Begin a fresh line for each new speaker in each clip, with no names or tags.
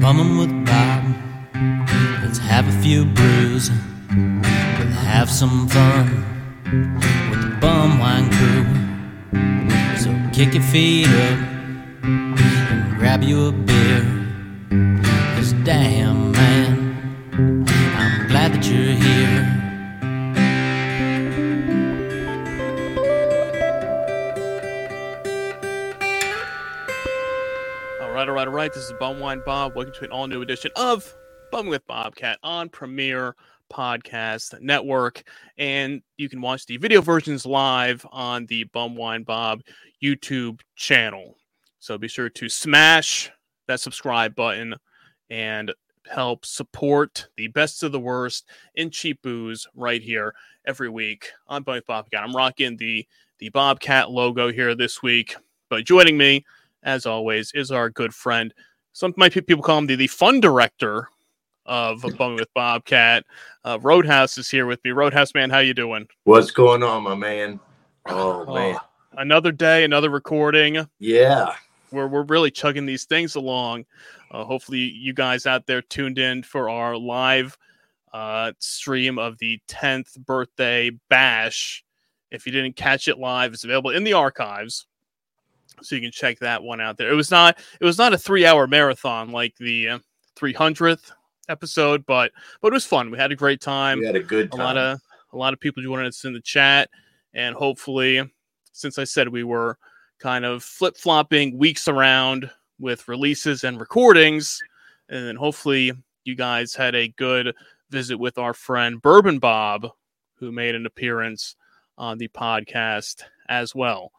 bumming with Bob. Let's have a few brews. We'll have some fun with the bum wine crew. So kick your feet up and grab you a beer. Cause damn, man, I'm glad that you're here.
All right, all right, all right. This is Bumwine Bob. Welcome to an all new edition of Bum with Bobcat on Premiere Podcast Network. And you can watch the video versions live on the Bumwine Bob YouTube channel. So be sure to smash that subscribe button and help support the best of the worst in cheap booze right here every week on Bum with Bobcat. I'm rocking the the Bobcat logo here this week. But joining me as always, is our good friend. Some my pe- people call him the, the fun director of Bumming with Bobcat. Uh, Roadhouse is here with me. Roadhouse man, how you doing?
What's going on, my man? Oh, man,
another day, another recording.
yeah,
We're we're really chugging these things along. Uh, hopefully, you guys out there tuned in for our live uh, stream of the 10th birthday bash. If you didn't catch it live, it's available in the archives, so you can check that one out there. It was not it was not a three hour marathon like the uh, 300th episode, but but it was fun. We had a great time
we had a good
a
time.
lot of a lot of people joining us in the chat and hopefully since i said we were kind of flip-flopping weeks around with releases and recordings and then hopefully you guys had a good visit with our friend bourbon bob who made an appearance on the podcast as well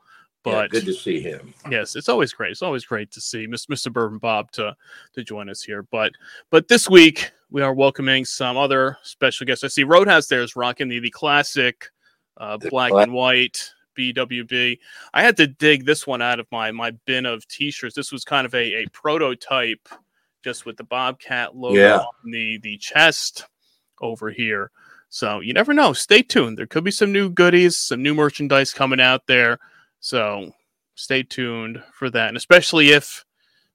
Yeah,
but
good to see him.
yes, it's always great. It's always great to see Mr. Mr. Bourbon Bob to to join us here. But but this week we are welcoming some other special guests. I see Roadhouse there is rocking the, the classic uh,
The
black
cla-
and white BWB. I had to dig this one out of my my bin of t-shirts. This was kind of a, a prototype just with the Bobcat logo
Yeah.
on the the chest over here. So you never know. Stay tuned. There could be some new goodies, some new merchandise coming out there. So stay tuned for that. And especially if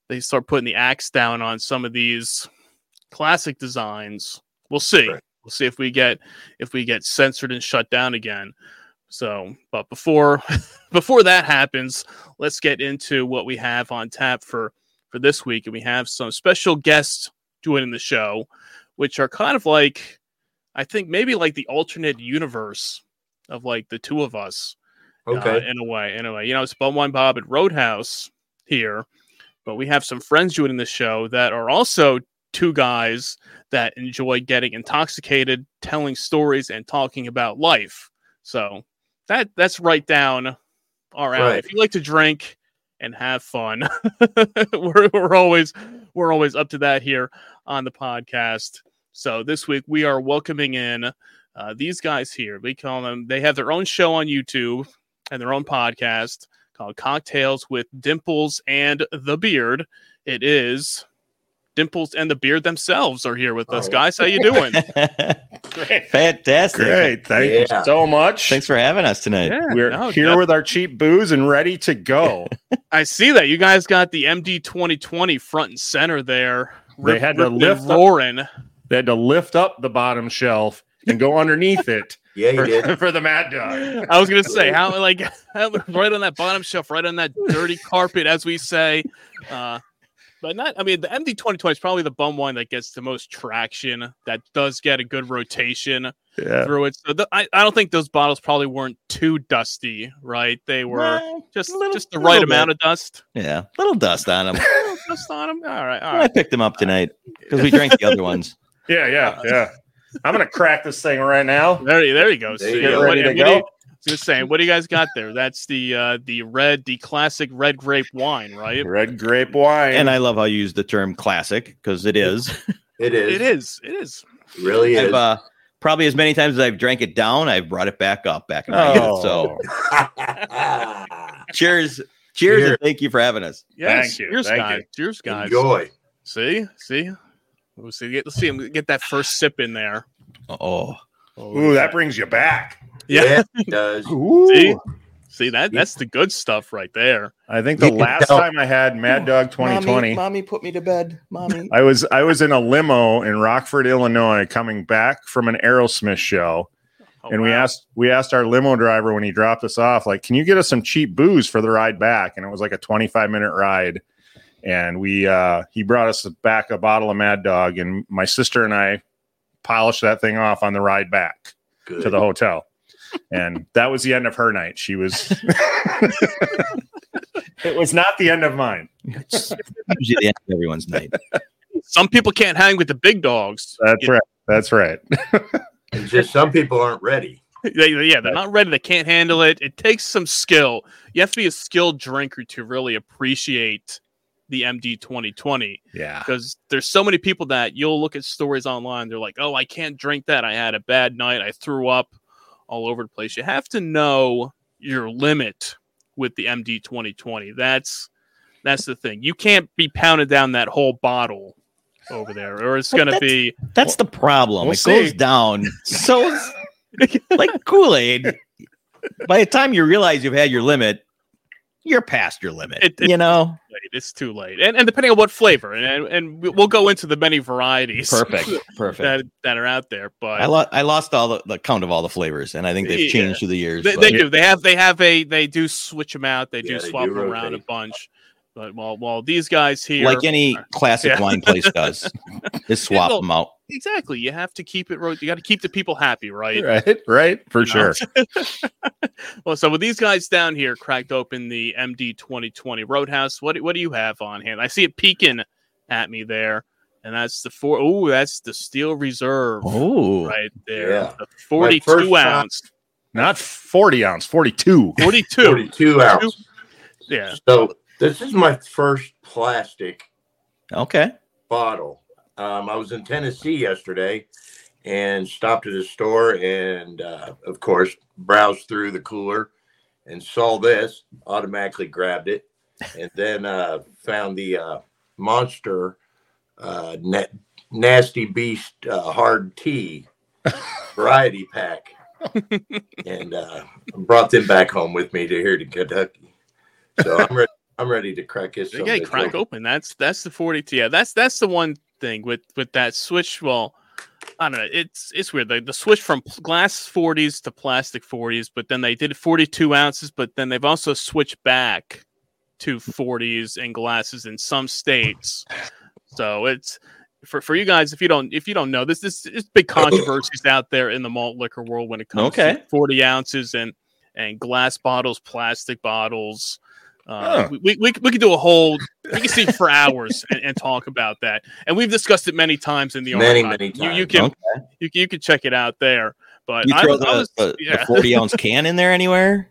they start putting the axe down on some of these classic designs. We'll see.
Right.
We'll see if we get if we get censored and shut down again. So, but before before that happens, let's get into what we have on tap for for this week and we have some special guests joining the show which are kind of like I think maybe like the alternate universe of like the two of us
Okay,
uh, in a way, in a way. You know, it's Bumwine Bob at Roadhouse here, but we have some friends joining the show that are also two guys that enjoy getting intoxicated, telling stories, and talking about life. So that that's right down our alley.
Right.
If you like to drink and have fun, we're, we're always we're always up to that here on the podcast. So this week we are welcoming in uh, these guys here. We call them. They have their own show on YouTube and their own podcast called Cocktails with Dimples and the Beard. It is Dimples and the Beard themselves are here with us,
Oh.
guys. How you doing?
Great.
Fantastic.
Great. Thank
Yeah.
you so much.
Thanks for having us tonight.
We're
no,
here
def-
with our cheap booze and ready to go.
I see that you guys got the MD 2020 front and center there.
They had to
ripping,
lift up-
roaring.
they had to lift up the bottom shelf and go underneath it
yeah, you did.
for, for the Mad Dog.
I was gonna say how like how- right on that bottom shelf, right on that dirty carpet, as we say. Uh, but not. I mean, the MD twenty twenty is probably the bum wine that gets the most traction. That does get a good rotation
Yeah.
through it. So the, I, I don't think those bottles probably weren't too dusty, right? They were
Nah,
just
little-
just the
little
right
bit.
amount of dust.
Yeah, little dust on them.
Dust on them. All right. All
I
right.
picked them up tonight because we drank the other ones.
Yeah.
Uh,
Yeah. Yeah. I'm going to crack this thing right now.
There you there you go.
There
See,
you
Get
go.
what-
ready to
what do you-
go.
Just saying, what do you guys got there? That's the uh, the red, the classic red grape wine, right?
Red grape wine.
And I love how you use the term classic because it is.
It is.
It is. It is.
It really is.
I've, uh, probably as many times as I've drank it down, I've brought it back up back in my
oh,
head. So
uh,
cheers. Cheers
Cheers.
and thank you for having us.
Yes.
Thank you,
Cheers,
thank
guys.
you.
Cheers, guys.
Enjoy.
See, see. Let's see. Get, let's see him get that first sip in there.
Oh,
ooh, that brings you back.
Oh, Yeah.
it does.
Ooh.
See? See that? That's the good stuff right there.
I think the
You can
last
tell.
time I had Mad Dog 2020,
Mommy, mommy put me to bed. Mommy.
I was I was in a limo in Rockford, Illinois, coming back from an Aerosmith show,
Oh,
and we
wow.
asked we asked our limo driver when he dropped us off, like, "Can you get us some cheap booze for the ride back?" And it was like a 25 minute ride, and we uh, he brought us back a bottle of Mad Dog, and my sister and I polished that thing off on the ride back
Good.
to the hotel. And that was the end of her night. She was. it was not the end of mine.
It's usually the end of everyone's night.
some people can't hang with the big dogs.
That's
You
right. That's right.
It's just some people aren't ready.
They, they- yeah, they're not ready. They can't handle it. It takes some skill. You have to be a skilled drinker to really appreciate the MD 2020
Yeah.
because there's so many people that you'll look at stories online. They're like, oh, I can't drink that. I had a bad night. I threw up all over the place. You have to know your limit with the MD 2020. That's that's the thing. You can't be pounded down that whole bottle over there, or it's going
Well,
to
that's-
be
That's the problem.
We'll
it goes
see.
down. So it's- like Kool Aid. By the time you realize you've had your limit, you're past your limit.
It- it-
you know,
late. It's too late. And, and depending on what flavor, and, and and we- we'll go into the many varieties
perfect, perfect.
that that are out there. But
I lost. I lost all the, the count of all the flavors, and I think they've
Yeah.
changed through the years.
they,
but-
they do. They have they have a they do switch them out. They do
Yeah, they
swap
do
them around a
rotate.
bunch. But while while these guys here,
like any classic
Yeah.
wine place does, just swap
well,
them out.
exactly, you have to keep it. ro- You got to keep the people happy, right?
Right. Right. For
You know?
sure.
Well, so with these guys down here, cracked open the MD 2020 Roadhouse. What do- what do you have on hand? I see it peeking at me there, and that's the four. Oh, that's the Steel Reserve.
Oh,
right there.
Yeah.
The
first
42
time-
ounce.
Not 40 ounce, 42.
42.
42 ounce.
Yeah.
So this is my first plastic
okay.
bottle. Um, I was in Tennessee yesterday and stopped at a store and, uh, of course, browsed through the cooler and saw this, automatically grabbed it, and then uh, found the uh, Monster uh, na- Nasty Beast uh, Hard Tea variety pack. and uh, brought them back home with me to here to Kentucky. So I'm ready. I'm ready to crack this.
You gotta
sumbitch
crack
open.
open. That's that's the 42. Yeah, that's that's the one thing with with that switch. Well, I don't know. It's it's weird. The, the switch from pl- glass 40s to plastic 40s, but then they did 42 ounces, but then they've also switched back to 40s and glasses in some states. So it's for, for you guys if you don't if you don't know this this is big controversies out there in the malt liquor world when it comes
Okay.
to 40 ounces and and glass bottles, plastic bottles. Uh,
Huh.
we, we, we, could- we could do a whole we could sit for hours and, and talk about that. And we've discussed it many times in the
Many,
archive.
many
You, you
times.
can
Okay.
you, can- you can check it out there. But
You
I,
throw
was- I
the,
was-
the- the
yeah,
forty ounce can in there anywhere?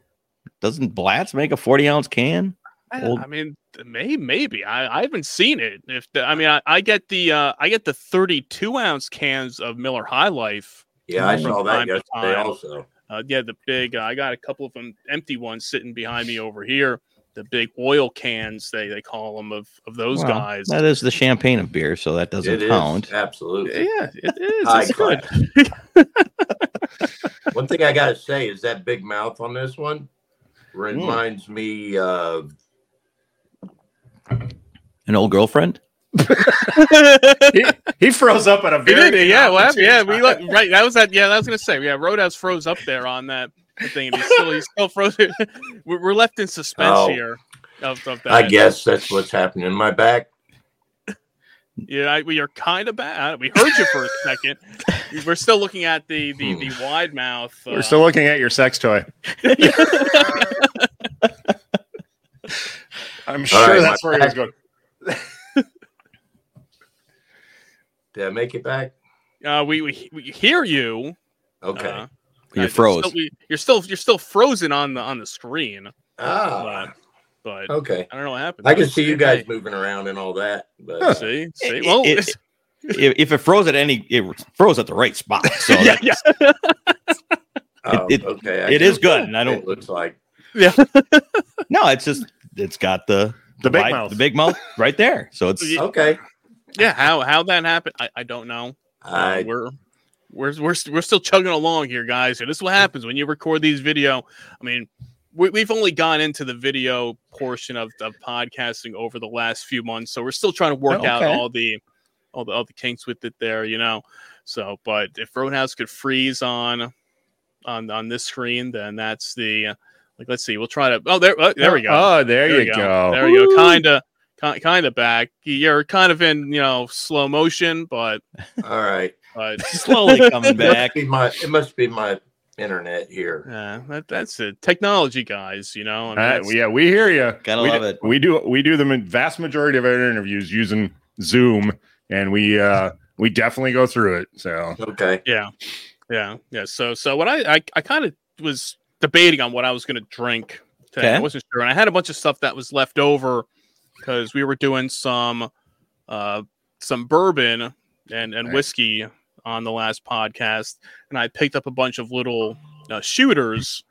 Doesn't Blatz make a forty ounce can?
I,
old-
I mean, may maybe I, I haven't seen it. If the, I mean, I, I get the uh, I get the 32 ounce cans of Miller High Life.
Yeah, I
From
saw that
time to
yesterday
time.
also.
Uh, yeah, the big. Uh, I got a couple of them empty ones sitting behind me over here. The big oil cans, they they call them of of those
Wow.
guys.
That is the champagne of beer, so that doesn't
It is
count.
absolutely.
Yeah, it is.
High
It's good.
class. One thing I gotta say is that big mouth on this one
Hmm.
reminds me of
An old girlfriend?
He froze up at a
We
very.
did it, yeah. Well,
opportune
yeah, we
time.
look right. That was that. Yeah, I was gonna say. Yeah, Roadhouse froze up there on that thing. and He's still, he's still frozen. we're, we're left in suspense
Oh.
here. Of, of that.
I guess that's what's happening in my back.
Yeah, I, we are kind of bad. We heard you for a second. We're still looking at the the, the
Hmm.
wide mouth. Uh,
We're still looking at your sex toy. I'm sure
right,
that's
my-
where he was going.
Did I make it back?
uh, we, we we hear you.
Okay.
Uh,
You're
uh,
froze.
Still, we, you're still you're still frozen on the on the screen.
ah,
But
Oh.
okay.
I don't know what happened.
I can see you guys moving around and all that, but uh,
See, see.
It-
Well,
it-
it's-
if, if it froze at any, it froze at the right spot. So
yeah,
that-
yeah,
oh,
it-
okay. I
it
see
is
what
good, and I
it
don't-
looks like
yeah.
no, it's just it's got the
The big
wide-
mouth.
the big mouth right there. So it's
Yeah.
okay.
yeah how how that happened i, I don't know Uh,
I
we're we're we're, st- we're still chugging along here guys and this is what happens when you record these video i mean we, we've only gone into the video portion of the podcasting over the last few months, so we're still trying to work
Okay.
out all the all the all the kinks with it there, you know. So, but if Roadhouse could freeze on on on this screen, then that's the uh, like. Let's see. We'll try to. Oh, there. Oh, there we go.
Oh, there,
There
you go.
There you go. Kind of, kind of back. You're kind of in, you know, slow motion, but
All right.
but
Slowly coming
Must
back.
be my, it must be my internet here.
yeah, that, that's it. Technology guys, you know. I mean,
Uh,
that's-
yeah, we hear you.
Gotta
we
love
do,
it.
We do we do the ma- vast majority of our interviews using Zoom, and we uh we definitely go through it. So
Okay.
yeah, yeah, yeah. So so what I I, I kind of was debating on what I was going to drink today. I
Okay.
wasn't sure, and I had a bunch of stuff that was left over because we were doing some uh some bourbon and and
Nice.
whiskey on the last podcast, and I picked up a bunch of little uh, shooters.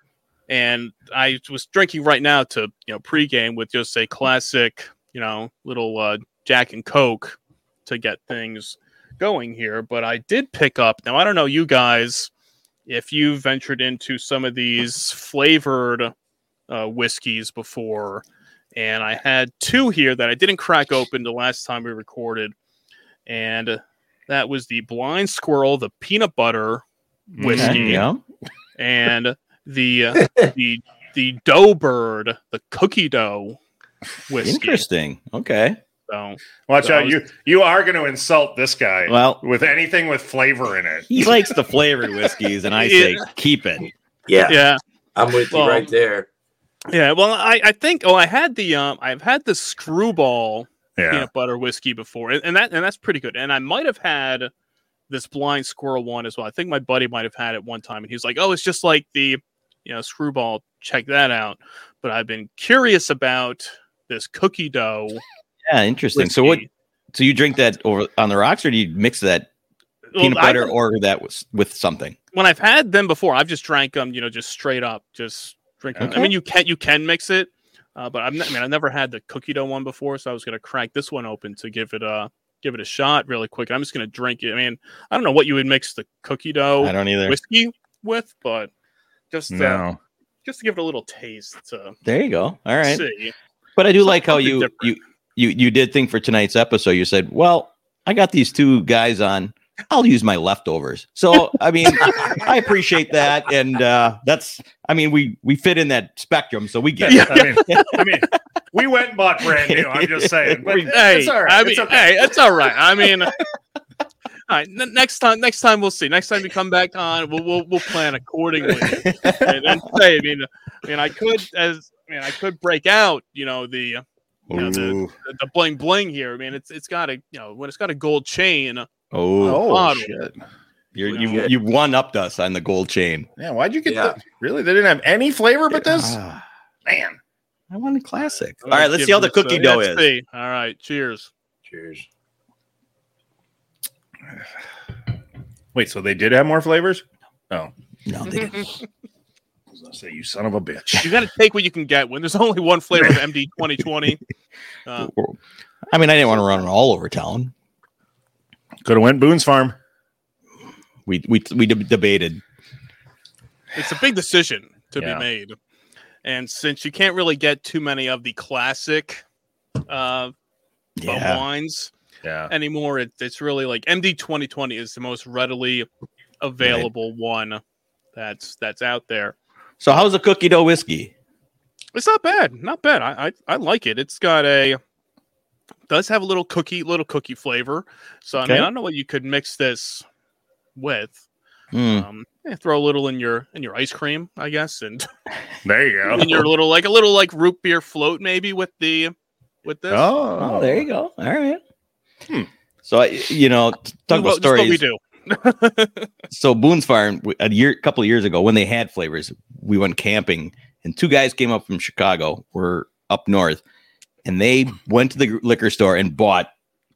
And I was drinking right now to you know pregame with just a classic you know little uh, Jack and Coke to get things going here, but I did pick up. Now I don't know you guys if you ventured into some of these flavored uh, whiskeys before, and I had two here that I didn't crack open the last time we recorded, and that was the Blind Squirrel, the Peanut Butter Whiskey.
Mm-hmm.
Okay, yeah.
and the uh, the the Dough Bird, the Cookie Dough whiskey.
Interesting. Okay.
So
watch
So I
out,
was-
you you are going to insult this guy
Well,
with anything with flavor in it.
he likes the flavored whiskeys, and I say keep it.
Yeah.
yeah,
I'm with you
Well-
right there.
Yeah, well, I, I think oh, I had the um, I've had the screwball
Yeah,
peanut butter whiskey before, and, and that and that's pretty good. And I might have had this blind squirrel one as well. I think my buddy might have had it one time, and he's like, "Oh, it's just like the you know screwball. Check that out." But I've been curious about this cookie dough.
Yeah, interesting. So what?
whiskey.
So you drink that over on the rocks, or do you mix that
Well,
peanut
I-
butter or that with, with something?
when I've had them before, I've just drank them, you know, just straight up, just drink 'em. I
Okay.
mean, you can you can mix it, uh, but I'm not, I mean, I've never had the cookie dough one before, so I was gonna crack this one open to give it a give it a shot really quick. I'm just gonna drink it. I mean, I don't know what you would mix the cookie
I
dough
don't either.
whiskey with, but just uh,
no,
just to give it a little taste to
There you go. All right.
see.
But I do like how
Something
you
different.
you you you did think for tonight's episode. You said, "Well, I got these two guys on. I'll use my leftovers." So I mean, I appreciate that, and uh, that's I mean, we we fit in that spectrum, so we get it.
I mean, I mean, we went and bought brand new. I'm just saying, but
Hey,
it's all right.
I mean,
it's okay.
hey, it's all right. I mean, all right. n- next time, next time we'll see. Next time you come back on, we'll we'll, we'll plan accordingly. and, and say, I mean, I mean, I could as I mean, I could break out, you know, the you know, the,
Ooh.
the, the bling bling here. I mean, it's it's got a you know when it's got a gold chain.
Oh,
Oh,
bottle.
shit.
you're, you you one upped us on the gold chain.
Yeah, why'd you get
Yeah.
the really? They didn't have any flavor but this?
Ah,
Man.
I want a classic. All right, let's see how the
Give
cookie
this a-
dough
let's
is.
see. All right, cheers.
Cheers.
Wait, so they did have more flavors?
No, they didn't.
I was gonna say, you son of a bitch.
You got to take what you can get. When there's only one flavor of MD 2020, uh,
I mean, I didn't want to run it all over town.
Could have went Boone's Farm.
We we we deb- debated.
it's a big decision to
Yeah.
be made. And since you can't really get too many of the classic uh,
Yeah,
wines,
Yeah.
anymore. It, it's really like MD 2020 is the most readily available one that's that's out there.
So how's the cookie dough whiskey?
It's not bad, not bad. I, I I like it. It's got a does have a little cookie, little cookie flavor. So I mean,
Okay.
I don't know what you could mix this with.
Hmm.
Um, eh, throw a little in your in your ice cream, I guess, and
There you go.
in your little like a little like root beer float maybe with the with this.
oh,
Oh, there you go. All right.
Hmm.
So I- you know, t- talk about
This is what we
stories.
do.
So Boone's Farm w- a year, couple of years ago, when they had flavors, we went camping, and two guys came up from Chicago. We're up north, and they went to the liquor store and bought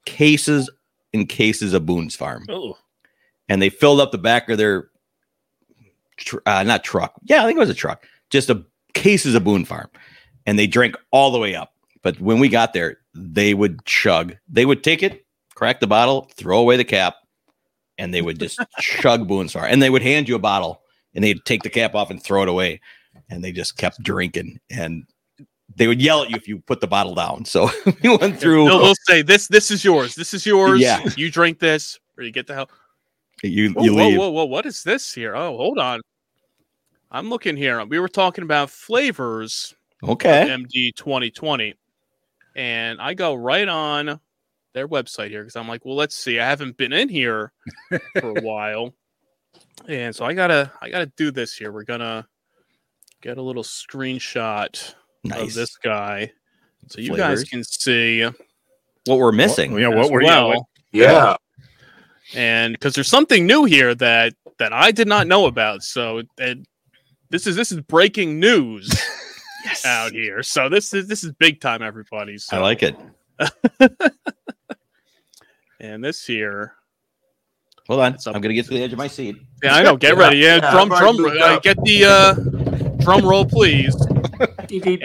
cases and cases of Boone's Farm.
Oh.
and they filled up the back of their tr- uh, not truck. Yeah, I think it was a truck. Just a cases of Boone Farm, and they drank all the way up. But when we got there, they would chug. They would take it, crack the bottle, throw away the cap, and they would just chug Boone's Farm. And they would hand you a bottle, and they'd take the cap off and throw it away. and they just kept drinking and they would yell at you if you put the bottle down. So we went through.
They'll, they'll say this. This is yours. This is yours.
Yeah.
You drink this, or you get the hell.
You
Whoa,
you
whoa,
leave.
whoa, whoa! What is this here? Oh, hold on. I'm looking here. We were talking about flavors
Okay.
MD 2020. And I go right on their website here because I'm like, well, let's see. I haven't been in here for a while. And so I gotta I gotta do this here. We're gonna get a little screenshot of
Nice.
this guy. So you
Flavors.
guys can see
what we're missing.
yeah,
as
what were
well.
you? What,
Yeah.
and because there's something new here that that I did not know about. So and this is this is breaking news out here. So this is this is big time, everybody. So
I like it.
and this here,
Hold on.
It's up.
I'm gonna get to the edge of my seat.
yeah, I know. Get
Yeah,
ready, yeah.
yeah,
drum,
I've
drum,
already moved
uh,
up.
get the uh, drum roll, please.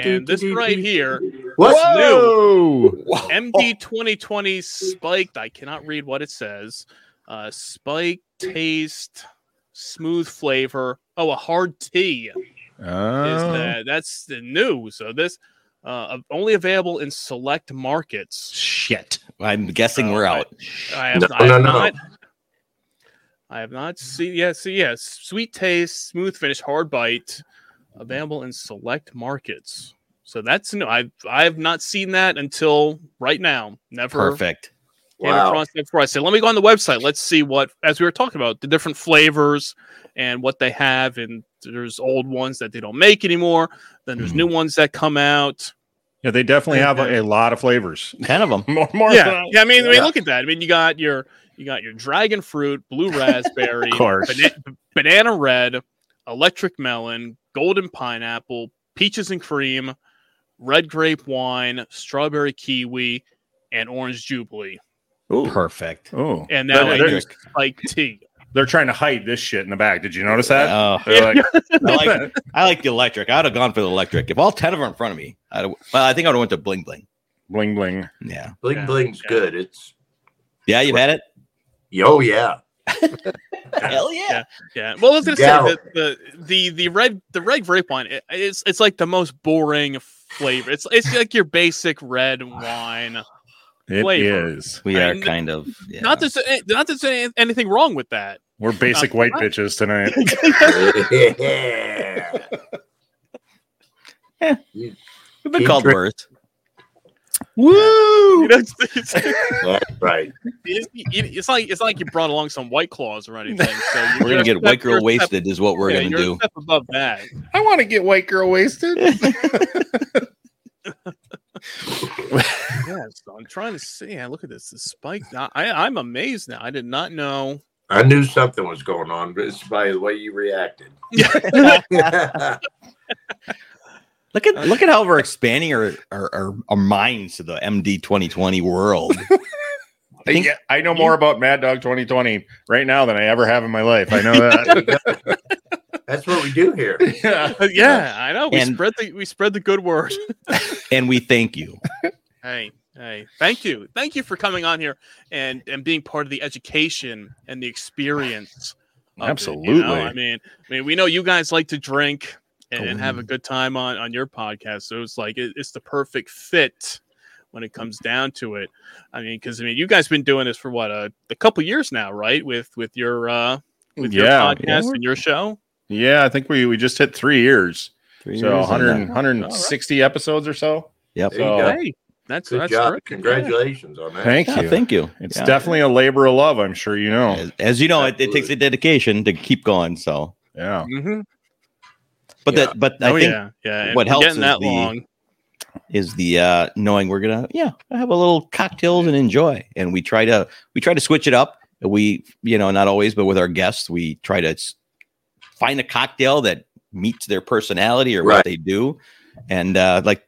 and this right here,
What's
Whoa!
Oh.
Whoa.
MD 2020 spiked. I cannot read what it says. Uh, spike taste, smooth flavor. Oh, a hard tea. is
Oh.
that that's the new. So this uh, only available in select markets.
Shit. I'm guessing
Oh,
we're
I-
out.
I have,
No,
I have
no, no.
not. I have not seen. Yes, yes. Sweet taste, smooth finish, hard bite, available in select markets. So that's new. I I have not seen that until right now. Never
Perfect.
came
Wow.
across that before. I said, let me go on the website. Let's see what, as we were talking about, the different flavors and what they have. And there's old ones that they don't make anymore. Then there's
Mm-hmm.
Mhm.
new ones that come out.
Yeah, they definitely have a, a lot of flavors.
Ten of them.
More, more
yeah,
than
yeah. I mean, I mean,
Yeah.
look at that. I mean, you got your you got your dragon fruit, blue raspberry,
Of course.
bana- banana red, electric melon, golden pineapple, peaches and cream, red grape wine, strawberry kiwi, and orange jubilee.
Perfect.
Oh,
And now
They're-
I
they're-
just like tea.
they're trying to hide this shit in the back. Did you notice that?
Oh,
They're like,
I like, I like the electric. I'd have gone for the electric. If all ten of them are in front of me, I'd, well, I think I'd have went to bling bling.
bling bling.
Yeah.
Bling
Yeah.
bling's good. It's
Yeah. You've had it.
oh yeah.
Hell yeah.
Yeah. Yeah. Well, I was gonna
Down.
say the, the the the red the red grape wine. It, it's it's like the most boring flavor. It's it's like your basic red wine.
It
Flavor.
is.
We
I
are
kn-
kind of yeah.
Not that there's a- not that there's a- anything wrong with that.
We're basic
Uh,
white
what?
bitches tonight.
yeah.
We've been called
Drink-
worse.
You know, it's, it's,
That's right.
it's, it's like it's like you brought along some white claws or anything. So you-
We're
you're
gonna
a
get
step-
white
you're a
girl
step-
wasted, is what we're
yeah,
gonna
you're a
do.
step above that.
I want to get white girl wasted.
Yeah, so I'm trying to see. Yeah, look at this. The spike. I, I I'm amazed now. I did not know.
I knew something was going on, but it's by the way you reacted.
Look at look at how we're expanding our our, our, our minds to the MD 2020 world.
I,
think-
yeah, I know more about Mad Dog 2020 right now than I ever have in my life. I know that.
That's what we do here.
yeah.
yeah, I know. We
And-
spread the we spread the good word.
and we thank you.
Hey, hey, thank you. Thank you for coming on here and and being part of the education and the experience. of it, you know?
Absolutely.
I mean, I mean, we know you guys like to drink and, and
Oh,
have a good time on on your podcast. So it's like it, it's the perfect fit when it comes down to it. I mean, because I mean, you guys been doing this for what a, a couple years now, right? With with your uh with your
Yeah.
podcast and your show.
Yeah, I think we, we just hit three years.
Three
so
years on
100,
that.
160 episodes or so.
Yep.
There you go.
Hey, that's
Good
that's
job.
terrific. Yeah.
Congratulations on that.
Thank
Yeah,
you.
thank you.
it's
Yeah.
definitely a labor of love, I'm sure you know.
as, as you know, it, it takes
Absolutely.
a dedication to keep going. So,
Yeah.
Mhm.
but
Yeah.
that but I
Oh
think
yeah, yeah. and
what
we're
helps
getting
is
that
the-
long.
is the uh knowing we're gonna yeah have a little cocktails and enjoy and we try to we try to switch it up we you know not always but with our guests we try to s- find a cocktail that meets their personality or
Right.
what they do and uh like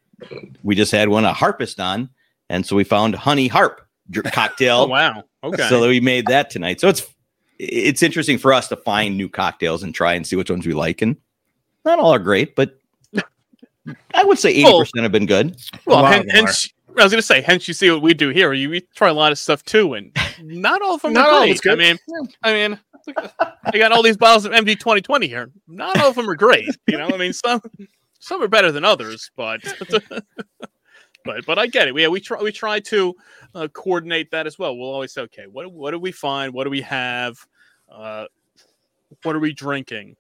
we just had one a harpist on and so we found honey harp dr- cocktail
Oh wow. Okay.
so that we made that tonight so it's it's interesting for us to find new cocktails and try and see which ones we like and not all are great but I would say 80%
Well-
have been good.
Well,
lot of
hen-
them are.
hence, I was going to say, hence you see what we do here. You we try a lot of stuff too, and not all of them
Not
are
all of
great.
it's good.
I mean, I mean, I got all these bottles of MD 2020 here. Not all of them are great. You know, I mean, some some are better than others, but but but I get it. Yeah, we try we try to uh, coordinate that as well. We'll always say, okay, what what do we find? What do we have? Uh, what are we drinking?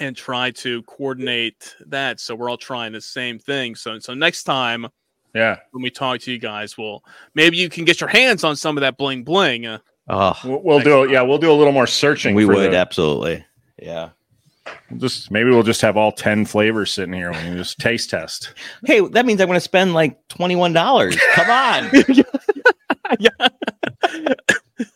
And try to coordinate that so we're all trying the same thing. So so next time
Yeah.
when we talk to you guys, we'll maybe you can get your hands on some of that bling bling. Uh,
Oh,
We'll, we'll do it. Yeah, we'll do a little more searching.
we
Ah, for
would
the-
absolutely. Yeah.
just maybe we'll just have all ten flavors sitting here when we just taste test.
Hey, that means I'm going to spend like twenty one dollars. Come on.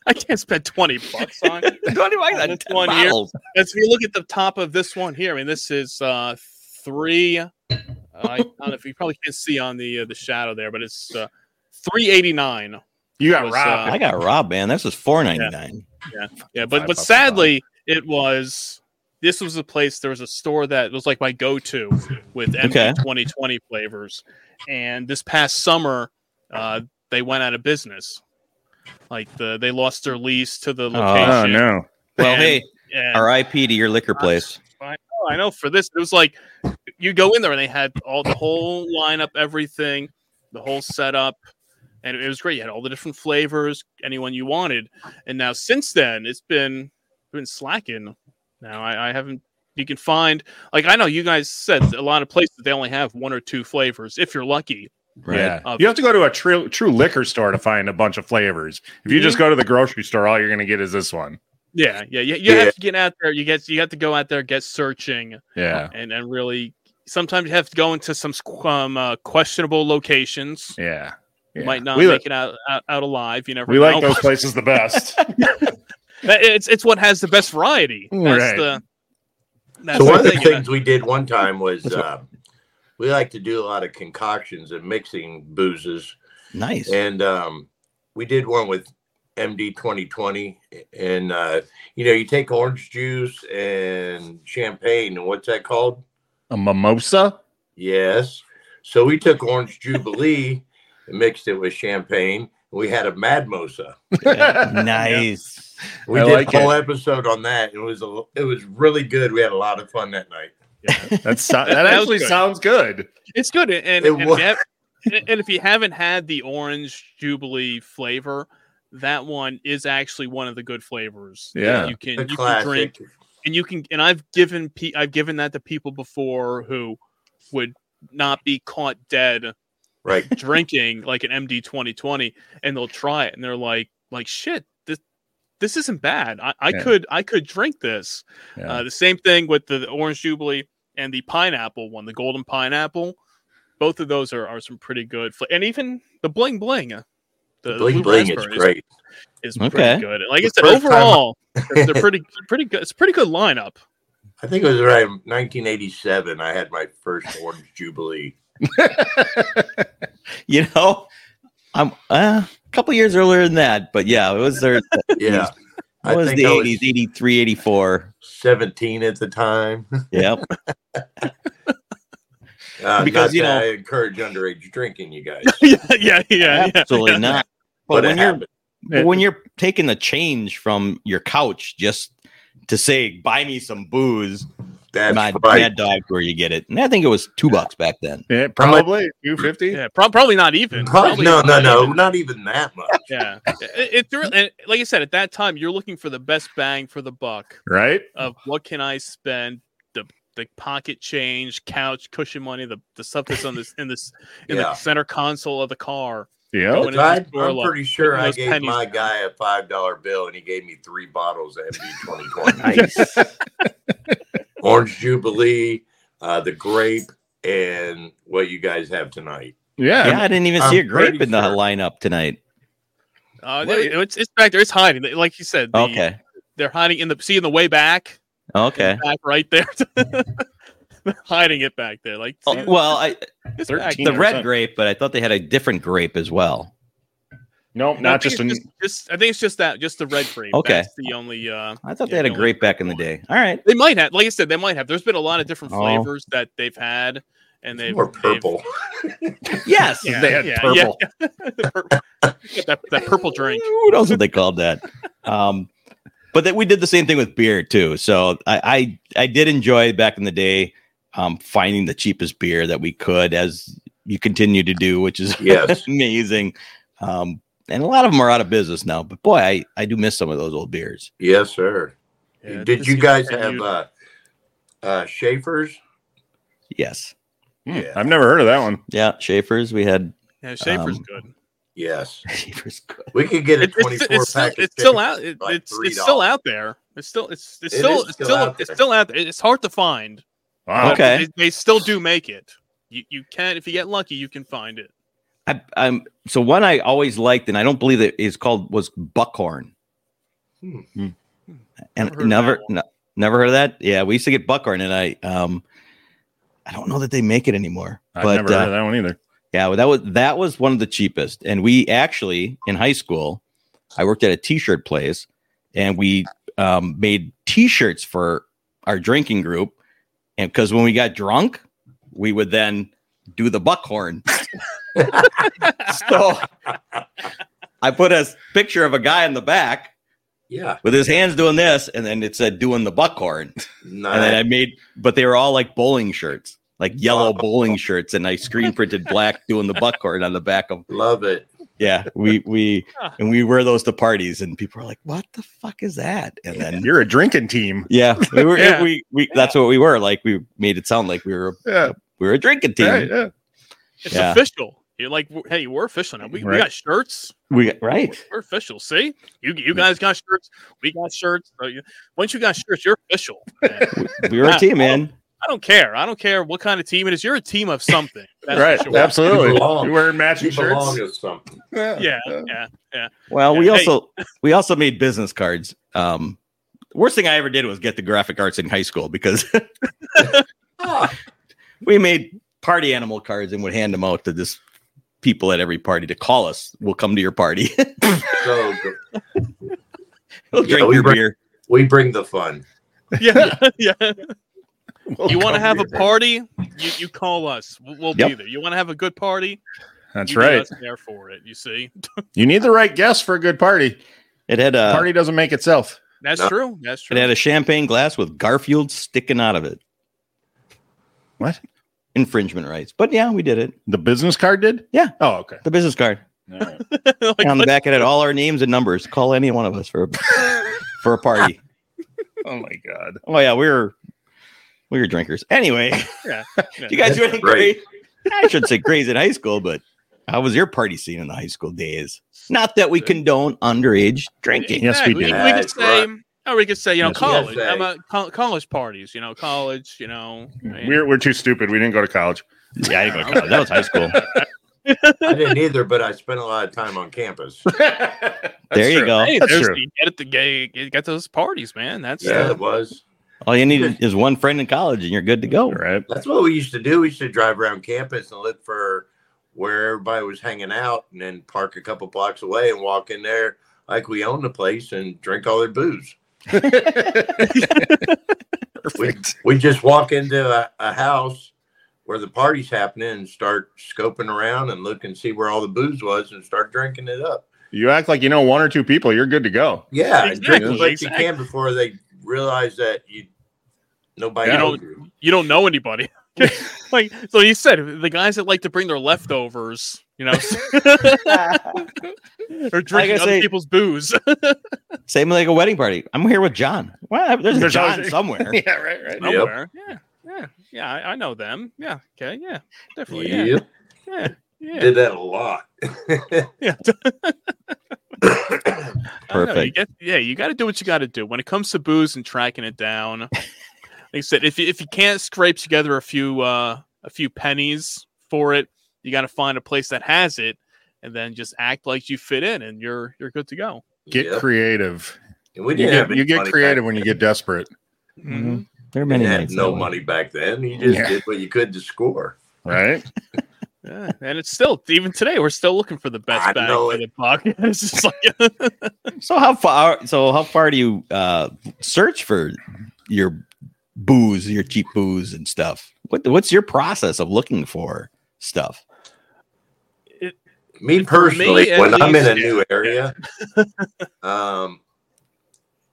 I can't spend twenty bucks on.
Twenty bucks on
This
10
one here.
bottles.
As we look at the top of this one here, I mean, this is uh, three. Uh, I don't know if you probably can't see on the uh, the shadow there, but it's uh, three eighty nine.
You got
Was, uh,
robbed.
I got robbed, man. This was four ninety nine.
Yeah, but
Five
but
bucks a
sadly, it was. This was a place. There was a store that was like my go-to with MD
Okay.
2020 flavors, and this past summer, uh, they went out of business. Like the they lost their lease to the location.
oh no!
Well,
And-
hey,
and-
R.I.P. to your liquor place.
Oh, I know for this, it was like you go in there and they had all the whole lineup, everything, the whole setup, and it was great. You had all the different flavors, anyone you wanted. And now since then, it's been been slacking. Now I, I haven't. You can find like I know you guys said a lot of places they only have one or two flavors if you're lucky.
Right.
Yeah,
Of-
you have to go to a true true liquor store to find a bunch of flavors. If you
Mm-hmm.
just go to the grocery store, all you're going to get is this one.
Yeah, yeah, yeah. You
Yeah.
have to get out there. You get you have to go out there, get searching,
Yeah,
and and really. Sometimes you have to go into some squ- um, uh, questionable locations.
yeah. yeah.
might not
we
make
like,
it out, out, out alive. You never
we
know.
like those places the best.
That- it's it's what has the best variety. That's
Right.
the that's
So one of the
thing. you know.
things we did one time was uh, we like to do a lot of concoctions and mixing boozes,
Nice.
and um, we did one with MD 2020, and uh, you know you take orange juice and champagne, and what's that called?
a mimosa.
Yes. So we took orange jubilee and mixed it with champagne. We had a madmosa.
nice.
We
I
did
like
a whole episode on that. It was a, it was really good. We had a lot of fun that night.
That's so- that
That was
actually
good.
sounds good.
It's good, and
It
and,
was-
that- and if you haven't had the orange jubilee flavor, that one is actually one of the good flavors. that
Yeah.
you can
The
you can drink,
classic.
and you can and I've given pe- I've given that to people before who would not be caught dead
Right.
drinking like an MD 2020 and they'll try it and they're like like shit this this isn't bad I, I
Yeah.
could I could drink this
Yeah.
uh, the same thing with the, the orange jubilee and the pineapple one the golden pineapple both of those are, are some pretty good fla- and even the bling bling uh, the
Bling
blue
bling is
raspberry
great.
is
Okay.
pretty good like I
The
said
first time I-
overall they're, they're pretty pretty good it's a pretty good lineup
I think it was around 1987. I had my first orange jubilee.
You know, I'm uh, a couple years earlier than that, but yeah, it was there.
Yeah. I
It was
think
the
I was
eighties, 83, 84.
17 at the time.
Yep.
Uh,
Because,
because
you
you
know-
I encourage underage drinking, you guys.
yeah yeah yeah, yeah.
Absolutely not. But,
but it
when you're
happened.
but when you're taking the change from your couch just to say buy me some booze,
That's
my
right.
mad dog where you get it. And I think it was two bucks back then.
Yeah, probably two fifty.
yeah prob- probably not even Probably
Probably- no,
not
no,
even.
no, not even that much.
yeah it, it's really and like i said at that time you're looking for the best bang for the buck
Right?
of what can i spend the the pocket change couch cushion money the, the stuff that's on this in this in
Yeah.
the center console of the car
Yeah.
Going
Because
into
I,
the store,
I'm
like,
pretty sure
putting
I
those
gave
pennies
my
down.
guy a five dollar bill, and he gave me three bottles of MD 2020
Nice.
Orange Jubilee, uh, the grape, and what you guys have tonight.
yeah,
Yeah.
I didn't even
I'm
see a grape
pretty
in the
sure.
lineup tonight.
uh
Well,
it- it's it's back there it's hiding like you said the,
Okay.
they're hiding in the see in the way back
Okay.
back right there They're hiding it back there like see,
Oh, well, I,
it's back
thirteen
the
there.
red grape, but I thought they had a different grape as well.
Nope,
No, I
not
think
just a
it's just i think it's just that just the red grape
Okay.
that's the only uh
I thought
Yeah,
they had a
the only
grape back in the day. All right.
They might have, like I said, they might have. There's been a lot of different
Oh.
flavors that they've had, and they've
More
they've-
purple.
Yes.
Yeah,
they had
yeah,
purple.
yeah. that, that purple drink.
What else what they called that? Um, But that we did the same thing with beer too. So I I, I did enjoy back in the day um, finding the cheapest beer that we could, as you continue to do, which is
Yes.
amazing. Um, and a lot of them are out of business now. But boy, I I do miss some of those old beers.
Yes, sir.
Yeah,
Did
this
you
is-
guys
and
have
you-
uh, uh, Schaefer's?
Yes,
Yeah.
mm, I've never heard of that one.
yeah, Schaefer's. We had
yeah, Schaefer's
um,
good.
Yes.
Schaefer's. good.
We could get a
It- it's,
twenty-four
it's still,
pack. of
it's still
chicken.
out. It,
like
it's it's still
$3.
out there. It's still it's it's
It
still
is
it's
still
still
out
it's
there.
still out there. It's hard to find.
Wow.
Okay.
But They, they still do make it. You you can if you get lucky you can find it.
I, I'm so one I always liked, and I don't believe it is called was Buckhorn.
Hmm.
And
Never heard
never,
of
never,
that
no, never heard of that. Yeah, we used to get Buckhorn, and I, um, I don't know that they make it anymore.
I've
but
never
uh,
heard of that one either.
yeah, well, that was that was one of the cheapest. And we actually in high school, I worked at a t-shirt place, and we um, made t-shirts for our drinking group. And because when we got drunk, we would then do the buckhorn. so I put a picture of a guy in the back
Yeah.
with his hands doing this, and then it said doing the buckhorn. And then I
Nice.
made, but they were all like bowling shirts, like yellow
Wow.
bowling shirts, and I screen printed black doing the buckhorn on the back of.
Love it.
Yeah, we we
Huh.
and we wear those to parties, and people are like, "What the fuck is that?" And then
You're a drinking team.
yeah, we were
Yeah.
we we that's what we were like. We made it sound like we were
Yeah.
we were a drinking team.
Right, yeah.
It's
Yeah.
official. You're like, w- hey, we're official now. We, we
Right.
got shirts.
We right.
We're official. See, you you guys got shirts. We got shirts. So you, once you got shirts, you're official. man.
We were a team, man.
I don't care. I don't care what kind of team it is. You're a team of something. That's for
right.
sure.
Absolutely.
You
You
belong.
are wearing matching
You belong
shirts.
to something.
Yeah, yeah.
Well, we
Yeah, hey.
also we also made business cards. Um, worst thing I ever did was get the graphic arts in high school because
Ah,
we made party animal cards and would hand them out to just people at every party to call us. We'll come to your party.
so good.
we'll
Yeah,
drink
we
your
bring-
beer.
we bring the fun.
Yeah, yeah. You
Welcome
want to have a
here.
party? You, you call us. We'll, we'll be
Yep.
there. You want to have a good party?
That's
you need
right.
us There for it. You see,
You need the right guest for a good party.
It had a
party doesn't make itself.
that's
No.
true. That's true.
it had a champagne glass with Garfield sticking out of it.
What?
Infringement rights. But yeah, we did it.
The business card did?
Yeah.
Oh, okay.
The business card.
All right.
Like,
on the
what-
back it had all our names and numbers. Call any one of us for a, for a party.
oh my god.
Oh yeah, we were we were drinkers. Anyway,
Yeah, yeah.
you guys do anything
Right.
great? I should say crazy in high school, but how was your party scene in the high school days? Not that we condone underage drinking.
Yes, we
Exactly.
do.
We could
That's
say,
right.
or we could say, you know,
Yes, we
college.
say.
I'm a co- college parties. You know, college. You know, and-
We're we're too stupid. We didn't go to college.
Yeah, I didn't go to college. That was high school.
I didn't either, but I spent a lot of time on campus.
there you go.
Hey,
That's
there's
true.
the get at the gay. Get get those parties, man. That's
Yeah,
uh,
it was.
All you need is one friend in college and you're good to go.
All right.
That's what we used to do. We used to drive around campus and look for where everybody was hanging out and then park a couple blocks away and walk in there like we owned the place and drink all their booze. We, we just walk into a, a house where the party's happening and start scoping around and look and see where all the booze was and start drinking it up.
You act like you know one or two people, you're good to go.
Yeah, and drink as
Exactly,
much
exactly.
you can before they realize that you nobody
You
knows
don't-
you.
you don't know anybody. like so, you said the guys that like to bring their leftovers. You know, or drinking
Like I
other
say-
people's booze.
Same like a wedding party. I'm here with John. Well, there's a
There's
John
always-
somewhere.
Yeah, right, right.
Yep.
Nowhere. Yeah, yeah, yeah. I, I know them. Yeah. Okay. Yeah. Definitely. Yeah.
Yep,
Yeah. Yeah.
Did that a lot.
yeah. I don't know, You
Perfect.
get, yeah, you got to do what you got to do when it comes to booze and tracking it down. like I said, if you, if you can't scrape together a few uh, a few pennies for it, you got to find a place that has it, and then just act like you fit in, and you're you're good to go.
Get
Yep.
creative.
And we
You
didn't have
get,
any
you get
money
creative
back
when you get desperate.
Mhm.
Mm-hmm.
There are
then.
many
You had
nights
no
that way.
money back then. You just
Yeah.
did what you could to score.
Right?
Yeah, and it's still even today we're still looking for the best
I
bag
know
for
it.
the buck. It's just like
So how far? So how far do you uh, search for your booze, your cheap booze and stuff? What What's your process of looking for stuff?
Me
For me,
personally,
at
when I'm in
least,
a new area, um,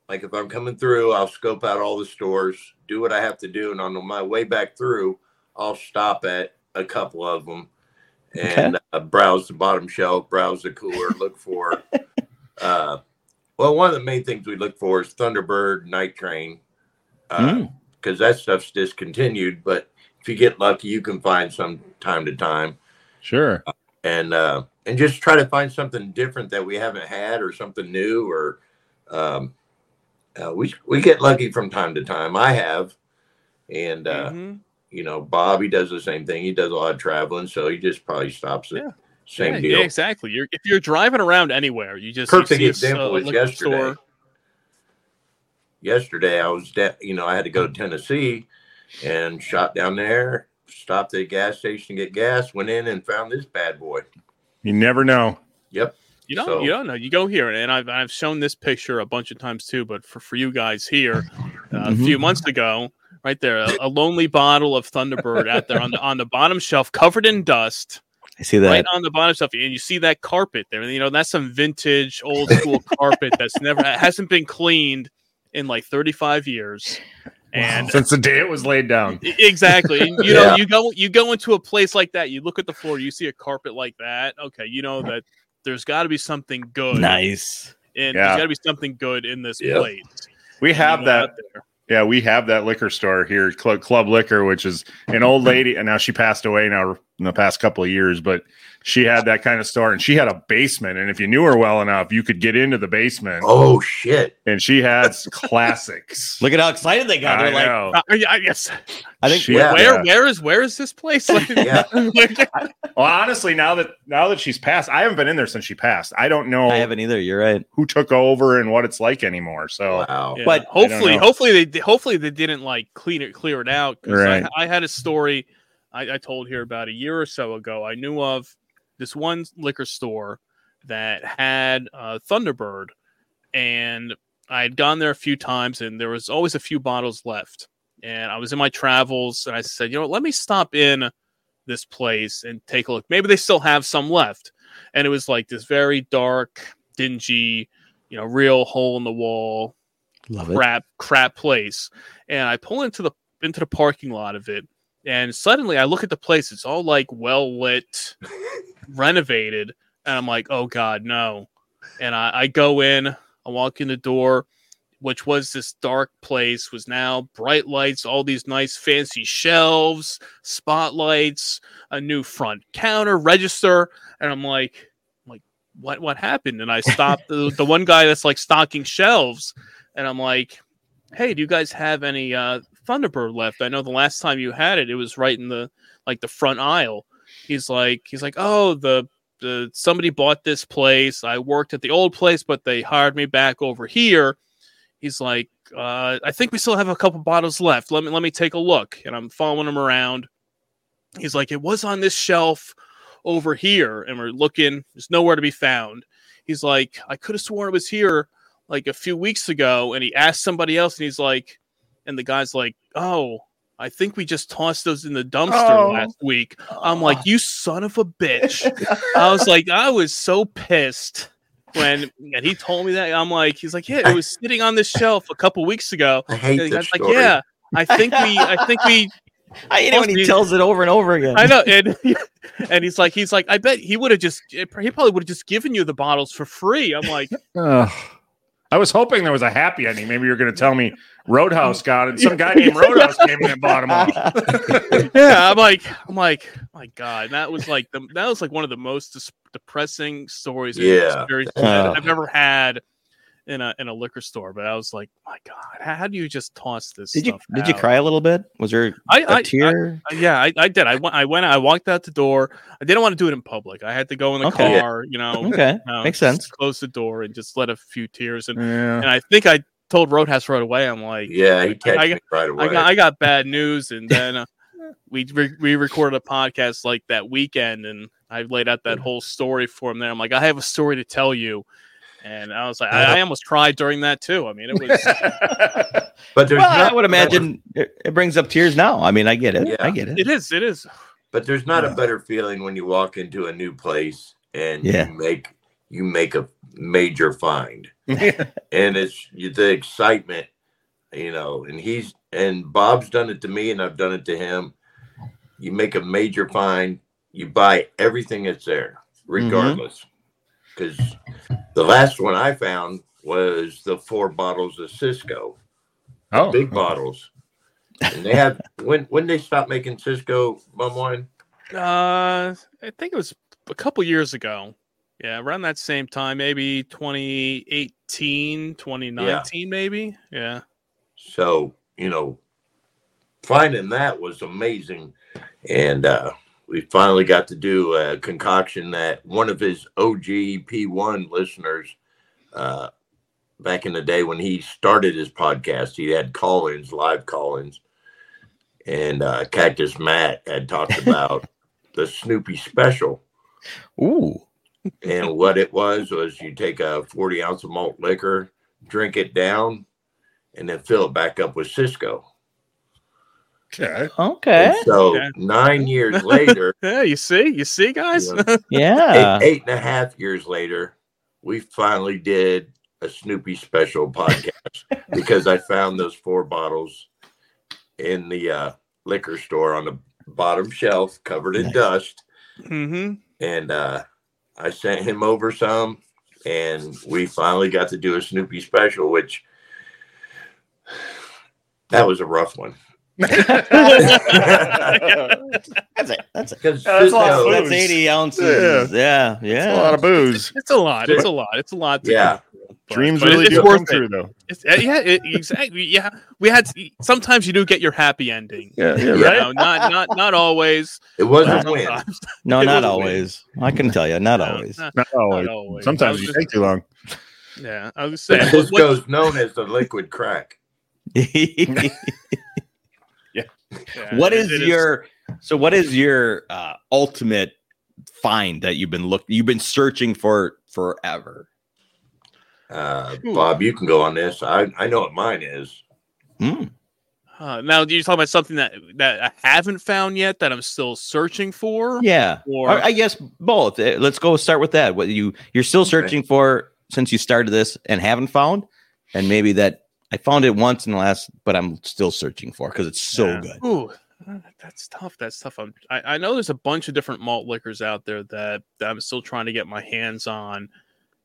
Like if I'm coming through, I'll scope out all the stores, do what I have to do, and on my way back through, I'll stop at a couple of them and uh, browse the bottom shelf, browse the cooler, look for. Uh, well, one of the main things we look for is Thunderbird, Night Train, because
Hmm.
Mm.
that stuff's discontinued. But if you get lucky, you can find some time to time,
Sure.
and uh, and just try to find something different that we haven't had or something new. Or um, uh, we we get lucky from time to time. I have, and. Uh,
Mhm.
you know, Bob, he does the same thing. He does a lot of traveling, so he just probably stops at
Yeah.
same
yeah,
deal.
yeah, exactly. You're if you're driving around anywhere, you just you
Perfect
see a s-
example
a
was
liquor
yesterday.
store.
Yesterday, I was, de- you know, I had to go to Tennessee and shot down there, stopped at a gas station to get gas, went in and found this bad boy.
You never know.
Yep.
You don't,
So-
you don't know. You go here, and I've I've shown this picture a bunch of times too. But for for you guys here, uh, a
Mm-hmm.
few months ago, right there, a, a lonely bottle of Thunderbird out there on the on the bottom shelf, covered in dust,
I see that.
right on the bottom shelf, and you see that carpet there. And, you know that's some vintage, old school carpet that's never hasn't been cleaned in like thirty five years, and.
Since the day it was laid down.
I- Exactly. And, You know,
Yeah.
you go you go into a place like that, you look at the floor, you see a carpet like that. Okay, you know that there's got to be something good
Nice.
and
Yeah.
there's got to be something good in this
Yep.
place.
We
And
have
you
that
went out there.
Yeah, we have that liquor store here, Club, Club Liquor, which is an old lady, and now she passed away now in the past couple of years, but she had that kind of store, and she had a basement, and if you knew her well enough, you could get into the basement,
Oh shit!
and she had s- classics.
Look at how excited they got.
I
They're like,
know.
Uh, yeah, I guess.
I think
She- Yeah.
Where where is where is this place? Like,
Yeah.
Well, honestly, now that now that she's passed, I haven't been in there since she passed. I don't know
I haven't either. You're right.
who took over and what it's like anymore. So
Wow.
Oh, Yeah.
But-
hopefully,
know.
hopefully they hopefully they didn't like clean it clear it out. 'cause
Right.
I, I had a story I, I told here about a year or so ago. I knew of this one liquor store that had uh, Thunderbird, and I had gone there a few times, and there was always a few bottles left. And I was in my travels, and I said, you know, what, let me stop in this place and take a look. Maybe they still have some left. And it was like this very dark, dingy, you know, real hole in the wall
Love it.
crap crap place and i pull into the into the parking lot of it and suddenly i look at the place it's all like well lit renovated and i'm like oh god no and i, I go in i walk in the door which was this dark place was now bright lights all these nice fancy shelves spotlights a new front counter register and i'm like I'm like what what happened and i stopped the, the one guy that's like stocking shelves and I'm like, "Hey, do you guys have any uh, Thunderbird left? I know the last time you had it, it was right in the like the front aisle." He's like, "He's like, oh, the the somebody bought this place. I worked at the old place, but they hired me back over here." He's like, uh, "I think we still have a couple bottles left. Let me let me take a look." And I'm following him around. He's like, "It was on this shelf over here," and we're looking. It's nowhere to be found. He's like, "I could have sworn it was here." like a few weeks ago and he asked somebody else and he's like and the guy's like oh i think we just tossed those in the dumpster
Oh.
last week i'm like you son of a bitch i was like i was so pissed when and he told me that i'm like he's like yeah it was sitting on this shelf a couple weeks ago
I
and
hate this
the guy's like
story.
yeah i think we i think we
I hate it when he
Mostly-
tells it over and over again.
i know and and he's like he's like i bet he would have just he probably would have just given you the bottles for free i'm like
Ugh.
Oh.
I was hoping there was a happy ending. Maybe you were going to tell me Roadhouse got it. Some guy named Roadhouse came in and bought him off.
yeah, I'm like, I'm like, my God, that was like the that was like one of the most dis- depressing stories, and
Yeah.
experiences
Yeah.
I've ever had in a in a liquor store. But I was like, my God, how, how do you just toss this?
Did you
stuff
did you
out?
cry a little bit? Was there
I,
a
I, I
tear?
yeah, I, I did. I went. I went. I walked out the door. I didn't want to do it in public. I had to go in the
Okay.
car. You know,
okay,
um,
makes sense. Mm-hmm.
Close the door and just let a few tears. And, and
Yeah.
I think I told Roadhouse right away. I'm like,
Yeah, he texted
I-
me right away.
I got I got bad news, and then uh, we re- we recorded a podcast like that weekend, and I laid out that whole story for him. There, I'm like, I have a story to tell you, and I was like, I, I almost cried during that too. I mean, it was
but there's
Well, I
not-
would imagine it, it brings up tears now. I mean, I get it.
Yeah.
I get it.
it is it is
But there's not
Yeah.
a better feeling when you walk into a new place and
Yeah.
you make you make a major find. and it's the excitement, you know. And he's and Bob's done it to me, and I've done it to him. You make a major find, you buy everything that's there, regardless. Because the last one I found was the four bottles of Cisco,
Oh,
big bottles. And they have when when they stopped making Cisco bum wine.
Uh, I think it was a couple years ago. Yeah, around that same time, maybe 2018, 2019, maybe. Yeah.
So, you know, finding that was amazing. And uh, we finally got to do a concoction that one of his OG P1 listeners, uh, back in the day when he started his podcast, he had call ins, live call ins. And uh, Cactus Matt had talked about the Snoopy special.
Ooh.
And what it was was you take a 40 ounce of malt liquor, drink it down, and then fill it back up with Cisco.
okay.
Eh? Okay.
And so
Okay.
nine years later,
Yeah, you see, you see, guys.
you know,
Yeah.
eight, eight and a half years later, we finally did a Snoopy special podcast because I found those four bottles in the uh, liquor store on the bottom shelf, covered in
Nice.
dust.
hmm
and uh, I sent him over some, and we finally got to do a Snoopy special, which that was a rough one because
That's it. That's it.
That's a lot of
So
Booze.
that's 80 ounces. Yeah. Yeah.
That's a lot of booze.
It's a lot. It's a lot. It's a lot. To
Yeah.
do, but-
Dreams
but
really
it's
do
worth it.
come true, though.
It's, uh, yeah, it, exactly. Yeah, we had. Sometimes you do get your happy ending.
Yeah, yeah,
You
right.
know, not not not always.
it was a
Wow.
win.
Sometimes,
no,
It
not
was a
always. I can tell you, not
no,
always.
not-
Not always.
not always. I
Sometimes
was
you
just-
take too long.
Yeah, I was saying.
This
what-
goes known as the liquid crack.
yeah,
what
it-
is
it
your so what is your uh ultimate find that you've been looking you've been searching for forever?
Uh,
Ooh.
Bob, you can go on this. I, I know what mine is.
Hmm.
Uh, now you're talking about something that that I haven't found yet that I'm still searching for.
Yeah.
Or
Or I guess both. Uh, Let's go start with that. What you you're still searching for since you started this and haven't found, and maybe that I found it once in the last, but I'm still searching for because it's so
Yeah.
good.
ooh, uh, that's tough. That's tough. I'm, I I know there's a bunch of different malt liquors out there that, that I'm still trying to get my hands on,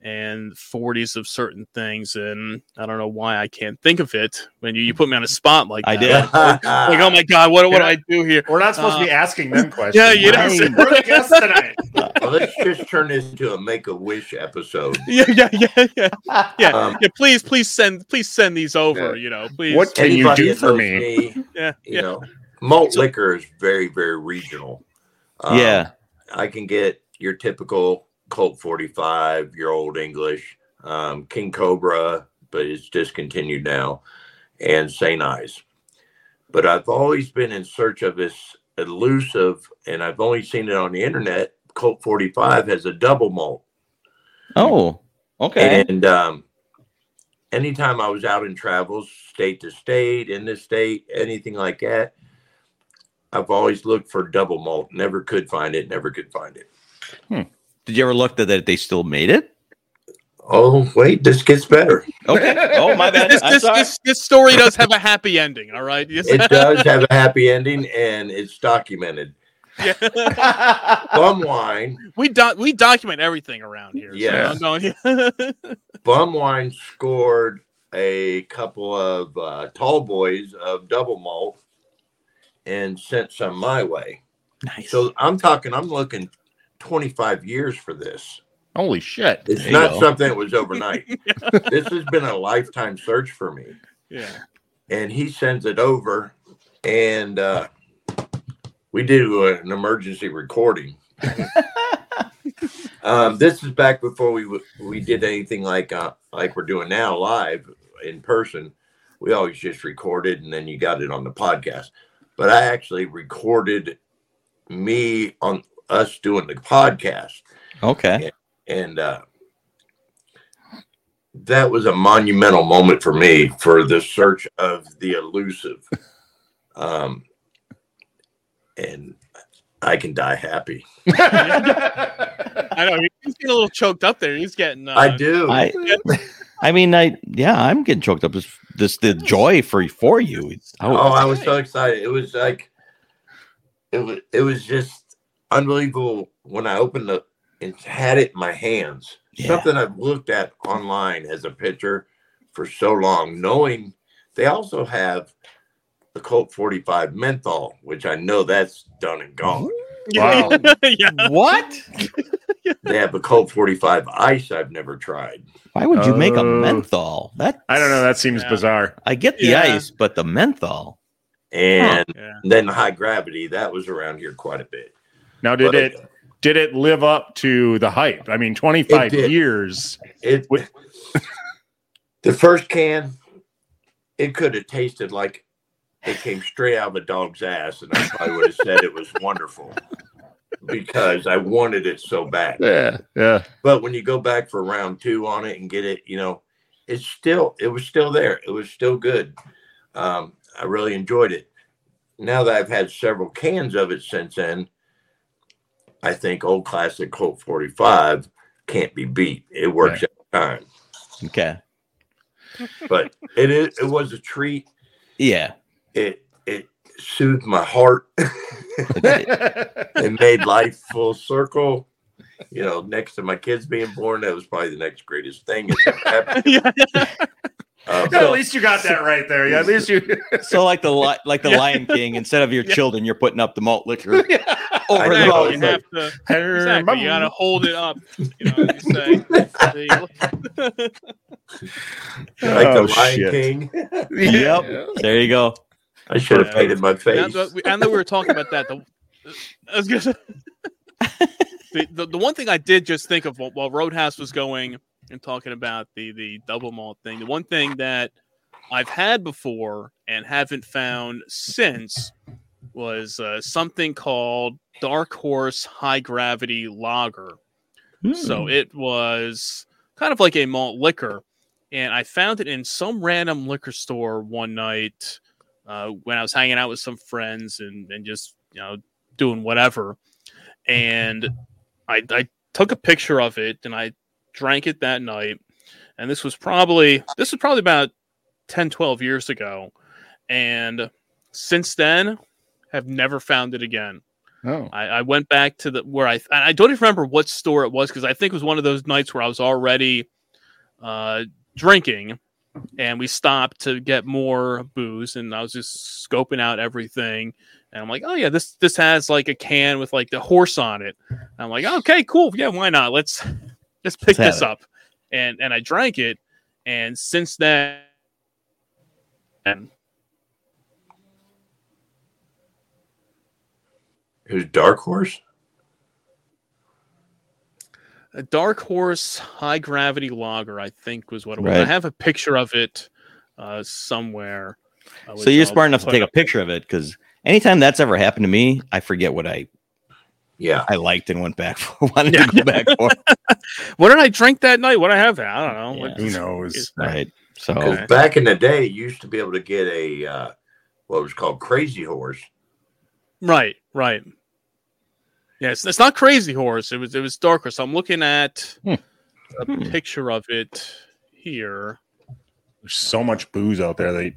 and 40s of certain things, and I don't know why I can't think of it. When you, you put me on a spot like
I
that.
did.
Like, oh my god, what, what do I do here?
We're not supposed to be asking them questions.
Uh, Yeah, you know.
Right.
We're the guests tonight.
Well, let's just turn this into a make a wish episode.
Yeah, yeah, yeah, yeah, yeah.
Um,
yeah please, please send, please send these over. You know, please.
What can you
anybody
do
that
for
knows
me?
Yeah,
you
yeah.
know, malt liquor is very, very regional. Um,
yeah.
I can get your typical Colt 45, your old English, um, King Cobra, but it's discontinued now, and St. Ives. But I've always been in search of this elusive, and I've only seen it on the internet. Colt 45 has a double malt.
Oh. Okay.
And um, anytime I was out in travels, state to state, in the state, anything like that, I've always looked for double malt. Never could find it. Never could find it.
Did you ever look that that they still made it?
Oh wait, this gets better.
Okay. Oh my bad.
This,
I'm
this,
sorry.
this, this story does have a happy ending. All right. Yes.
It does have a happy ending, and it's documented.
Yeah.
Bum wine,
we do- we document everything around here.
Yeah.
So don't- don't-
bum wine scored a couple of uh, tall boys of double malt, and sent some my way.
nice.
So I'm talking. I'm looking 25 years for this.
Holy shit.
It's
There you
not
go.
something that was overnight. This has been a lifetime search for me.
yeah.
And he sends it over, and uh, we do an emergency recording. um, this is back before we w- we did anything like uh, like we're doing now live in person. We always just recorded, and then you got it on the podcast. But I actually recorded me on us doing the podcast
Okay.
and uh, that was a monumental moment for me for the search of the elusive um, and i can die happy
I know he's getting a little choked up there. He's getting. Uh,
i do
I I mean, I yeah, I'm getting choked up. This this the joy for for you.
Oh, I was so excited. It was like it was it was just unbelievable when I opened the and had it in my hands.
Yeah.
Something I've looked at online as a picture for so long, knowing they also have the Colt 45 menthol, which I know that's done and gone.
Wow.
yeah.
What?
They have a Colt 45 ice I've never tried.
Why would you make a
Oh.
menthol? That
I don't know. That seems
Yeah.
bizarre.
I get the
Yeah.
ice, but the menthol.
And
Yeah.
then high gravity, that was around here quite a bit.
Now, did
But uh,
it did it live up to the hype? I mean, 25
It did.
years.
It
What-
the first can, it could have tasted like it came straight out of a dog's ass, and I probably would have said it was wonderful because I wanted it so bad.
Yeah. Yeah.
But when you go back for round two on it and get it, you know, it's still it was still there. It was still good. Um, I really enjoyed it. Now that I've had several cans of it since then, I think old classic Colt 45 can't be beat. It works every time.
Okay.
But it is it was a treat.
Yeah.
It it soothed my heart. it made life full circle. You know, next to my kids being born, that was probably the next greatest thing that's ever happened.
yeah.
Uh,
At least you got that right there. Yeah. At least you.
So like the li- like the
Yeah.
Lion King, instead of your
Yeah.
children, you're putting up the malt liquor over
I
the
know.
Exactly. You
malt.
have to, exactly. You gotta hold it up. You know, as you say.
like
Oh,
the Lion
shit.
King.
Yep. There you go.
I should have
Yeah.
painted my
Now
face.
that we- I know we were talking about that. The, I was gonna say- the, the, the one thing I did just think of while, while Roadhouse was going and talking about the, the double malt thing, the one thing that I've had before and haven't found since was uh, something called Dark Horse High Gravity Lager. So it was kind of like a malt liquor. And I found it in some random liquor store one night uh, when I was hanging out with some friends and, and just, you know, doing whatever. And I, I took a picture of it and I drank it that night. And this was probably, this was probably about 10, 12 years ago. And since then, have never found it again.
Oh.
I, I went back to the where I and I don't even remember what store it was because I think it was one of those nights where I was already uh, drinking, and we stopped to get more booze, and I was just scoping out everything, and I'm like, oh yeah, this this has like a can with like the horse on it. And I'm like, okay, cool, yeah, why not? Let's let's pick
Let's have
this
it.
up, and and I drank it, and since then, and
it was Dark Horse.
a dark horse high gravity lager i think was what it was i
Right.
have a picture of it uh, somewhere uh,
So
which
you're
I'll
smart enough to
put
take a
up.
picture of it because anytime that's ever happened to me, I forget what I
Yeah.
I liked and went back for. Wanted to go back for.
what did i drink that night what did i have i don't know
Yeah.
What-
Who knows?
Right. So
'Cause
Okay.
back in the day, you used to be able to get a uh, what was called Crazy Horse.
right right yeah it's, it's not crazy horse it was it was dark horse i'm looking at
Hmm.
a
Hmm.
picture of it here
There's so much booze out there. They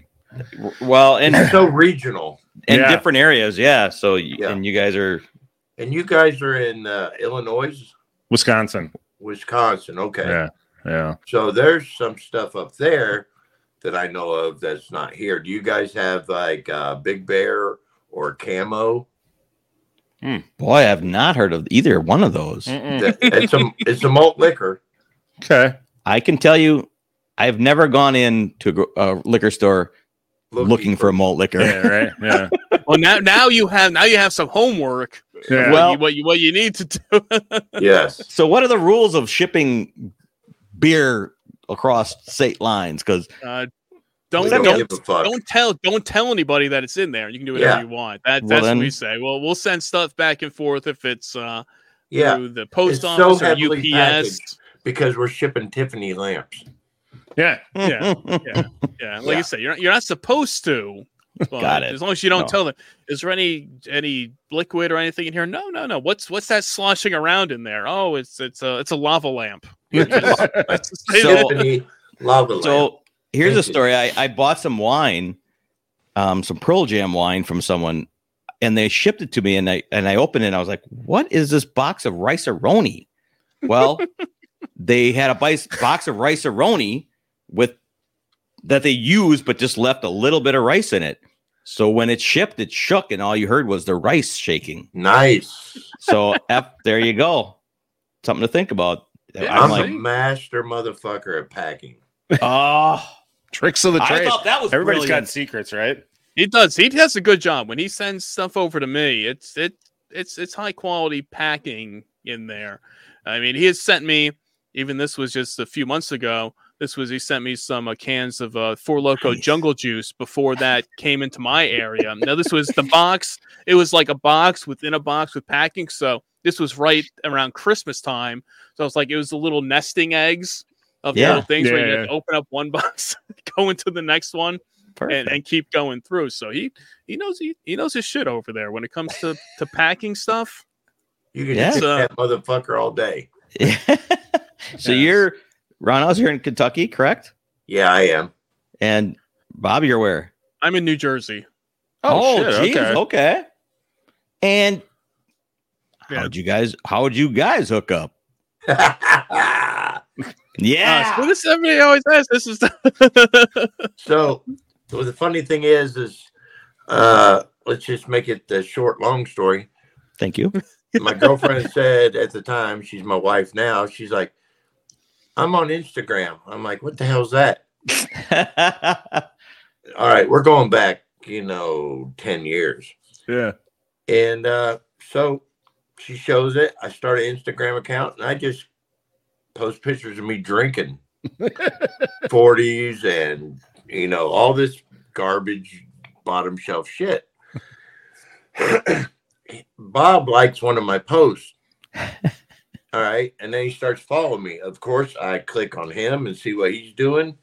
well, and
It's so regional.
in
Yeah.
different areas, yeah. So y-
Yeah.
and you guys are
And you guys are in uh, Illinois,
Wisconsin.
Wisconsin. Okay.
Yeah. Yeah.
So there's some stuff up there that I know of that's not here. Do you guys have like uh, Big Bear or Camo?
boy. I've not heard of either one of those.
Mm.
That- it's a it's a malt liquor.
Okay.
I can tell you, I've never gone in to a gro- a liquor store looking, for a malt liquor.
Yeah. Right. Yeah.
well now now you have now you have some homework
Yeah.
Well-
you, what you what you need to do
yes.
So, what are the rules of shipping beer across state lines? Because
uh,
We
don't
that
don't
don't
give a fuck.
don't tell don't tell anybody that it's in there. You can do whatever
Yeah.
you want. That,
Well,
that's
then-
what we say. Well, we'll send stuff back and forth if it's uh,
Yeah.
through the post
It's so
office or UPS.
heavily packaged. because we're shipping Tiffany lamps.
yeah.
Yeah. Yeah, like
Yeah.
you said, you're not, you're not supposed to. But
Got it.
As long as you don't
No.
tell them, is there any any liquid or anything in here? No, no, no. What's what's that sloshing around in there? Oh, it's it's a it's a lava lamp.
It's a lot.
That's the same-
So-
Tiffany Lava lamp.
So here's a
Thank you.
story. I, I bought some wine, um, some Pearl Jam wine from someone, and they shipped it to me, and I and I opened it. and I was like, "What is this box of rice roni?" Well, they had a bice, box of rice roni with that they used, but just left a little bit of rice in it. So when it shipped, it shook, and all you heard was the rice shaking.
Nice.
So F, there you go, something to think about.
I'm
I'm
a
like,
see.
master motherfucker at packing.
oh,
Tricks of the
I
trade.
thought that was
Everybody's
brilliant.
got secrets, right?
He does. He does a good job when he sends stuff over to me. It's it it's it's high quality packing in there. I mean, he has sent me. Even this was just a few months ago. This was he sent me some uh, cans of uh, Four Loco
Nice.
Jungle Juice before that came into my area. now this was the box. It was like a box within a box with packing. So this was right around Christmas time. So it's like it was the little nesting eggs of the
Yeah.
little things where you
Yeah,
have to open up one box, go into the next one and,
Perfect.
and keep going through. So he he knows he, he knows his shit over there when it comes to to packing stuff.
You can
Yeah.
just
So-
that motherfucker all day.
so you're Ron, I was here in Kentucky, correct?
Yeah, I am.
And Bob, you're where?
I'm in New Jersey.
Oh,
Oh, geez, okay. And
Yeah.
how'd you guys how'd you guys hook up?
Uh, so
Yeah.
this everybody always asks. This is
so, well, the funny thing is, is uh, let's just make it the short, long story.
Thank you.
My girlfriend said at the time, she's my wife now. She's like, "I'm on Instagram." I'm like, "What the hell's that?" All right, we're going back, you know, ten years.
Yeah.
And uh, so she shows it. I start an Instagram account and I just post pictures of me drinking 40s and, you know, all this garbage bottom shelf shit. Bob likes one of my posts. All right. And then he starts following me. Of course, I click on him and see what he's doing.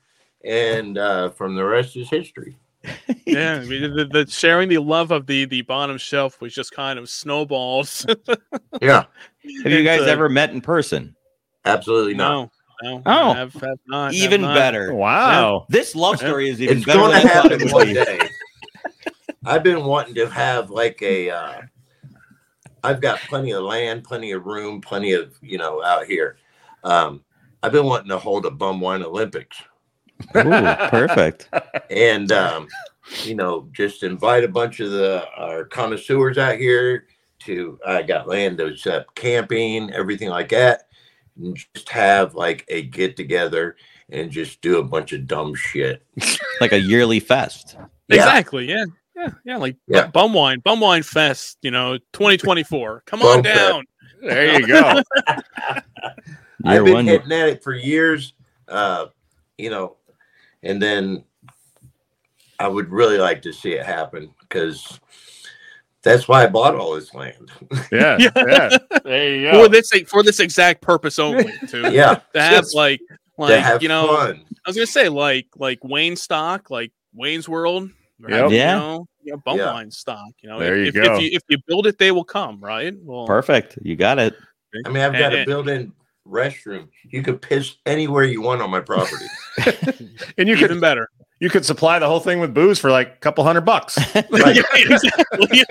And uh, from the rest is history.
yeah. I mean, the, the sharing the love of the the bottom shelf was just kind of snowballs.
Yeah.
Have you guys ever met in person?
Absolutely not.
No, no.
Oh.
I've, I've not,
Even
I've not.
better.
Oh, Wow.
This love story is even
it's
better
going
than
to
I thought it
happen
would
one
be.
day. I've been wanting to have like a. Uh, I've got plenty of land, plenty of room, plenty of you know out here. Um, I've been wanting to hold a bum wine Olympics,
Ooh, perfect.
and um, you know, just invite a bunch of the our connoisseurs out here to. I got land to set up camping, everything like that, and just have like a get together and just do a bunch of dumb shit.
Like a yearly fest.
Yeah.
Exactly. Yeah. Yeah. Yeah. Like
Yeah.
bum wine, bum wine fest. You know, 2024. Come on
Bum fest.
down.
There you go.
Year
I've been
one.
hitting at it for years, uh, you know, and then I would really like to see it happen because that's why I bought all this land.
Yeah.
Yeah.
yeah. There you
For this for this exact purpose only. To,
yeah,
to have
Just
like
to
like
have
you know.
fun.
I was gonna say like like Wayne stock, like Wayne's World, right?
Yep.
You
Yeah.
know, you know, bump
Yeah.
line stock. You know,
There you
if,
go.
if you if you build it, they will come, right? Well,
Perfect. You got it.
I mean, I've got
And-
a built-in restroom. You could piss anywhere you want on my property.
And you
even
could
better.
you could supply the whole thing with booze for like a couple hundred bucks.
Right.
Yeah, exactly.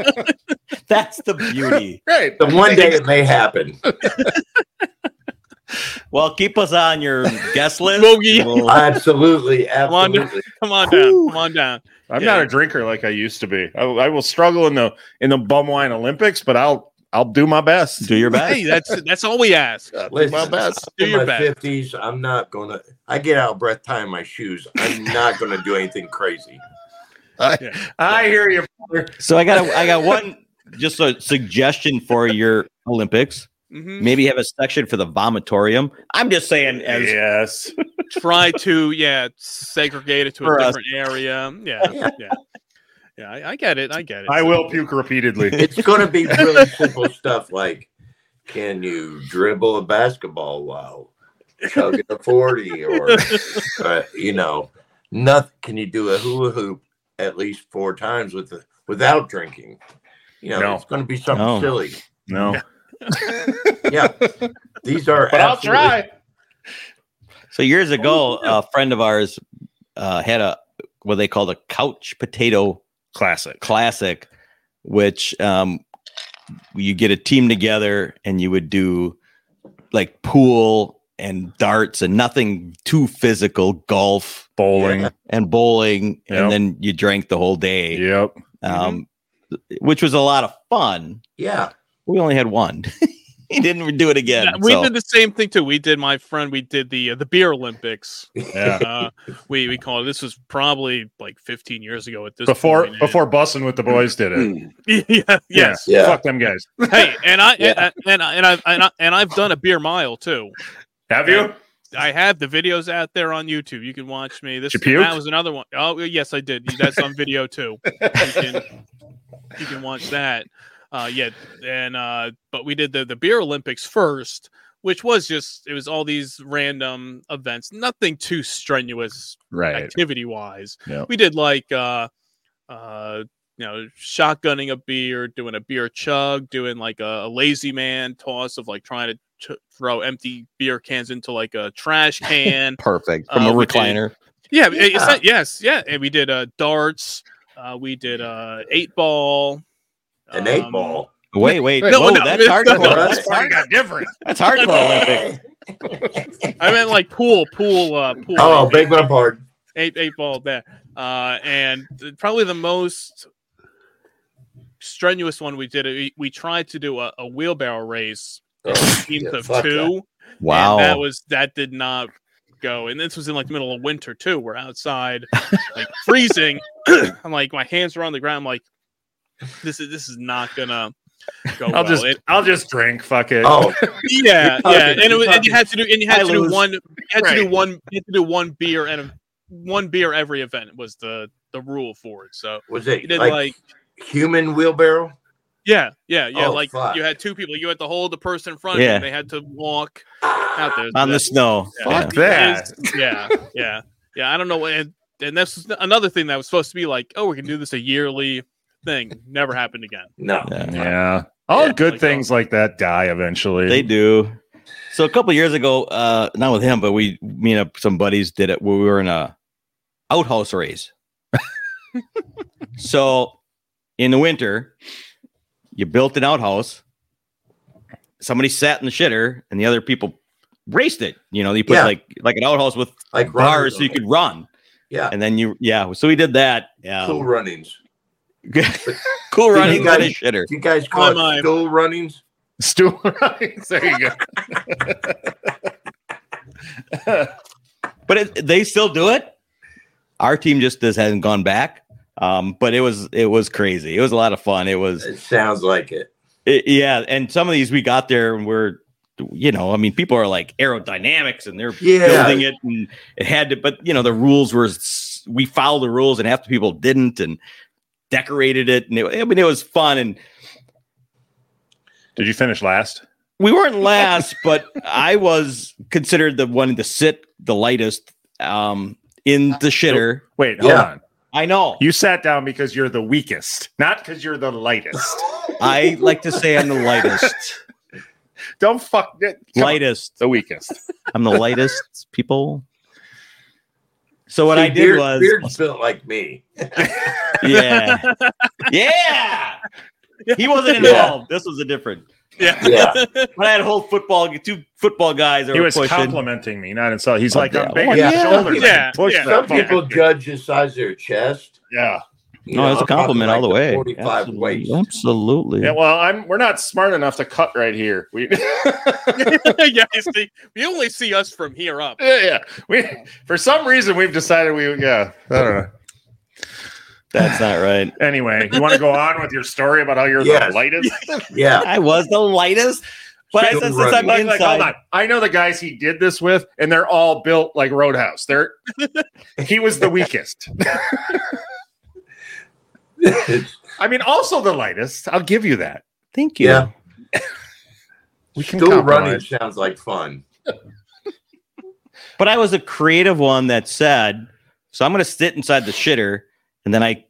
That's the beauty.
Right.
But one day it may happen.
Well, keep us on your guest list.
Bogey.
We'll-
Absolutely,
on.
absolutely.
Come on down. Come on down.
I'm
Yeah.
not a drinker like I used to be. I, I will struggle in the in the bum wine Olympics, but I'll I'll do my best.
do your best.
Hey, that's that's all we ask.
I'll do
Listen,
my best.
Do
in
your
my
best.
fifties, I'm not gonna. I get out of breath tying my shoes. I'm not gonna do anything crazy.
I hear you.
So I got a, I got one just a suggestion for your Olympics.
Mhm.
Maybe have a section for the vomitorium. I'm just saying as
Yes.
Try to yeah segregate it to a
For us.
different area. Yeah, yeah, yeah. I, I get it. I get it.
I will puke repeatedly.
it's going to be really simple stuff like can you dribble a basketball while chugging a 40 or uh, you know nothing can you do a hula hoop at least four times with the, without drinking you know
No.
it's going to be something
No.
silly
No.
yeah these are
But I'll
absolute-
try.
So years ago, a friend of ours uh, had a what they called a couch potato
Classic.
classic, which um, you get a team together and you would do like pool and darts and nothing too physical, golf
Bowling.
and bowling,
Yep.
and then you drank the whole day,
Yep.
Mm-hmm.
um, which was a lot of fun.
Yeah.
We only had one. he didn't do it again.
Yeah, we
so-
did the same thing too. We did my friend. We did the uh, the beer Olympics.
Yeah.
Uh, we we call it. This was probably like 15 years ago at this
Before
point, and-
before bussing with the boys did it.
yeah, yes.
Yeah.
Fuck them guys.
Hey, and I
Yeah.
and, and I- and I and I and I've done a beer mile too.
Have you?
I have the videos out there on YouTube. You can watch me. This
Did you
that
puke?
was another one. Oh yes, I did. That's on video too. You can, you can watch that. Uh, yeah, and uh, but we did the the beer Olympics first, which was just it was all these random events, nothing too strenuous
Right.
activity wise.
Yep.
We did like uh uh you know shotgunning a beer, doing a beer chug, doing like a, a lazy man toss of like trying to ch- throw empty beer cans into like a trash can.
perfect from
Uh,
a
we did-
recliner.
yeah, it- it's
Yeah.
not- yes, yeah, and we did uh darts, uh we did uh eight ball
An eight
um,
ball.
Wait, wait,
No,
whoa,
no,
that's
no,
hardcore.
no,
that's,
no.
hard,
got different.
that's
Oh,
hardcore Olympic.
I meant like pool, pool, uh, pool.
oh, big my pardon.
eight eight ball there. Uh, and th- probably the most strenuous one we did. We, we tried to do a, a wheelbarrow race,
Oh,
teams
yeah,
of
fuck
two.
that.
and
Wow.
that was that did not go. And this was in like the middle of winter too. We're outside, like freezing. I'm like my hands were on the ground. I'm like, this is this is not gonna go
I'll
well.
just
It-
I'll just drink. Fuck it.
Oh,
yeah,
You're
yeah,
talking-
and, it
you're
was, and you had to do, and you had
I
to do
lose.
one, you had to do
Right.
one, you had to do one beer and a, one beer every event was the the rule for it. So
was
you
it
did
like,
like,
human wheelbarrow?
yeah, yeah, yeah,
Oh,
like
fuck.
you had two people, you had to hold the person in front of you,
Yeah.
and they had to walk out there
on the snow.
Yeah.
Fuck that.
yeah, yeah, yeah. I don't know, what- and and this is another thing that was supposed to be like, oh, we can do this a yearly thing. Never happened again.
No.
Yeah.
Yeah. All
Yeah,
good
like,
things like that die eventually.
They do. So a couple years ago, uh, not with him, but we, me and some buddies did it. where We were in a outhouse race. so in the winter, you built an outhouse. Somebody sat in the shitter, and the other people raced it. You know, you put
Yeah.
like like an outhouse with
Like
bars
runners
so you
on
could run,
Yeah.
and then you yeah. So we did that. Yeah,
School runnings.
cool running
you
got a
guys-
shitter.
You guys
Oh,
call
my.
it school runnings?
Stool runnings. There you go.
but it, they still do it. Our team just this hasn't gone back. Um, but it was it was crazy. It was a lot of fun. It was
It sounds like it.
it- yeah. And some of these we got there and we're you know I mean people are like aerodynamics and they're
Yeah.
building it and it had to but you know the rules were s- we followed the rules and half the people didn't and decorated it and it, I mean it was fun and
Did you finish last?
we weren't last, but I was considered the one to sit the lightest um, in the shitter.
Wait, hold
Yeah.
on.
I know.
You sat down because you're the weakest, not because you're the lightest.
I like to say I'm the lightest.
Don't fuck it. Come on.
lightest.
The weakest.
I'm the lightest people. So what
See,
I did
Beard-
was
Beard's built like me.
yeah. Yeah. He wasn't
Yeah.
involved. This was a different.
Yeah,
Yeah.
But I had a whole football two football guys that
He
were
was
pushing.
complimenting me, not insulting. He's
Oh,
like,
yeah.
I'm big
Oh,
on
yeah.
your shoulders. I can
Yeah,
push
yeah.
that
Some
fucking
people
thing."
judge the size of their chest.
Yeah.
You know,
no, that's a
I'm talking
compliment
like
all the
the
way.
45
Absolutely.
waist.
Absolutely.
Yeah, well, I'm. We're not smart enough to cut right here. We, yeah,
yeah. You see, you only see us from here up.
yeah. We, for some reason, we've decided we. Yeah, I don't know.
That's not right.
Anyway, you want to go on with your story about how you're
Yes.
the lightest?
Yeah.
I was the lightest, but I
Still
said since
running.
I'm
Like, like, hold
inside,
on. I know the guys he did this with, and they're all built like Roadhouse. They're. he was the weakest. I mean, also the lightest. I'll give you that.
thank you.
Yeah.
We can
School running
compromise.
sounds like fun.
But I was a creative one that said, so I'm going to sit inside the shitter. And then I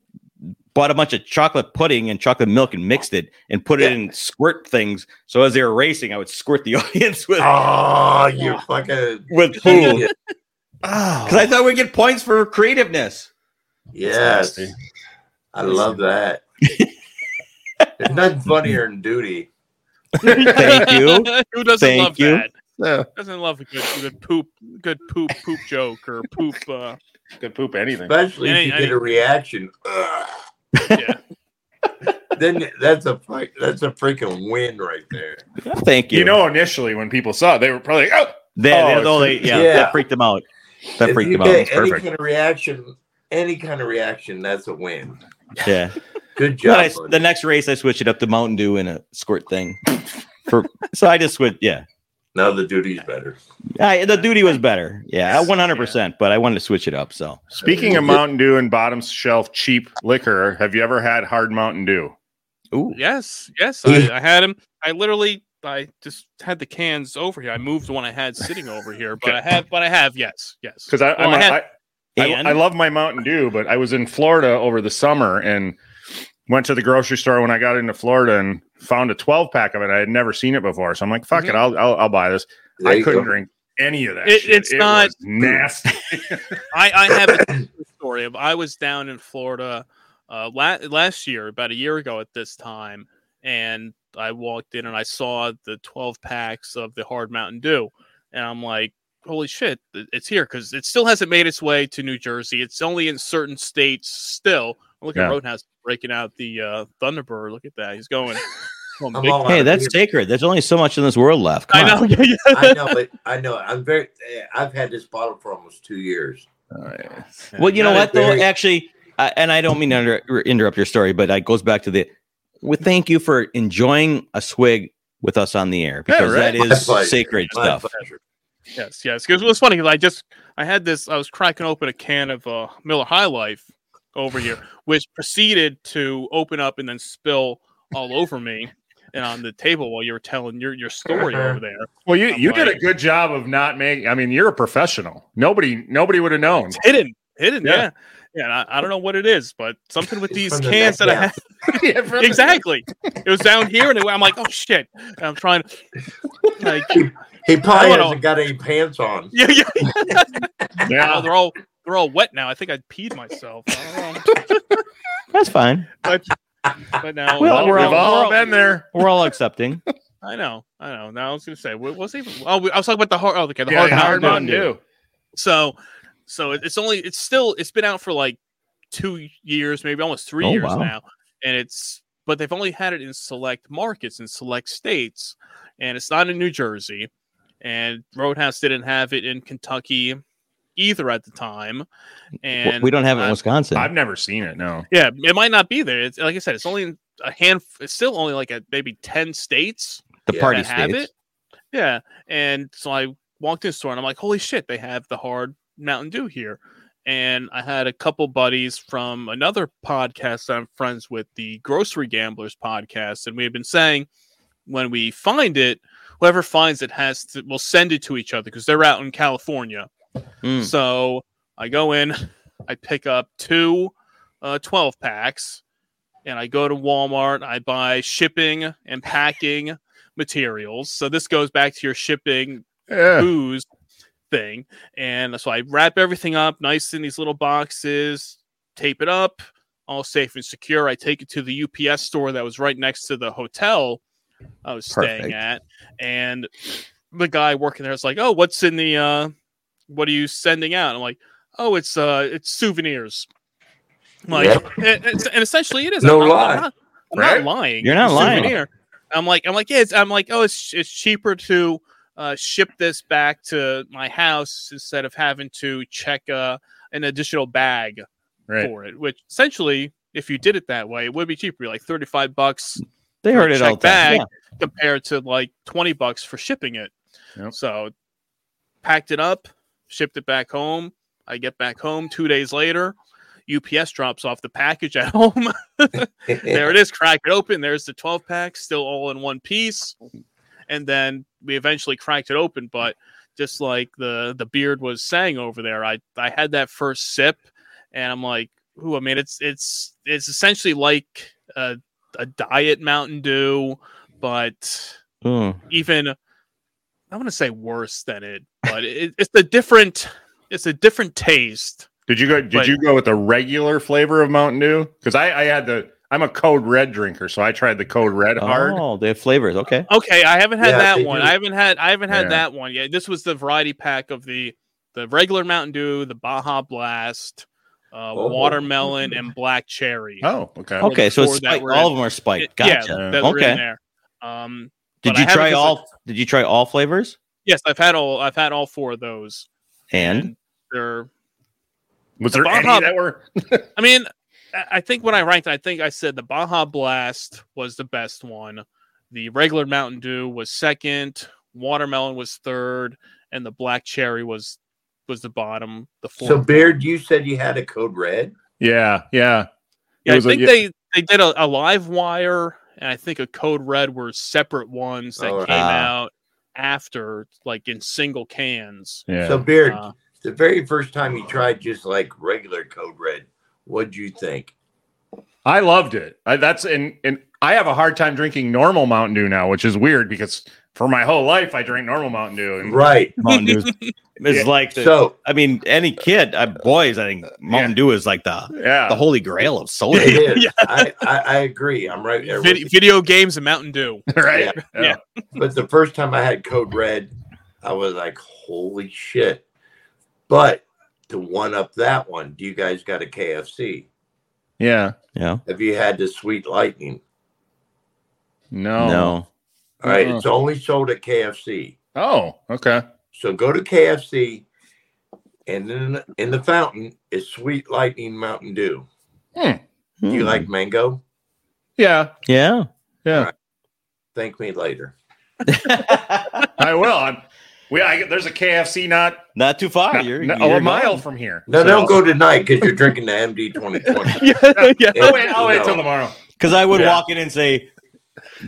bought a bunch of chocolate pudding and chocolate milk and mixed it and put it
Yeah.
in squirt things. So as they were racing, I would squirt the audience with,
Oh, you're Ah, fucking
with poo.
genius.
Ah,
Because I thought we'd get points for creativeness.
Yes.
nasty.
I love that. There's nothing funnier than duty.
Thank you.
Who doesn't
Thank
love
you.
that? Doesn't love a good, good poop, good poop, poop joke or poop. Uh,
Could poop anything.
Especially
Any-
if you
any-
get a reaction. Ugh.
yeah.
then that's a fi- that's a freaking win right there.
Thank you.
You know, initially when people saw it, they were probably like, oh,
That,
Oh,
that, oh, they- yeah,
yeah.
that freaked them out. That
if
freaked
you
them out. That's
get any
perfect.
kind of reaction, any kind of reaction, that's a win.
Yeah.
Good
Then
job.
I,
buddy.
the next race, I switch it up to Mountain Dew and a squirt thing. For so I just switch. Yeah,
now the duty's better.
I, the duty was better. Yeah, one hundred percent. But I wanted to switch it up. So
Speaking of Mountain Dew and bottom shelf cheap liquor, have you ever had hard Mountain Dew?
ooh,
Yes, yes, I, I had him. I literally, I just had the cans over here. I moved the one I had sitting over here, but I have, but I have, yes, yes.
Because I,
Well,
I'm a-
I had-
I- I,
and
I love my Mountain Dew, but I was in Florida over the summer and went to the grocery store when I got into Florida and found a 12 pack of it. I had never seen it before, so I'm like, "Fuck it, I'll I'll, I'll buy this."
There
I
you
couldn't
go.
drink any of that.
Mm-hmm. It-
shit.
it's not-
was nasty.
I, I have a true story of I was down in Florida uh, la- last year, about a year ago at this time, and I walked in and I saw the 12 packs of the Hard Mountain Dew, and I'm like, holy shit, th- it's here because it still hasn't made its way to New Jersey. It's only in certain states still. Look
Yeah.
at Roadhouse breaking out the uh, Thunderbird. Look at that, he's going. going
I'm
big
all
time.
hey,
out of
that's
here.
sacred. There's only so much in this world left.
I
Come
know.
on.
Yeah, yeah.
I know it. I know. it. I'm very. eh, I've had this bottle for almost two years.
Well, you know
Not
what though?
very-
Actually, I, and I don't mean to under, interrupt your story, but it goes back to the. We thank you for enjoying a swig with us on the air because
right.
that
My
is
pleasure.
sacred
My
stuff.
pleasure.
Yes, yes. Because it was funny because I just I had this. I was cracking open a can of uh, Miller High Life over here, which proceeded to open up and then spill all over me and on the table while you were telling your your story over there.
well, you
I'm
you did a
like-
good job of not making. I mean, you're a professional. Nobody nobody would have known.
Hidden, hidden.
Yeah.
Yeah, yeah. and I, I don't know what it is, but something with
It's
these
from the
cans
neck
that I
down.
have. exactly. It was down here, and it, I'm like, oh shit. And I'm trying to like,
He probably
I don't
hasn't got any pants on.
yeah, yeah. Oh,
Yeah.
they're all they're all wet now. I think I peed myself. I don't know.
That's fine.
But now
Well,
We've
we're all-
all
we're all-
been there.
We're all accepting.
I know, I know. Now I was gonna say, what was even? Oh, we, I was talking about the hard. Oh, okay, the
Yeah,
hard,
yeah,
hard
Mountain
Mountain Dew.
Dew.
So, so it- it's only it's still it's been out for like two years, maybe almost three
Oh,
years
wow.
now, and it's but they've only had it in select markets in select states, and it's not in New Jersey, and Roadhouse didn't have it in Kentucky either at the time, and
we don't have it in
uh,
Wisconsin.
I've never seen it. No.
yeah, it might not be there. It's like I said, it's only in a hand. It's still only like at maybe ten states
the
yeah,
party
that have
states.
it. Yeah. And so I walked in the store and I'm like, holy shit, they have the hard Mountain Dew here. And I had a couple buddies from another podcast that I'm friends with, the Grocery Gamblers podcast. And we had been saying when we find it, whoever finds it has to, will send it to each other because they're out in California.
Mm.
So I go in, I pick up two uh, 12 packs, and I go to Walmart. I buy shipping and packing materials. So this goes back to your shipping
Yeah.
booze thing. And so I wrap everything up nice in these little boxes, tape it up, all safe and secure. I take it to the UPS store that was right next to the hotel I was staying
Perfect.
at. And the guy working there is like, Oh, what's in the uh what are you sending out? I'm like, Oh, it's uh it's souvenirs. I'm Like
Yep.
and, and- and essentially it is
No
I'm not- I'm
lie.
not- I'm
Right?
not lying.
You're not
It's a
lying.
souvenir. I'm like, I'm like, yeah, it's, I'm like, oh, it's it's cheaper to uh, ship this back to my house instead of having to check uh, an additional bag
Right.
for it. Which essentially, if you did it that way, it would be cheaper, like 35 bucks
They heard it
check
all the time.
bag. compared to like 20 bucks for shipping it.
Yep.
So packed it up, shipped it back home. I get back home two days later. UPS drops off the package at home. there it is. Crack it open. There's the 12 pack, still all in one piece. And then we eventually cracked it open. But just like the the beard was saying over there, I I had that first sip, and I'm like, ooh, I mean, it's it's it's essentially like a, a diet Mountain Dew, but
Yeah. Mm.
even I want to say worse than it, but it, it's the different it's a different taste.
Did you go? Did
But-
you go with the regular flavor of Mountain Dew? Because I, I had the. I'm a Code Red drinker, so I tried the Code Red hard.
Oh, they have flavors. Okay.
Okay, I haven't had
Yeah,
that
they
one.
do.
I haven't had I haven't had
Yeah.
that one yet. This was the variety pack of the the regular Mountain Dew, the Baja Blast, uh,
Oh.
watermelon, and black cherry.
Oh, okay.
Or
Okay, so it's
before that
spiked.
were
all
in-
of them are spiked.
It-
Gotcha.
Yeah, that were
Okay.
in there. Um,
Did
but I
you
haven't
try
because
all? Did you try all flavors?
yes, I've had all I've had all four of those,
And
they're.
Was there
Bob
any
Hope-
that were?
I mean, I I think when I ranked, I think I said the Baja Blast was the best one. The regular Mountain Dew was second. Watermelon was third, and the black cherry was was the bottom. The fourth.
So, Beard, you said you had a code red.
Yeah, yeah.
yeah,
it
I
was a-
think
yeah.
they they did a, a live wire, and I think a Code Red were separate ones that
Oh,
came
ah.
out after, like in single cans.
Yeah.
So, Beard,
Uh,
the very first time you tried just like regular code red, what'd you think?
I loved it. I, that's and and I have a hard time drinking normal Mountain Dew now, which is weird because for my whole life I drank normal Mountain Dew. And
Right.
Mountain Dew is
Yeah.
like the,
So,
I mean, any kid, uh, boys, I think Mountain Dew is like the
yeah,
the holy grail of soda.
it is. I, I, I agree. I'm right there. with
vid- video games and Mountain Dew.
right.
Yeah.
but the first time I had Code Red, I was like, holy shit. But to one up that one, do you guys got a KFC?
Yeah.
yeah.
Have you had the Sweet Lightning? Oh.
No.
No.
All right,
Uh-uh.
it's only sold at KFC.
Oh, okay.
So go to KFC, and then in the fountain is Sweet Lightning Mountain Dew. Do you
Hmm.
like mango?
Yeah,
Yeah.
yeah.
Thank me later.
I will. I'm, we I, there's a KFC not,
Not too far.
not-
you're,
no-
you're
a mile
going.
from here.
No,
So-
don't go tonight because you're drinking the MD 2020.
yeah, yeah.
Oh,
I'll wait, I'll wait
No.
till tomorrow.
Because I would
Yeah.
walk in and say,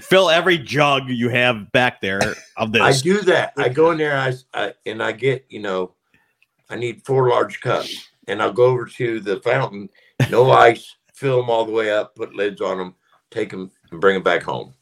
fill every jug you have back there of
I
this.
do that. I go in there, I, s- I- and I get you know, I need four large cups, and I'll go over to the fountain, no ice, fill them all the way up, put lids on them, take them, and bring them back home.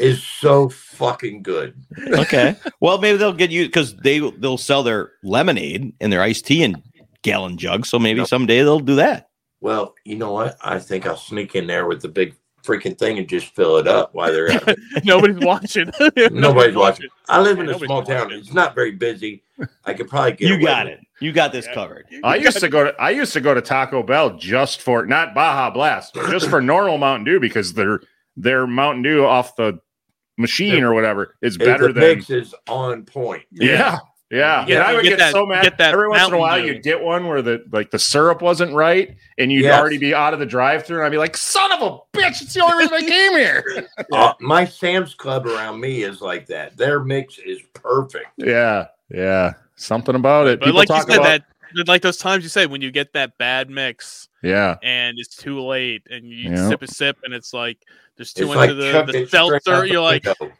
It's so fucking good.
okay. Well, maybe they'll get you because they they'll sell their lemonade and their iced tea in gallon jugs. So maybe
Yep.
someday they'll do that.
Well, you know what? I think I'll sneak in there with the big freaking thing and just fill it up while they're at it.
Nobody's watching.
Nobody's watching. I live in
Yeah,
a small
nobody's
town.
watching.
It's not very busy. I could probably get.
you
away
got
with
it. You got this
Yeah.
covered.
I used to go to I used to go to Taco Bell just for not Baja Blast, but just for normal Mountain Dew because their their Mountain Dew off the machine or whatever is
It-
better
the
than
mix is on point.
yeah. Yeah,
Yeah,
and I
you
would
get
get,
that-
so mad.
get that
Every once in a
Mountain
while,
Dew.
you get one where the like the syrup wasn't right, and you'd
Yes.
already be out of the drive-through, and I'd be like, "Son of a bitch! It's the only reason I came here."
Uh, my Sam's Club around me is like that. Their mix is perfect.
Yeah, yeah, something about it.
But
People
like you
talk
said,
about
that like those times you said when you get that bad mix,
yeah,
and it's too late, and you
Yeah.
sip a sip, and it's like there's too
It's
much
like
of the,
chugging
the
it straight out
seltzer.
the
You're like,
window.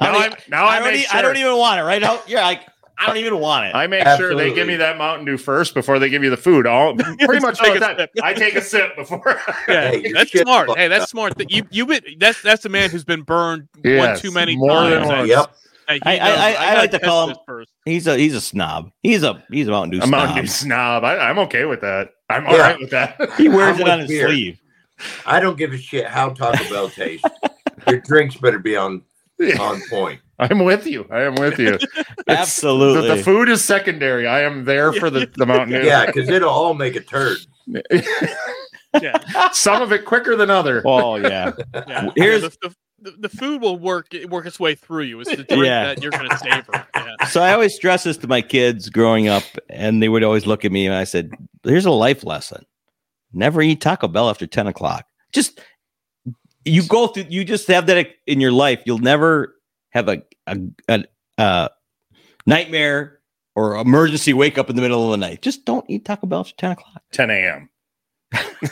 I
now
don't
I,
e-
now I,
I, already,
make sure.
I don't even want it right now. You're like, I don't even want it.
I make sure they give
Absolutely.
me that Mountain Dew first before they give you the food. All pretty much all
Take
the
a
time.
sip.
I take a sip before.
yeah,
Hey,
that's
shit
smart.
fucked
Hey, that's smart. That you you been, that's that's a man who's been burned one
Yes,
too many
more
times.
than
that-
once.
Yep.
that he
I- I-
knows,
I- I
gotta
like to
test
call
this
him-
first.
He's a he's a snob. He's a he's a Mountain Dew
I'm
snob.
Mountain Dew snob. I, I'm okay with that. I'm all
Yeah.
right with that.
He wears
I'm
it on his
with beer.
sleeve.
I don't give a shit how Taco Bell tastes. Your drinks better be on on point.
I'm with you. I am with you. It's- The,
Absolutely.
the food is secondary. I am there for the, the Mountain Dew.
Yeah, because it'll all make a turd.
Yeah,
Some of it quicker than other.
oh yeah.
yeah.
Here's-
the, the, the- the food will work work its way through you. It's the drink
Yeah.
that you're gonna savor. Yeah.
So I always stress this to my kids growing up, and they would always look at me and I said, Here's a life lesson. Never eat Taco Bell after 10 o'clock. Just you go through you just have that in your life. You'll never have a a, a, a nightmare or emergency wake up in the middle of the night. Just don't eat Taco Bell after 10 o'clock.
10 a.m.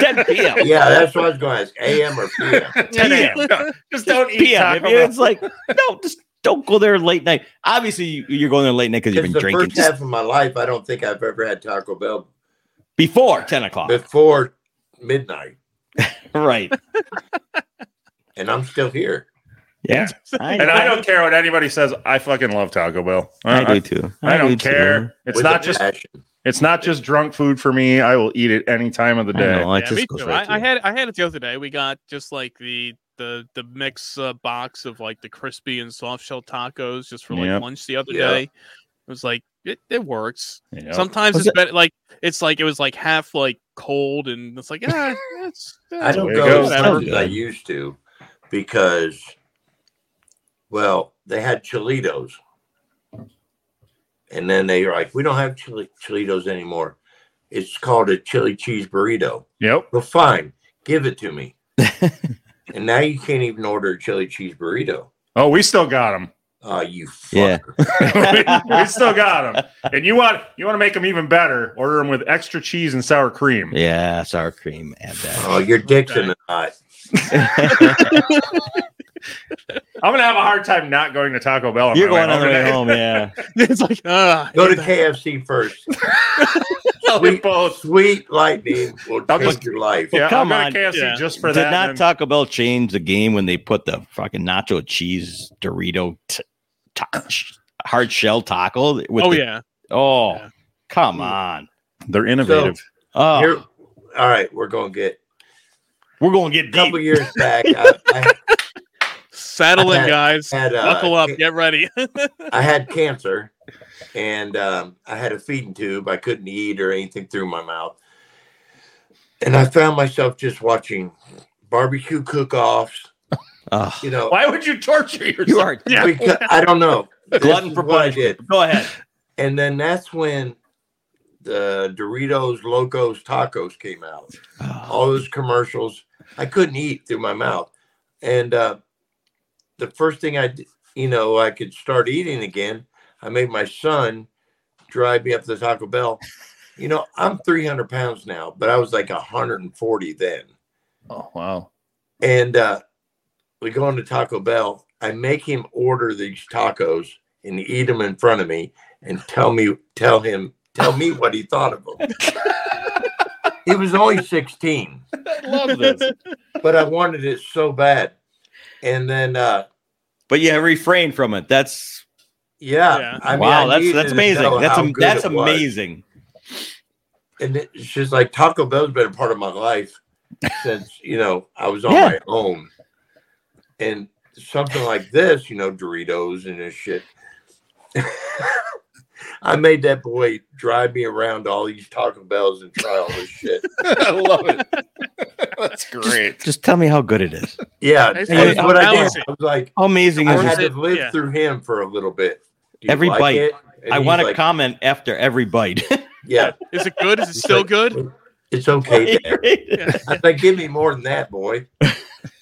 10 p.m.
Yeah, that's what I was going to ask. AM or PM?
10 a.m. No, just don't eat
PM.
Taco
I mean,
Bell.
It's like, no, just don't go there late night. Obviously, you- you're going there late night because you've
It's the
been drinking
first half of my life. I don't think I've ever had Taco Bell
before 10
Ah.
o'clock.
before midnight,
Right.
and I'm still here.
Yeah.
And I don't care what anybody says. I fucking love Taco Bell.
I do too.
I, I don't
do too.
care. It's
With
not
a
just
passion.
it's not just drunk food for me. I will eat it any time of the
I
day.
know, it
yeah,
just
me
goes
too.
right
I, I
through.
had I had it the other day. We got just like the the the mix uh, box of like the crispy and soft shell tacos just for like
Yep.
lunch the other
Yeah.
day. It was like it, it works.
You know?
Sometimes
Was
it's
it-
better. Like it's like it was like half like cold and it's like ah, it's,
I don't
Way to
go
go.
as much
Yeah.
as I used to because, well, they had Cholitos. And then they were like, we don't have chili- Cholitos anymore. It's called a chili cheese burrito.
Yep.
Well, fine, give it to me. and now you can't even order a chili cheese burrito.
Oh, we still got them.
Oh, you fucker.
Yeah.
we, we still got them. And you want you want to make them even better? Order them with extra cheese and sour cream.
Yeah, sour cream. Add
Oh, your dick's in the knot.
that.
I'm gonna have a hard time not going to Taco Bell.
You're
my
going on the way
overnight.
home. Yeah.
it's like ah,
Go to KFC first.
We
sweet,
both.
sweet lightning will
I'll
change
just-
your life.
Yeah,
come
I'm
on.
going to KFC
Yeah.
just for
Did
that.
not
and then-
Taco Bell change the game when they put the fucking nacho cheese Dorito t- ta- sh- hard shell taco? With
oh
the-
yeah.
Oh,
Yeah.
come on.
They're innovative.
Oh,
Here- all right, we're going to get
we're going to
a
get deep.
couple years back. I, I
Saddle in,
had-
guys.
had uh,
Buckle up. Get ready.
I had cancer, and um, I had a feeding tube. I couldn't eat or anything through my mouth, and I found myself just watching barbecue cook-offs.
Oh,
You know,
Why would you torture yourself?
you are
Yeah.
because I don't know. This
glutton
is
for
what I
punishment.
did.
Go ahead.
And then that's when the Doritos Locos Tacos came out.
Oh,
All those commercials. I couldn't eat through my mouth, and uh, the first thing I, d- you know, I could start eating again. I made my son drive me up to Taco Bell. You know, I'm 300 pounds now, but I was like 140 then.
Oh wow.
And uh, we go into Taco Bell. I make him order these tacos and eat them in front of me, and tell me, tell him, tell me what he thought of them. he was only 16
I love this.
but I wanted it so bad. And then, uh,
But yeah, refrain from it. That's
yeah,
Yeah.
I mean,
wow.
I
that's
needed
that's
to know
amazing. That's
how
am-
good
that's
it was.
amazing.
And it- it's just like Taco Bell's been a part of my life since you know I was on
Yeah.
my own, and something like this, you know, Doritos and this shit. I made that boy drive me around to all these Taco Bells and try all this shit.
I love it. That's great.
Just tell me how good it is.
Yeah,
It's
that's
like
what I did.
balancing.
I was like,
How amazing
I
is
had
this?
to
it-
live
yeah.
through him for a little bit. Do you
Every
like
bite.
it? And
I
he's
want to
like,
comment after every bite.
Yeah,
Is it good? Is it still good?
It's okay. Dad.
Yeah.
I think give me more than that, boy.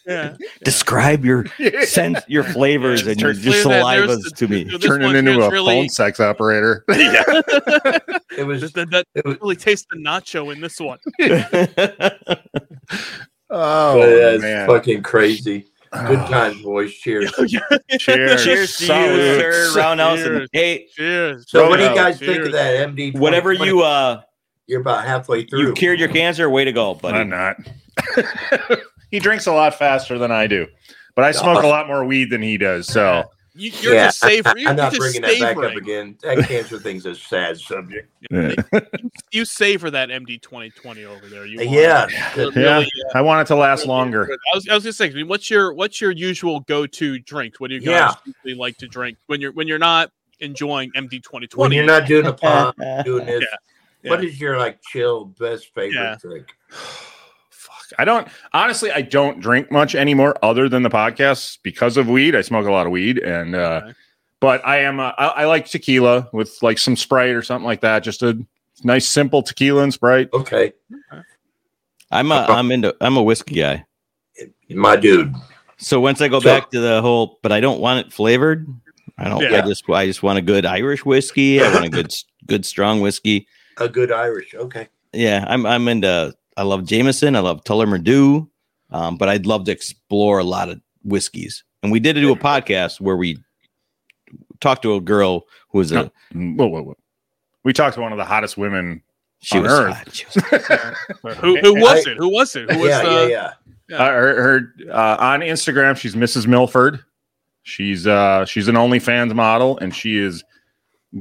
yeah.
Describe your sense, your flavors,
Yeah,
and your
just
just
clear that there's
salivas
the-
to me.
You know, this
Turning
one
into
tastes
a phone sex operator.
It was
That, that- that
it was
really tastes the nacho in this one.
Oh
oh,
man.
fucking crazy. Good
Ah.
Oh,
times, boys. Cheers.
Cheers
Cheers.
to you,
Salute.
sir. Roundhouse, and
Cheers.
hey,
Cheers.
So
Bro,
what do you
no,
guys
cheers.
think of that MD?
whatever you uh,
you're about halfway through.
you cured your cancer. Way to go,
I'm
buddy.
not. he drinks a lot faster than I do, but I smoke a lot more weed than he does. So
You, you're
Yeah,
just savoring. You're
I'm not
just
bringing that back up
savoring.
again. That cancer thing's a sad subject.
You savor that MD 2020 over there. You
Yeah,
are
that-
Yeah.
really-
I want it to last longer.
I was, I was gonna say, I mean, what's your what's your usual go to drink? What do you guys usually like to drink when you're when you're not enjoying MD 2020?
when you're not doing a pop, doing this.
Yeah, yeah.
What is your like chill best favorite
Yeah.
drink?
Fuck. I don't honestly I don't drink much anymore other than the podcasts because of weed. I smoke a lot of weed and uh
Okay.
but I am uh, I, I like tequila with like some Sprite or something like that. Just a nice simple tequila and Sprite.
Okay,
I'm a, I'm into I'm a whiskey guy.
my dude.
So once I go
So-
back to the whole, but I don't want it flavored. I don't. I
Yeah.
just I just want a good Irish whiskey. I want a good good strong whiskey.
A good Irish. Okay.
Yeah, I'm I'm into. I love Jameson. I love Tullamore um, but I'd love to explore a lot of whiskeys. And we did do a podcast where we talked to a girl who was a
Mm, Whoa, whoa, whoa. We talked to one of the hottest women.
she
On
was,
Earth.
hot. She was hot.
Who, who was it? Who was it? Who was
yeah,
uh,
yeah, yeah.
Uh, her her uh, on Instagram, she's Mrs. Milford. She's uh she's an OnlyFans model and she is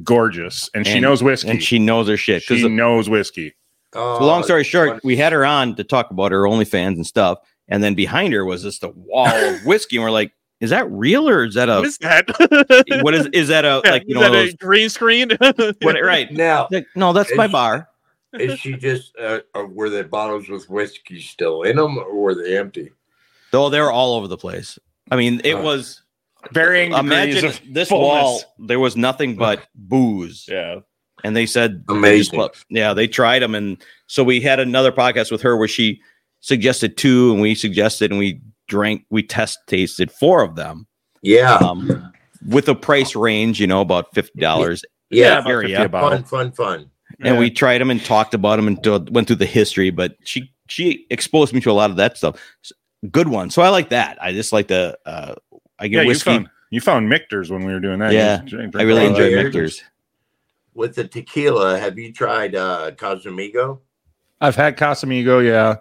gorgeous and, she
And-
knows whiskey.
and she knows her shit.
she
Because
knows whiskey.
Oh,
long story short,
funny.
we had her on to talk about her OnlyFans and stuff, and then behind her was just a wall of whiskey, and we're like, "Is that real or is that
what
a
is that?
what is is that a
Yeah,
like you
is
know
that a
those,
green screen?
what, right?"
now
Like, no, that's my bar.
is she just uh, uh, were the bottles with whiskey still in them or were they empty?
Though they're all over the place. I mean, it
Uh,
was
Varying degrees
imagine
of
this wall.
fullness.
There was nothing but booze,
Yeah.
and they said they just
Amazing.
lo- yeah, they tried them, and so we had another podcast with her where she suggested two, and we suggested, and we drank, we test tasted four of them,
Yeah,
um, with a price range, you know, about fifty dollars.
yeah.
about 50 a bottle.
Fun, fun, fun.
And we tried them and talked about them and do- went through the history, but she she exposed me to a lot of that stuff. S- Good one. So I like that. I just like the uh, I
Yeah,
get
you
whiskey.
found you found Michter's when we were doing that. You
Yeah,
drink- drink
I really
all that.
enjoy
Yeah.
Michter's.
With the tequila, have you tried uh, Cosmigo?
I've had Casamigo, yeah.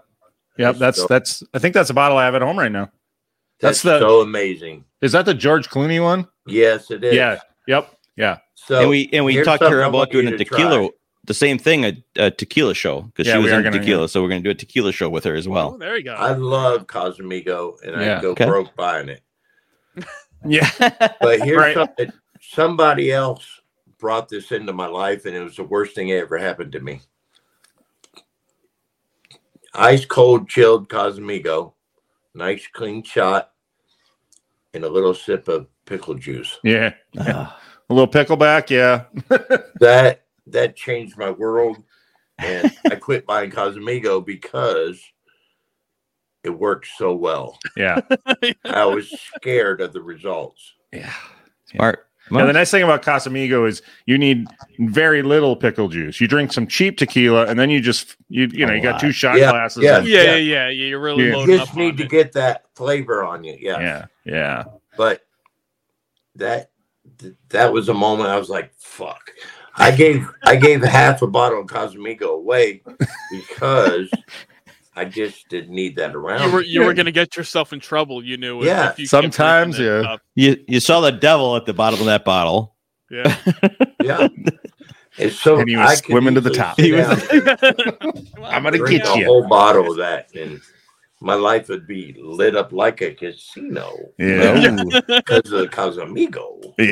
That's
Yep, that's
dope.
that's I think that's a bottle I have at home right now. That's the-
so amazing.
Is that the George Clooney one?
Yes, it is.
Yeah. Yep. Yeah.
So
and we and we
here's
talked to her
something I
about
want
doing
you
a
to
tequila,
try.
the same thing, a, a tequila show because
Yeah,
she
we
was
are
in
gonna-
tequila, so we're gonna do a tequila show with her as
Oh,
well.
there you go.
I love Cosmigo, and
Yeah,
I go
okay.
broke buying it.
Yeah.
But here's
Right.
something: somebody else brought this into my life, and it was the worst thing that ever happened to me. Ice cold, chilled Cosmigo, nice clean shot, and a little sip of pickle juice.
Yeah.
Ah,
A little pickleback, yeah.
That that changed my world, and I quit buying Cosmigo because it worked so well.
Yeah.
I was scared of the results.
yeah.
smart.
Yeah, the nice thing about Casamigo is you need very little pickle juice. You drink some cheap tequila, and then you just you you know
A
you got
lot.
two shot
Yeah,
glasses.
yeah.
and-
yeah, yeah, yeah, yeah. You're really
Yeah.
You
loading
just
up.
need
on
to
it.
get that flavor on you. Yeah.
yeah, yeah.
But that th- that was a moment I was like, fuck. I gave I gave half a bottle of Cosmigo away because I just didn't need that around.
you were
me.
you were gonna get yourself in trouble. You knew. if-
Yeah,
if you kept
sometimes,
drinking that
yeah.
stuff.
You you saw the devil at the bottom of that bottle.
Yeah.
yeah. And so
And he was
I could
swimming to the
easily
top.
sit
He was-
down
I'm
and
gonna
drink
get
a
you.
whole bottle of that, and my life would be lit up like a casino
Yeah.
Ooh.
because of the Cosmigo.
I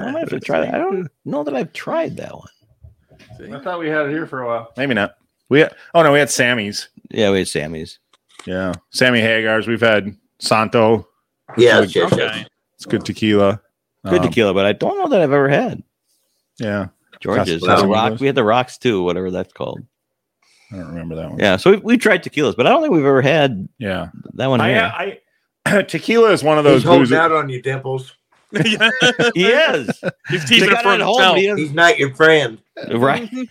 Yeah.
might have to try that. I don't know that I've tried that one.
I thought we had it here for a while. Maybe not. We had, oh no, we had Sammy's.
Yeah, we had Sammy's.
Yeah, Sammy Hagar's. We've had Santo.
Yes, yes, yes.
Okay.
It's
Oh.
good tequila.
Good
Um,
tequila, but I don't know that I've ever had
Yeah,
George's.
Casamigo's.
The rock. We had the rocks too, whatever that's called.
I don't remember that one.
Yeah, so we we tried tequilas, but I don't think we've ever had
Yeah,
that one. here.
I, I tequila is one of
He's
those
holding
booze.
out on you, Dimples.
Yeah.
he is.
He's
They
teasing it
got
for
it at home,
himself.
he is-
He's not your friend.
Right.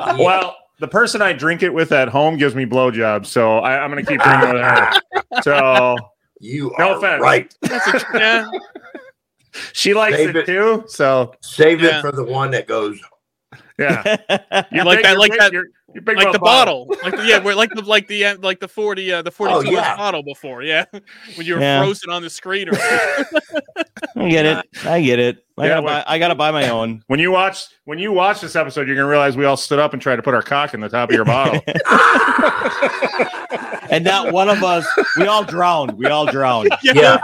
Uh, Well, the person I drink it with at home gives me blowjobs, so I, I'm gonna keep drinking with her. So
You
No
are
offense.
right.
Yeah.
she likes
Save
it,
it.
too. So
Save
Yeah.
it for the one that goes.
yeah,
You like that? Like that?
you big
Like
mouth
the bottle? Like the, yeah, we're like the like the uh, like the forty uh, the forty two
Oh, yeah.
bottle before. Yeah, when you were
Yeah.
frozen on the screen or
I get it. I get it. I
Yeah,
gotta buy.
well-
I gotta buy my own.
When you watch when you watch this episode, you're gonna realize we all stood up and tried to put our cock in the top of your bottle.
And not one of us. We all drowned. We all drowned.
Yeah.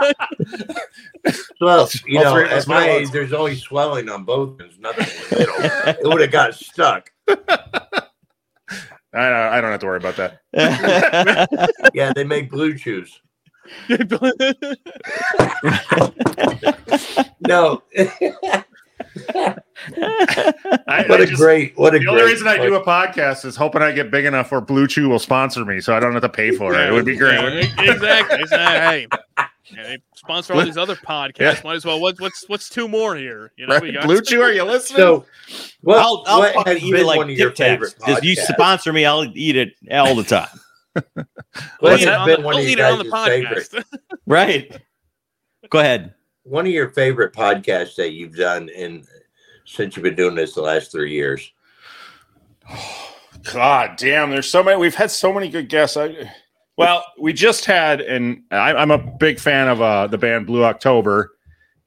Well, you
All
know,
three of us
at my
know
age,
it's-
there's only swelling on both. There's nothing in the middle. it would have got stuck.
I, I don't have to worry about that.
Yeah, they make blue chews. No,
I,
what
I
a
just-
great, what a
the
great.
only reason I do a podcast is hoping I get big enough where Blue Chew will sponsor me, so I don't have to pay for it. It would be great.
Yeah, e, exactly. It's not- hey, yeah, they sponsor all these other podcasts.
Yeah.
Might as well. What, what's what's two more here? You know, we
Right?
got
Blue Chew, are you listening?
so. What,
I'll, I'll
what
fucking
has
eat it
been one
like
of your
Tic
favorite
Tacs. Just you
podcasts?
sponsor me, I'll eat it all the time.
I'll eat
What
What's
it
that?
has
on the,
been one
I'll
of
eat
your
it on
guys'
the
favorite?
podcast.
Right. Go ahead.
One of your favorite podcasts that you've done in since you've been doing this the last three years.
God damn, there's so many. We've had so many good guests. I, well, we just had, and I, I'm a big fan of uh, the band Blue October,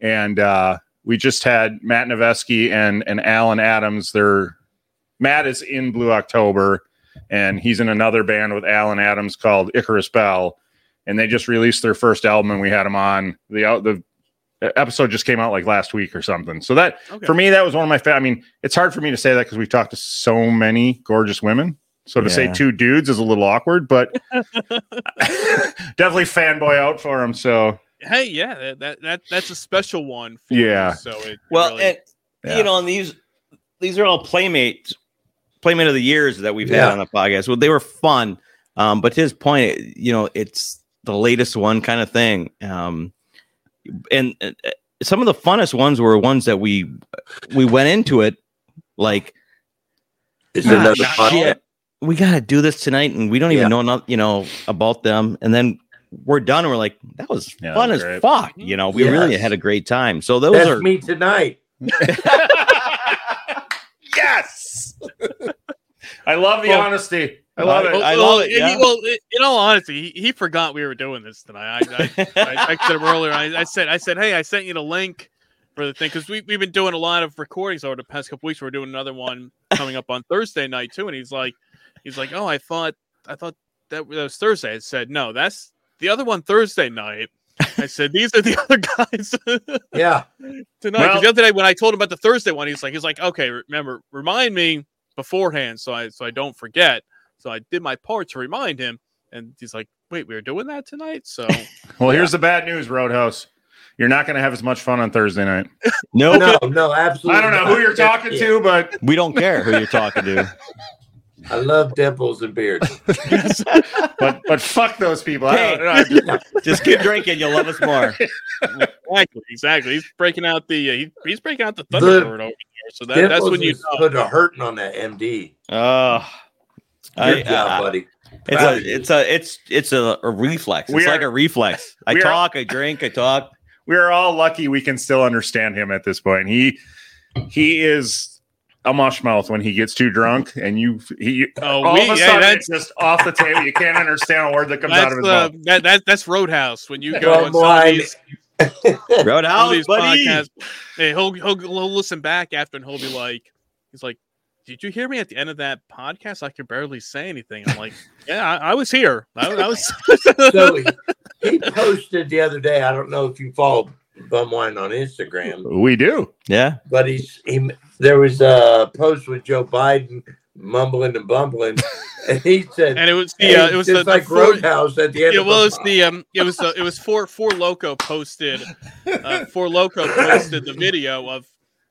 and uh, we just had Matt Nevesky and and Alan Adams. They're Matt is in Blue October, and he's in another band with Alan Adams called Icarus Bell, and they just released their first album, and we had them on the out the episode just came out like last week or something. So that
Okay.
for me, that was one of my. Fa- I mean, it's hard for me to say that because we've talked to so many gorgeous women. So to say
Yeah.
two dudes is a little awkward, but definitely fanboy out for him. So
hey, yeah, that, that that that's a special one. For
Yeah.
You, so it- it
Well,
really-
and
Yeah.
you know, and these these are all playmates, playmate of the years that we've
Yeah.
had on the podcast. Well, they were fun, um, but to his point, you know, it's the latest one kind of thing, um, and uh, uh, some of the funnest ones were ones that we we went into it like
It's
"Ah,
another podcast.
shit, we gotta do this tonight, and we don't
Yeah.
even know noth- you know about them, and then. We're done. and We're like, that was
Yeah,
fun
that
as
was great.
fuck. You know, we really
Yes.
had a great time. So those
That's
are
me tonight.
yes, I love the
Well-
honesty. I love
Well-
it.
I love it,
in-
yeah.
well, in- in all honesty, he, he forgot we were doing this tonight. I, I, I texted him earlier. I, I said, I said, hey, I sent you the link for the thing because we we've been doing a lot of recordings over the past couple weeks. We're doing another one coming up on Thursday night too. And he's like, he's like, oh, I thought I thought that was Thursday. I said, no, that's the other one Thursday night. I said, these are the other guys
Yeah.
tonight. 'Cause
Well-
the other day when I told him about the Thursday one, he's like, he's like, okay, remember, remind me beforehand so I so I don't forget. So I did my part to remind him, and he's like, wait, we were doing that tonight. So
Well, here's the bad news, Roadhouse. You're not going to have as much fun on Thursday night.
no,
No, no, absolutely.
I don't know who
not.
you're talking
Yeah.
to, but
we don't care who you're talking to.
I love dimples and beards.
but but fuck those people. I
Hey.
don't- I don't-
Just keep drinking. You'll love us more.
exactly, exactly. He's breaking out the uh, he, he's breaking out the
The-
Thunderbird over there. So that, that's
Dimples
when you
is
know.
put a hurting on that MD.
Oh,
Good job, buddy.
uh, it's a, it's a, it's, it's a, a reflex. It's
We are-
like a reflex. I
we are-
talk, I drink, I talk.
we're all lucky we can still understand him at this point. He he is a mushmouth when he gets too drunk, and you he
Oh,
all
we,
of a
hey,
sudden
that's
it's just off the table. You can't understand a word that comes out
that's,
of his
uh,
mouth.
that, that, that's Roadhouse when you
Well,
go on some of
why-
these, some of
Roadhouse,
these
buddy.
podcasts. Hey, he'll, he'll he'll listen back after and he'll be like, he's like, did you hear me at the end of that podcast? I could barely say anything. I'm like, yeah, I, I was here. I, I was.
so he, he posted the other day. I don't know if you follow Bumwine on Instagram,
We do.
Yeah.
but he's he. There was a post with Joe Biden mumbling and bumbling, and he said,
and it was the
"Hey,
uh, it was
just
the, the
like
four,
Roadhouse at the end."
yeah,
of
well,
a-
it was the um, it was uh, it was four four loco posted, uh, four loco posted the video of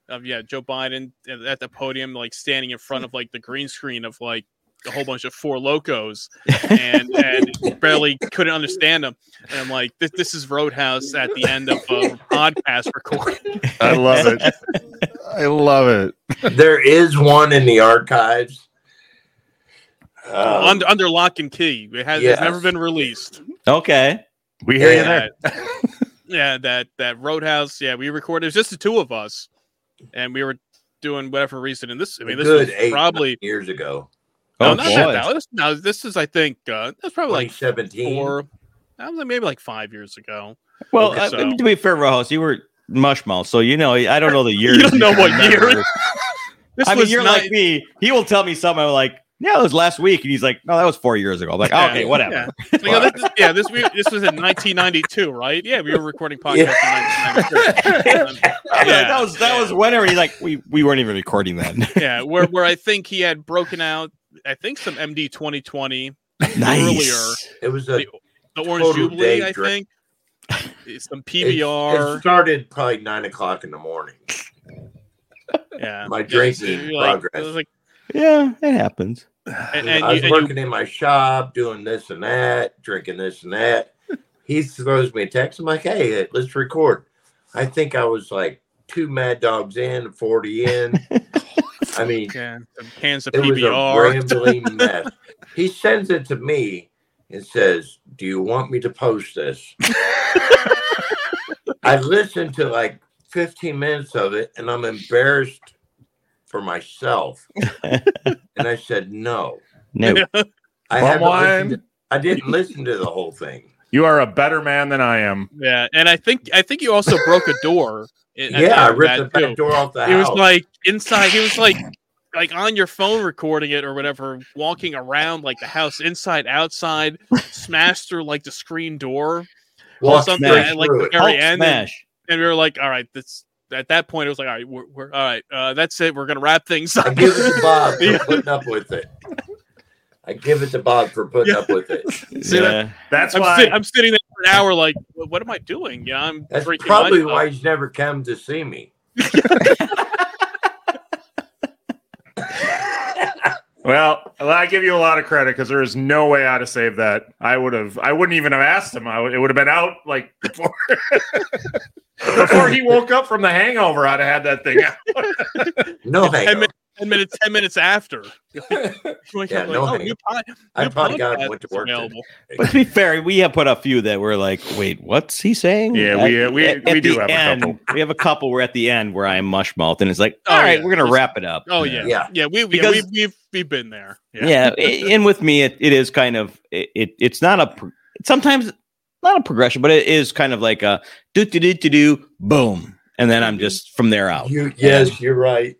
of yeah Joe Biden at the podium like standing in front of like the green screen of like a whole bunch of four locos and and barely couldn't understand them and I'm like this this is Roadhouse at the end of a podcast recording.
I love it. I love it.
there is one in the archives. Um,
Uh, under, under lock and key. It has it's never
yes.
been released.
Okay.
We hear you
Yeah.
there.
yeah, that that Roadhouse. Yeah, we recorded. It was just the two of us, and we were doing whatever reason. And this, I mean, this
good
was
eight
probably
years ago,
no,
Oh,
not that
boy.
bad. This, no, this is I think uh, that's probably
twenty
like
seventeen.
four, I was like maybe like five years ago.
Well,
Okay,
uh,
so-
to be fair, Roadhouse, you were mushmouth, so you know, I don't know the years.
don't know what
remember.
year. This
I mean,
was
you're
not,
like me. He will tell me something. I'm like, yeah, it was last week, and he's like, no, that was four years ago. I'm like,
Yeah,
okay, whatever.
Yeah, Like, oh, this, this- yeah, this we, this was in 1992, right? Yeah, we were recording podcasts in 1992.
I'm like,
Yeah.
that was that was whenever. And he's like, we we weren't even recording then.
yeah, where where I think he had broken out, I think some MD 2020 earlier.
It was a.
The the Orange
Total
Jubilee, I
daydream.
think. Some
it-
PBR.
It started probably nine o'clock in the morning.
yeah.
my
Yeah,
drinking
so you're like-
progress.
it was like-
Yeah, it happens.
and,
I was
and you, and you-
working in my shop, doing this and that, drinking this and that. He throws me a text. I'm like, "Hey, let's record." I think I was like two Mad Dogs in, forty in. I mean,
yeah, some cans of
it was a
PBR.
rambling mess. He sends it to me and says, "Do you want me to post this?" I listened to like 15 minutes of it, and I'm embarrassed for myself. and I said, "No,
No.
I
Bum
haven't listened
wine.
to- I didn't listen to the whole thing.
You are a better man than I am.
Yeah, and I think I think you also broke a door. at- at the
yeah, I
end of
ripped the
that,
back
too.
door off the
He was
house.
like inside. He was like like on your phone recording it or whatever, walking around like the house inside, outside, smashed through like the screen door or
Walked
something
straight
at like
through
the
it.
very
Hulk
end. And,
smash.
and we were like, all right, that's at that point it was like, all right, we're, we're all right, uh, that's it. We're gonna wrap things
I
up.
give it to Bob
Yeah.
for putting up with it. I give it to Bob for putting up with it.
See that?
Yeah.
That's
I'm,
why
sit- I'm sitting there for an hour, like, "Wha- what am I doing? Yeah, I'm
That's
drinking
probably
my-
why he's never come to see me.
Well, I give you a lot of credit because there is no way I'd have saved that. I would have. I wouldn't even have asked him. I would, it would have been out like before. before he woke up from the hangover, I'd have had that thing. out.
No,
Ten
hangover.
minutes- ten minutes, ten minutes after. Like,
Yeah,
I'm
no
like, oh,
hang
new pod-
I
new
probably got
podcast
what to
is
work.
available.
But to be fair, we have put a few that were like, wait, what's he saying?
Yeah,
uh,
we- we- we do
the
have a
end,
couple.
We have a couple. We're at the end where I'm mush mouth, and it's like,
Oh,
all right,
yeah.
we're gonna
Just-
wrap it up.
Oh yeah, yeah,
Yeah.
we, we
Because-
we've, we've we've been there. Yeah,
yeah. i- and with me, it, it is kind of it, it. It's not a pro- sometimes not a progression, but it is kind of like a do do do do do boom, and then
Mm-hmm.
I'm just from there out.
You, yes, you're right.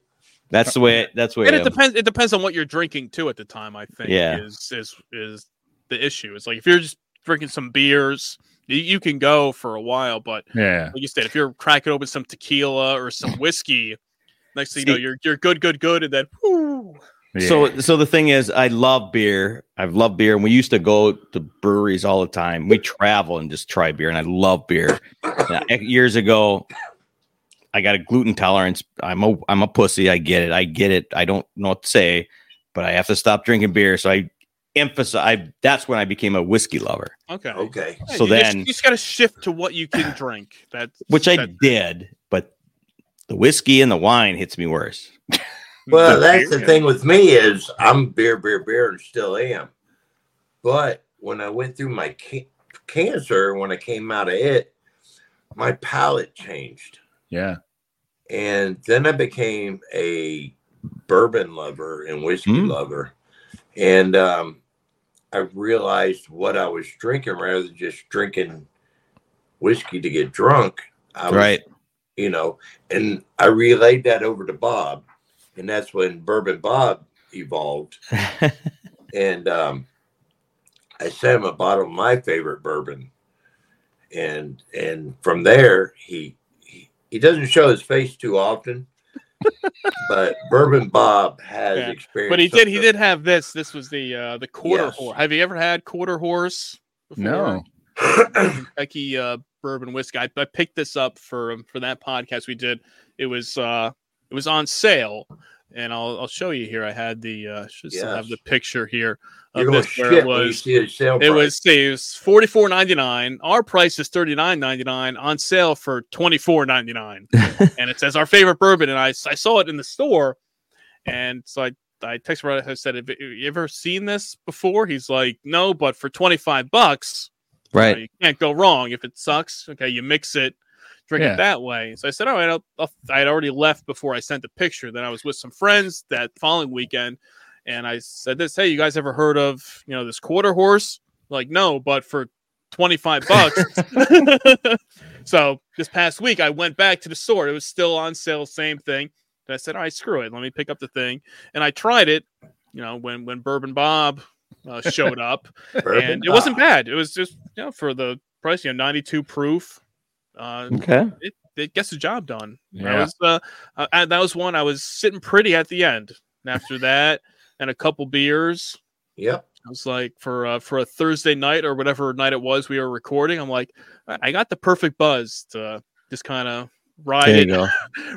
That's the way. That's the way.
and it
I-
depends. It depends on what you're drinking too at the time. I think
Yeah.
is is is the issue. It's like if you're just drinking some beers, you, you can go for a while. But
Yeah.
like you said, if you're cracking open some tequila or some whiskey, next thing you know,
See-
you're you're good, good, good, and then whoo,
So, so the thing is, I love beer. I've loved beer, and we used to go to breweries all the time. We travel and just try beer, and I love beer. And I- years ago, I got a gluten tolerance. I'm a I'm a pussy. I get it. I get it. I don't know what to say, but I have to stop drinking beer. So I emphasize. I, that's when I became a whiskey lover,
okay,
Okay.
Yeah,
So
you just-
then-
you just got to shift to what you can drink. That's
which I
that-
did. But the whiskey and the wine hits me worse.
Well,
The
that's
beer,
the
yeah.
thing with me is I'm beer, beer, beer, and still am. But when I went through my ca- cancer, when I came out of it, my palate changed,
yeah.
and then I became a bourbon lover and whiskey
Mm.
lover, and um, I realized what I was drinking rather than just drinking whiskey to get drunk. I was
Right.
you know, and I relayed that over to Bob, and that's when Bourbon Bob evolved. And um, I sent him a bottle of my favorite bourbon, and and from there he he, he doesn't show his face too often, but Bourbon Bob has
Yeah,
experience.
But he did. He did have this. This was the uh, the quarter
Yes.
horse. Have you ever had quarter horse? Before?
No.
Kentucky uh, bourbon whiskey. I, I picked this up for um, for that podcast we did. It was uh, it was on sale, and I'll I'll show you here. I had the uh, should still have
Yes.
the picture here
You're
of
going
this where it
shit when you
was.
see his sale
It
price.
was it was forty four ninety nine. Our price is thirty nine ninety nine on sale for twenty four ninety nine, and it says our favorite bourbon. And I, s- I saw it in the store, and so I I texted right. I said, "Have you ever seen this before?" He's like, "No, but for twenty five bucks, you know,
Right.
you can't go wrong. If it sucks, okay, you mix it, drink
Yeah.
it that way." So I said, "All right, I'll, I'll, I had already left before I sent the picture. Then I was with some friends that following weekend, and I said this, hey, you guys ever heard of you know this quarter horse? Like, no, but for twenty five bucks." so this past week, I went back to the store. It was still on sale, same thing. And I said, "All right, screw it. Let me pick up the thing." And I tried it. You know, when when Bourbon Bob uh, showed up
Bourbon
and it wasn't
Bob.
bad. It was just you know for the price, you know, ninety two proof. Uh,
Okay.
it, it gets the job done. That
Yeah.
was uh, uh, uh, that was one I was sitting pretty at the end. And after that, and a couple beers,
Yep.
I was like for uh, for a Thursday night or whatever night it was we were recording. I'm like, I I got the perfect buzz to just kind of ride
There you
it,
go.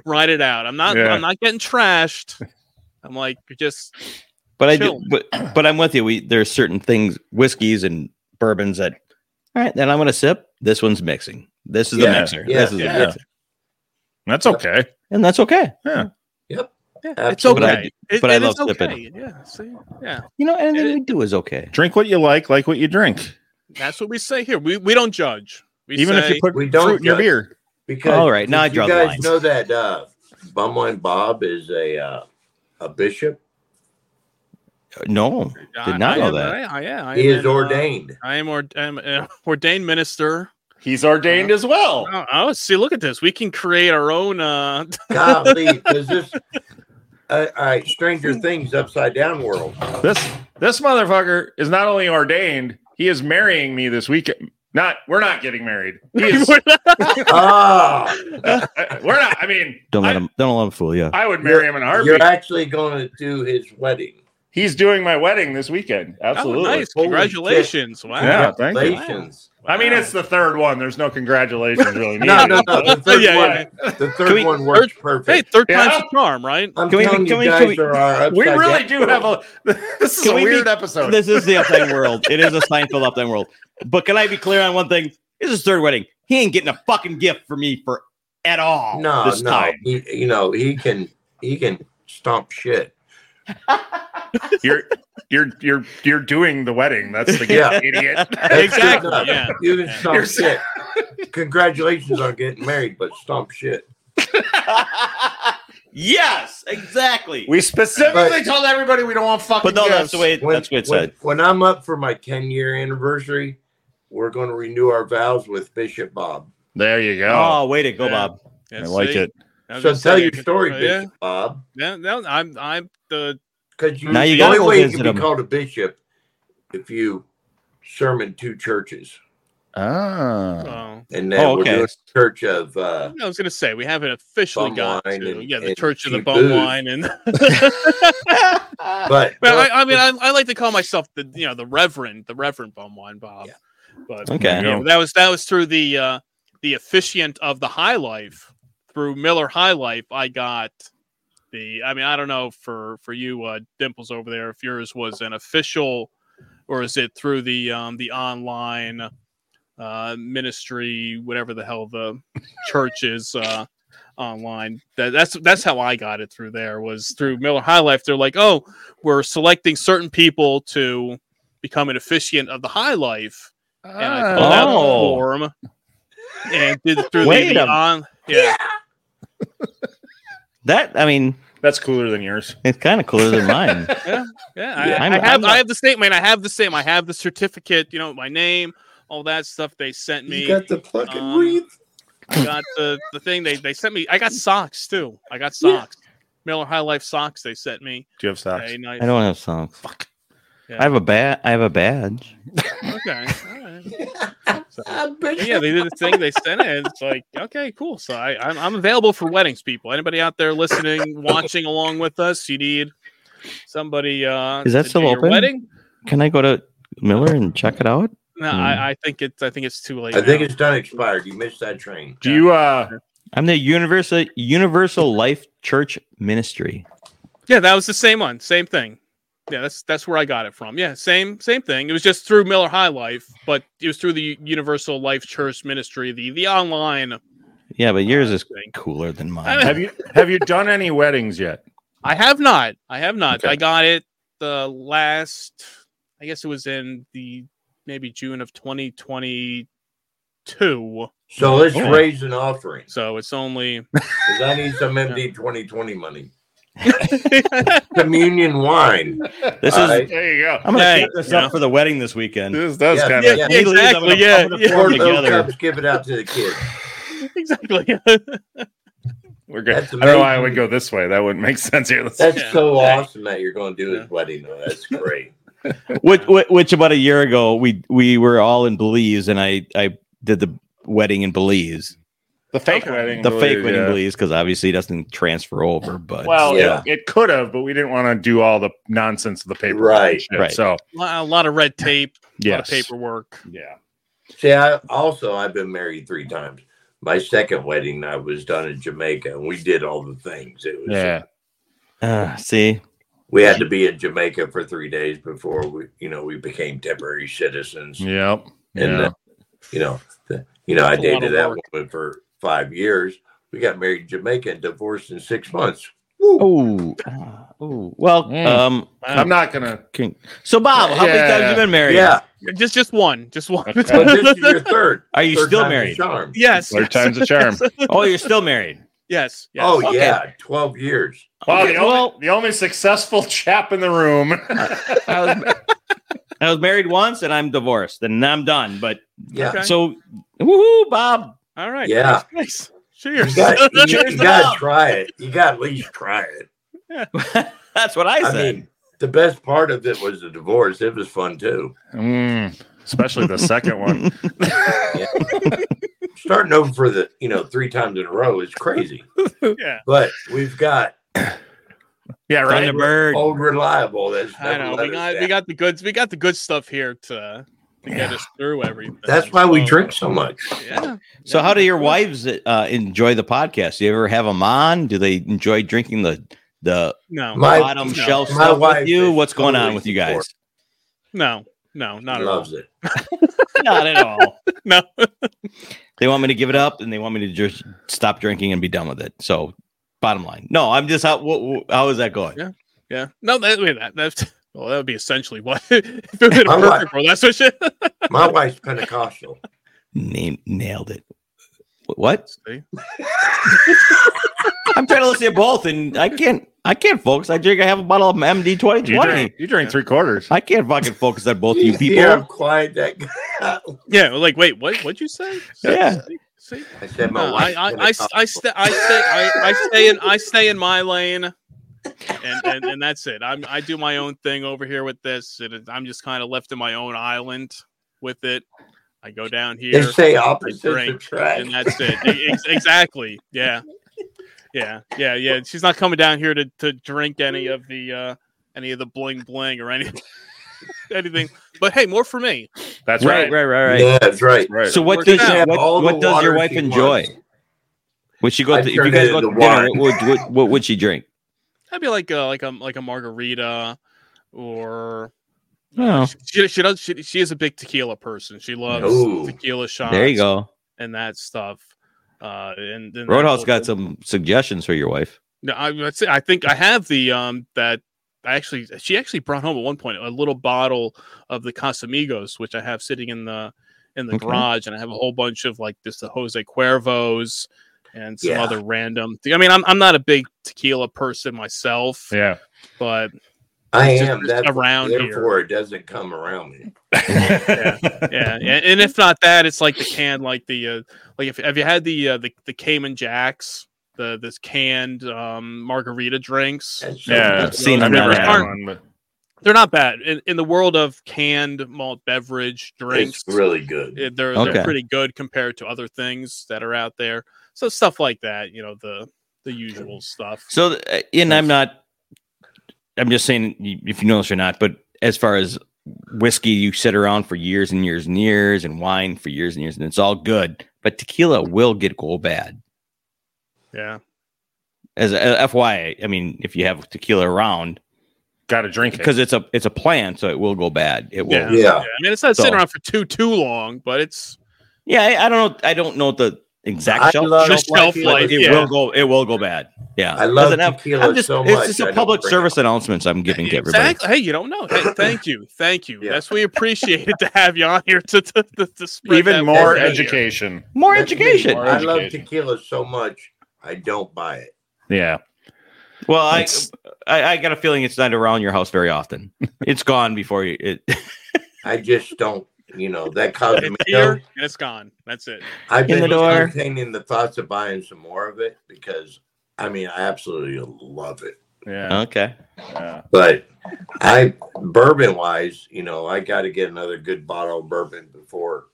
ride it out. I'm not
Yeah.
I'm not getting trashed. I'm like you're just
But I
Chill.
do, but but I'm with you. We there's certain things, whiskeys and bourbons that. All right, then I'm gonna sip. This one's mixing. This is the
Yeah,
mixer.
yeah,
this is
yeah.
the mixer.
That's okay.
and that's okay.
yeah, it's okay.
Absolutely.
But I-
It-
but I
it
love
is
sipping.
okay. Yeah, see, yeah.
You know, anything
It-
we do is okay.
Drink what you like, like what you drink.
That's what we say here. We we don't judge. We
Even
say,
if you put
we don't
fruit in your
judge.
beer.
Because
All right, now I
did
draw
you
the
guys
lines.
know that uh, Bumwine Bob is a uh, a bishop.
No, did not
I
know
am-
that.
I, I, yeah, I
He
am
is
an, uh,
ordained.
I am ord- I'm, uh, ordained minister.
He's ordained as well.
Oh, oh, see, look at this. We can create our own. Uh,
Golly, does this? Uh, all right, Stranger Things upside down world.
This this motherfucker is not only ordained, he is marrying me this weekend. Not we're not getting married. He is,
Oh,
I- we're not. I mean,
Don't let
I-
him. Don't let him fool you.
I would marry him in a heartbeat.
you're actually going to do his wedding.
He's doing my wedding this weekend.
oh,
Absolutely.
nice.
Holy
Congratulations. Wow.
Yeah, thank you.
Congratulations.
I mean, it's the third one. There's no congratulations really needed.
No, no, no. The third,
Yeah, yeah,
one, The third
Can we-
one works
Hey,
perfect.
third
Yeah.
time's a charm, right?
I'm
can we-
telling
can we-
you
can
guys
we-
are our
We
upside
really
down
do
world.
have a. This is
Can
a
we
weird
be-
episode.
This is the upside world. It is a Seinfeld upside world. But can I be clear on one thing? It's his third wedding. He ain't getting a fucking gift for me for at all.
no,
this
no.
time.
He, you know, he can he can stomp shit.
you're you're you're you're doing the wedding. That's the gift,
Yeah.
idiot.
That's
Exactly,
good enough.
yeah.
You can stomp
You're
shit. Congratulations on getting married, but stomp shit.
yes, exactly.
We specifically
But-
told everybody we don't want fucking.
but no, that's
gifts.
the way. that's what it
when,
said.
when I'm up for my 10 year anniversary, we're going to renew our vows with Bishop Bob.
There you go.
Oh, way to go,
Yeah.
Bob.
Yeah,
I like
see?
it.
I was
So
gonna
tell
say,
your story,
uh, Yeah,
Bishop Bob.
yeah no, I'm, I'm the.
Because you,
Now you
the
gotta
only
go
way you
visit
can be
him.
called a bishop if you sermon two churches.
Ah.
Oh.
And then
Oh,
we're
okay.
doing a church of uh,
I was gonna say we haven't officially
Bum
got
wine
to
and-
yeah the
and
Church of the
cheap
Bum
booze.
Wine and
but
well, I, I mean I, I like to call myself the you know the Reverend the Reverend Bum Wine Bob,
Yeah.
but
Okay.
yeah, that was that was through the uh the officiant of the High Life through Miller High Life I got the I mean I don't know for for you uh Dimples over there if yours was an official or is it through the um the online uh ministry whatever the hell the church is uh online that, that's that's how i got it through there was through miller high life they're like oh we're selecting certain people to become an officiant of the high life and i filled out the
Oh.
form and did it through
Wait
the, the
a-
on yeah
That I mean,
That's cooler than yours.
it's kind of cooler than mine.
Yeah, I,
Yeah,
I
I'm-
have
I'm not-
I have the statement. I have the same. I have the certificate. You know, my name, all that stuff they sent me.
you got the fucking
um,
wreath.
I got the the thing they they sent me. I got socks too. I got socks. Miller High Life socks they sent me.
Do you have socks?
Okay, nice.
I don't have songs. Fuck.
Yeah.
I have a bat. I have a badge.
Okay. All right. But yeah, they did the thing. They sent it. and It's like okay, cool. So I, I'm I'm available for weddings, people. Anybody out there listening, watching along with us, you need somebody. uh
Is that
to
still
do your
open?
Wedding?
Can I go to Miller and check it out?
No,
Hmm.
I, I think it's I think it's too late.
I think
now.
it's done expired. You missed that train.
Do you uh
I'm the Universal Universal Life Church Ministry.
Yeah, that was the same one, same thing. Yeah, that's that's where I got it from. Yeah, same same thing. It was just through Miller High Life, but it was through the Universal Life Church Ministry, the the online
Yeah, but yours is
thing.
cooler than
I
mine.
mean-
have you have you done any weddings yet?
I have not. I have not.
Okay.
I got it the last. I guess it was in the maybe June of 2022.
So let's
Oh.
raise an offering
So it's only.
because I need some MD 2020 money. Communion wine.
This is.
All right.
There you go.
I'm gonna
Hey,
keep this
you know.
up for the wedding this weekend.
This does
Yeah,
kind
yeah,
of
yeah.
Legally, I'm
exactly.
gonna-
yeah,
I'm gonna
yeah,
form
Pour those
together.
cups, give it out to the kids.
exactly.
we're good. I
That's
don't know why I
amazing.
would go this way. That wouldn't make sense here. Let's-
That's
Yeah.
so
Yeah.
awesome that you're going to do his wedding. Though. That's great.
Which, which, which about a year ago we we were all in Belize, and I I did the wedding in Belize,
the fake
Okay.
wedding.
the fake wedding in
yeah.
Belize, because obviously it doesn't transfer over. But
Well, it-
Yeah.
it, could have, but we didn't want to do all the nonsense of the paper.
Right,
right.
So
a lot of red tape, a lot of
yes.
paperwork.
Yeah.
See, I also I've been married three times. My second wedding I was done in Jamaica, and we did all the things. It was
Yeah.
uh, see,
we had to be in Jamaica for three days before we, you know, we became temporary citizens.
Yep.
And
Yeah.
then, you know, the, you know, I
That's a lot
dated
of
that
work.
woman for five years. We got married in Jamaica and divorced in six months.
oh, oh, well,
Mm.
Hmm.
um,
I'm not gonna.
can- so Bob, how many times
Yeah.
you been married?
Yeah,
Just just one, just one.
Okay.
but this is your third.
Are you
third
still
time's a
married?
Charm.
yes.
Third time's a charm.
Oh, you're still married.
Yes. yes.
Oh
Okay.
yeah, twelve years.
Wow,
Okay,
the, only,
well-
the only successful chap in the room.
I was, I was married once and I'm divorced and I'm done. But
Yeah,
Okay.
so, woohoo, Bob.
All right.
Yeah.
Nice. Cheers.
you got
Cheers to
to
love.
try it. You got at least try it.
That's what I
I
said.
mean, the best part of it was the divorce. It was fun too.
Mm, especially the second one.
Starting over for the you know three times in a row is crazy.
yeah.
But we've got
Yeah, right. oh,
Thunderbird.
old reliable. That's
I
never
know.
let
We
us
got we
down.
got the goods. We got the good stuff here to, to get
Yeah.
us through everything.
That's why we
So,
drink so much.
Yeah.
So, how do your wives uh, enjoy the podcast? Do you ever have them on? Do they enjoy drinking the the
No.
My
bottom
no,
shelf
my
stuff
wife
with
is
you? What's going on
totally
with you guys?
No. No. Not at all.
loves it.
Not at all.
No.
They want me to give it up, and they want me to just stop drinking and be done with it. So, bottom line, no, I'm just how wh- wh- how is that going?
Yeah. Yeah. No. That, wait, that that's well. That would be essentially what if it was in a
My wife-
perfect world. That's what shit.
My wife's Pentecostal.
Name nailed it. Wh- What?
See?
I'm trying to listen to both, and I can't. I can't focus. I drink. I have a bottle of MD twenty
You
twenty.
drink, you drink three quarters.
I can't fucking focus on both of you
See
people.
how quiet that guy.
Yeah. Like, wait. What? What'd you say?
Yeah.
See? See?
I said my
No, I,
wife's
I, I,
Pentecostal.
st- I, st- I, stay, I, I stay in I stay in my lane, and, and, and that's it. I'm, I do my own thing over here with this. It is, I'm just kind of left in my own island with it. I go down
They
here,
say opposites
drink,
attract.
and that's it. E- ex- exactly. Yeah, yeah, yeah, yeah. She's not coming down here to, to drink any of the uh, any of the bling bling or anything. Anything, but hey, more for me.
That's
Right, right,
right.
right, right.
Yeah, that's right.
Right.
So what
Work
does
it out.
what, what does your wife enjoy? Would she go
I
to, if you
turned
guys
it
go to
into
dinner?
wine.
What, would- what, what would she drink?
That'd be like a, like a like a margarita, or
Oh,
she she does she, she is a big tequila person. She loves
Ooh.
tequila shots.
there you go.
and that stuff. Uh, and then
Roadhouse got some suggestions for your wife.
No, I would say I think I have the um that I actually she actually brought home at one point a little bottle of the Casamigos, which I have sitting in the in the
Okay.
garage, and I have a whole bunch of like this the Jose Cuervos and some
Yeah.
other random. I mean, I'm I'm not a big tequila person myself,
Yeah.
but
I
It's just-
am.
it's
That's
around here.
therefore it doesn't come around me.
yeah, yeah, and if not that, it's like the can, like the uh, like if have you had the uh, the the Cayman Jacks, the this canned um, margarita drinks.
That's so
Yeah.
good.
seen
I've
them
never
not
had
around.
one, but
They're not bad in, in the world of canned malt beverage drinks.
It's really good.
it- they're
Okay.
they're pretty good compared to other things that are out there. So stuff like that, you know, the the usual stuff.
So, uh, and I'm not. I'm just saying y- if you know this or not, but as far as whiskey, you sit around for years and years and years, and wine for years and years, and it's all good. But tequila will get go bad.
Yeah,
As a, FYI, I mean, if you have tequila around,
got to drink it.
because it's a it's a plant, so it will go bad. It will.
yeah,
Yeah.
I mean, it's not sitting
So-
around for too too long, but it's
Yeah, I, I don't know. I don't know the exact
I
shelf,
love
shelf
Just
life,
shelf
but
life,
It
yeah.
will go. It will go bad. Yeah,
I love
Doesn't have-
tequila
I'm just,
so
It's
much,
just
I
a
don't
public
bring it
service announcements I'm giving to everybody.
exactly. Hey, you don't know. Hey, thank you, thank you.
Yeah.
That's we appreciate it to have you on here to to, to, to spread that
Even more
word out here.
education.
More
That's me.
education.
More
I love
education.
tequila so much, I don't buy it.
Yeah.
Well, I,
It's-
I I got a feeling it's not around your house very often. it's gone before you. It,
I just don't. You know that
It's here
Cosmico.
and it's gone. That's it.
I've been
In the door.
entertaining the thoughts of buying some more of it because I mean I absolutely love it.
Yeah.
okay.
yeah.
But I bourbon wise, you know, I got to get another good bottle of bourbon before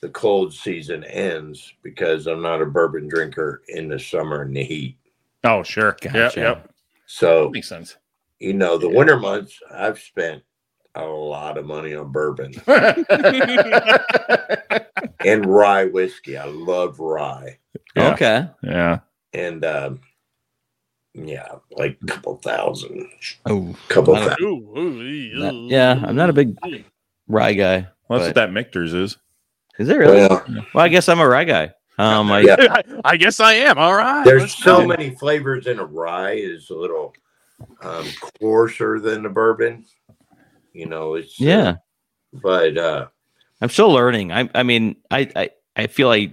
the cold season ends because I'm not a bourbon drinker in the summer and the heat.
Oh, sure.
Gotcha.
Yeah. Yep.
So
Makes sense.
you know, the winter months, I've spent a lot of money on bourbon and rye whiskey. I love rye,
Yeah.
Okay.
yeah.
and um, yeah, like a couple thousand,
Oh,
couple
I don't-
thousand.
Ooh, ooh, ee,
Not-
ooh,
yeah, I'm not a big-
ooh.
rye guy.
Well, that's what that Mictors is.
Is there really?
Well,
Well, I guess I'm a rye guy. Um, I,
Yeah.
I, I guess I am. All right.
There's
let's
so
go.
many flavors in a rye is a little um, coarser than the bourbon. You know, it's uh,
yeah.
but uh,
I'm still learning. I I mean, I I, I feel like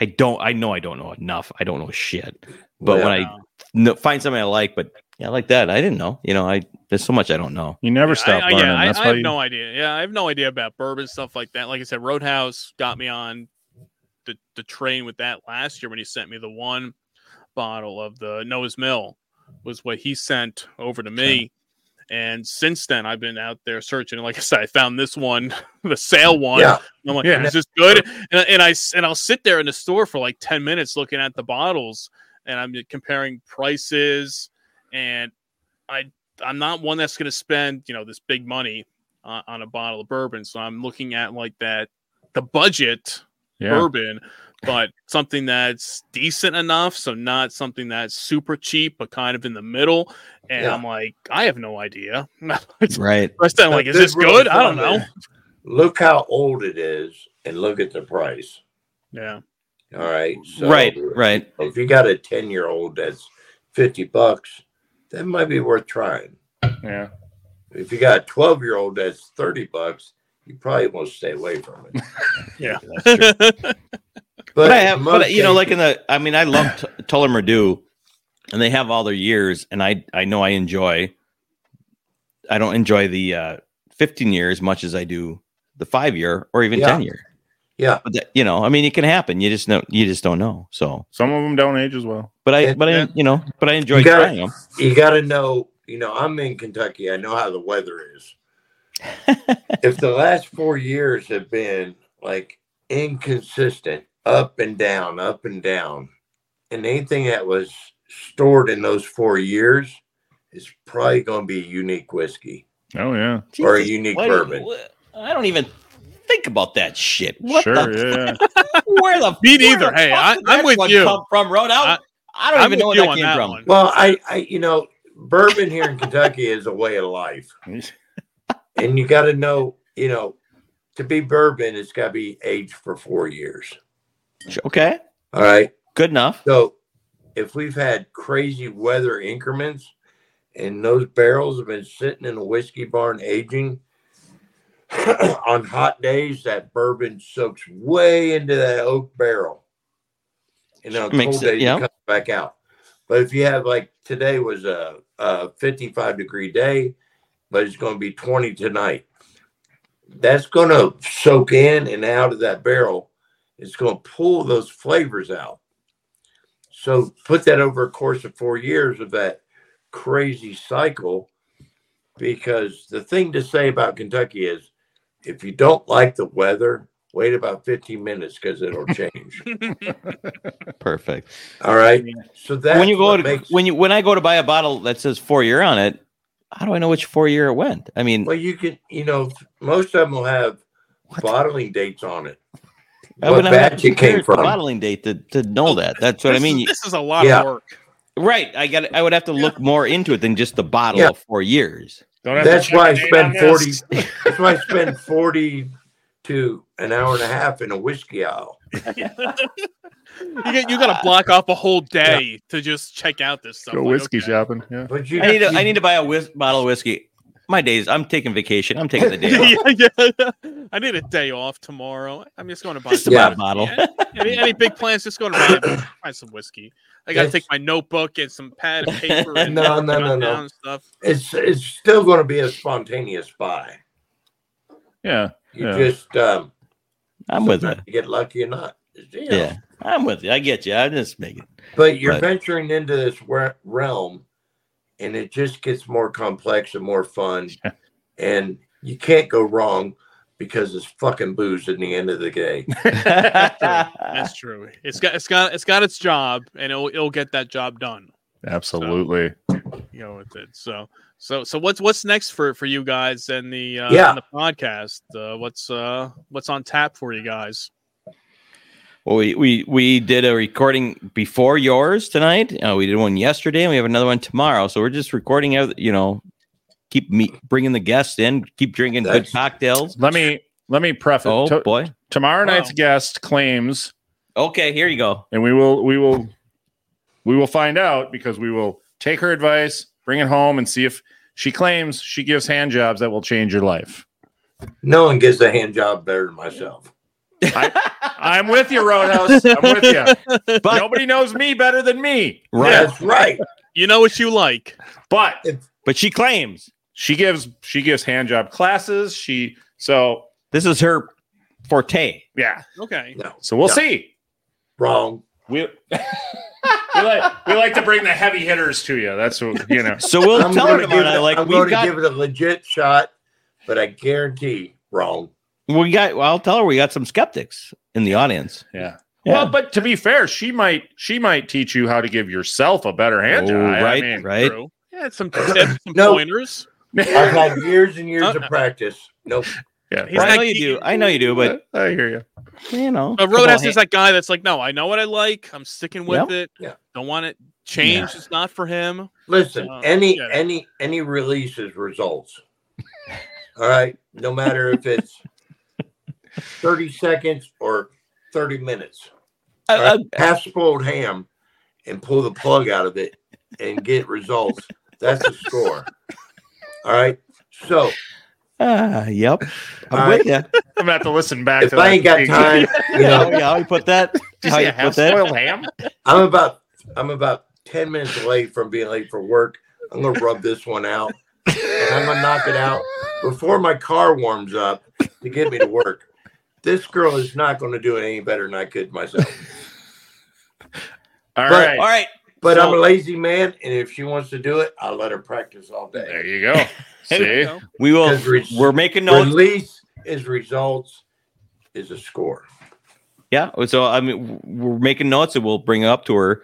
I don't. I know I don't know enough. I don't know shit. But when I
Wow.
kn- find something I like, but yeah, I like that. I didn't know. You know, I there's so much I don't know.
You never
Yeah,
stop
I, I,
learning.
yeah, I,
That's
I
why
have
you,
no idea. Yeah, I have no idea about bourbon stuff like that. Like I said, Roadhouse got me on the, the train with that last year when he sent me the one bottle of the Noah's Mill was what he sent over to me. And since then, I've been out there searching. Like I said, I found this one, the sale one.
Yeah.
And I'm like,
Yeah.
is this good? And, and I s- and I'll sit there in the store for like ten minutes looking at the bottles, and I'm comparing prices, and I I'm not one that's going to spend you know this big money on, on a bottle of bourbon, so I'm looking at like that the budget
yeah.
bourbon, but something that's decent enough, so not something that's super cheap, but kind of in the middle. And
Yeah.
I'm like, I have no idea.
Right.
First time, like, is this
Really
good? I don't
fun,
know.
man. Look how old it is and look at the price.
Yeah,
All right. So
right. Right.
If you got a 10 year old that's 50 bucks, that might be worth trying.
yeah.
If you got a 12 year old that's 30 bucks, you probably won't stay away from it.
That's true. but I have,
most
but you know,
cases-
like in the, I mean, I love T- Tullamore Dew, and they have all their years, and I, I know I enjoy. I don't enjoy the uh, 15 year as much as I do the five year or even
Yeah.
10 year.
Yeah.
But that, you know, I mean, it can happen. You just know, you just don't know. So,
Some of them don't age as well.
but I,
Yeah,
but
yeah.
I, you know, but I enjoy
You got
trying them.
you got to know, you know, I'm in Kentucky. I know how the weather is. if the last four years have been like inconsistent, up and down, up and down, and anything that was stored in those four years is probably going to be a unique whiskey
Oh yeah.
or a unique
Why do-
bourbon.
I don't even think about that shit. What
sure.
the,
yeah, yeah.
where the
Me
where the
neither. Hey,
fuck
I-
did
I'm
that
with
one
you.
Come from Rhode
I-
Out. I, don't
I'm
even
with
know where
you
that
on
came
that
from.
one.
Well, I, I, you know, bourbon here in Kentucky is a way of life, and you got to know, you know, to be bourbon, it's got to be aged for four years.
Okay,
All right.
good enough.
So if we've had crazy weather increments and those barrels have been sitting in a whiskey barn aging on hot days, that bourbon soaks way into that oak barrel. And on
Makes
cold
it-
days,
yeah.
it comes back out. But if you have like today was a, a 55 degree day, but it's going to be 20 tonight. That's going to soak in and out of that barrel. It's going to pull those flavors out. So put that over a course of four years of that crazy cycle. Because the thing to say about Kentucky is if you don't like the weather, wait about 15 minutes because it'll change.
Perfect.
All right. So that
when you go to
makes,
when you when I go to buy a bottle that says four year on it, how do I know which four year it went? I mean,
well, you can, you know, most of them will have bottling dates on it.
I
What
would not have
batch
to
it came
compare the
from.
bottling date to, to know that. That's what I
This is-
mean. You-
This is a lot
Yeah.
of work.
Right. I got. I would have to look more into it than just the bottle
Yeah.
of four years.
Don't have to
That's
check
why I
the date
spend
on this.
40, that's why I spend 40 to an hour and a half in a whiskey aisle.
You got you got to block off a whole day to just check out this stuff.
Go
Like,
whiskey
okay.
shopping. Yeah.
But you,
I need. To,
you-
I need to buy a whis- bottle of whiskey. My days. I'm taking vacation. I'm taking the day. off.
yeah, yeah. I need a day off tomorrow. I'm just going to buy
Just to
some
buy
whiskey.
a bottle.
Any, any big plans? Just going to buy, buy some whiskey. I got to
Yes.
take my notebook and some pad and paper. And
No, no, no,
jot
no.
down Stuff.
it's it's still going to be a spontaneous buy.
Yeah.
You
Yeah.
just um,
I'm with you.
sometimes you get lucky or not. You know.
Yeah, I'm with you. I get you. I'm just making.
But you're
Right.
venturing into this wer- realm, and it just gets more complex and more fun, and you can't go wrong because it's fucking booze at the end of the day. Ah.
That's true. It's got it's got it's got its job, and it'll it'll get that job done.
Absolutely.
You know, with it. So so so what's what's next for for you guys and the uh,
Yeah.
and the podcast? Uh, what's uh what's on tap for you guys?
well, we, we we did a recording before yours tonight. Uh, we did one yesterday, and we have another one tomorrow. So we're just recording. ev- You know, keep me bringing the guests in. Keep drinking
That's-
good cocktails.
Let me let me preface.
Oh
to-
boy.
tomorrow
Wow.
night's guest claims
Okay, here you go.
and we will we will we will find out because we will take her advice bring it home and see if she claims she gives hand jobs that will change your life
No one gives a hand job better than myself.
I'm with you, Roadhouse. I'm with you. Nobody knows me better than me.
Right.
That's right.
You know what you like.
But
But she claims
she gives she gives hand job classes. She so
this is her forte.
yeah.
Okay.
No,
So we'll
Yeah.
see.
wrong.
We we like we like to bring the heavy hitters to you. That's what you know.
So we'll tell
gonna
her tomorrow
give it
night.
a-
Like
I'm
we've
going
got,
to give it a legit shot, but I guarantee wrong.
we got. Well, I'll tell her we got some skeptics in the audience.
Yeah.
Yeah.
Well, but to be fair, she might she might teach you how to give yourself a better hand
Oh,
job. I
right,
mean,
right.
True. Yeah, some tips, some
No.
pointers.
I've had years and
Uh,
years of practice. Nope.
Yeah.
He's
I know
like-
you do. I know you do. But
I hear you.
you know,
A
come on,
roadhouse
hey.
is that guy that's like, no, I know what I like. I'm sticking with
Yep.
it.
Yeah.
Don't want it change. It's not for him.
Listen,
Uh,
any
yeah.
any any release is results. All right, no matter if it's thirty seconds or thirty minutes,
Uh, uh,
half spoiled ham, and pull the plug out of it and get results. That's the score. All right. So
ah, yep. I'm
All
with you.
I'm gonna have to listen back
if
to that.
I ain't got
thing.
time, you
Yeah,
know,
yeah, how you put that?
Did you
How
see
you
a half
put that?
spoiled ham?
I'm about I'm about ten minutes late from being late for work. I'm gonna rub this one out and I'm gonna knock it out before my car warms up to get me to work. This girl is not gonna do it any better than I could myself.
All
But-
right.
All right.
But I'm a
So-
lazy man, and if she wants to do it, I'll let her practice all
There
day.
you go. See?
So,
We will.
Because re-
We're making notes.
Release is results is a score.
Yeah. So I mean, we're making notes, and we'll bring it up to her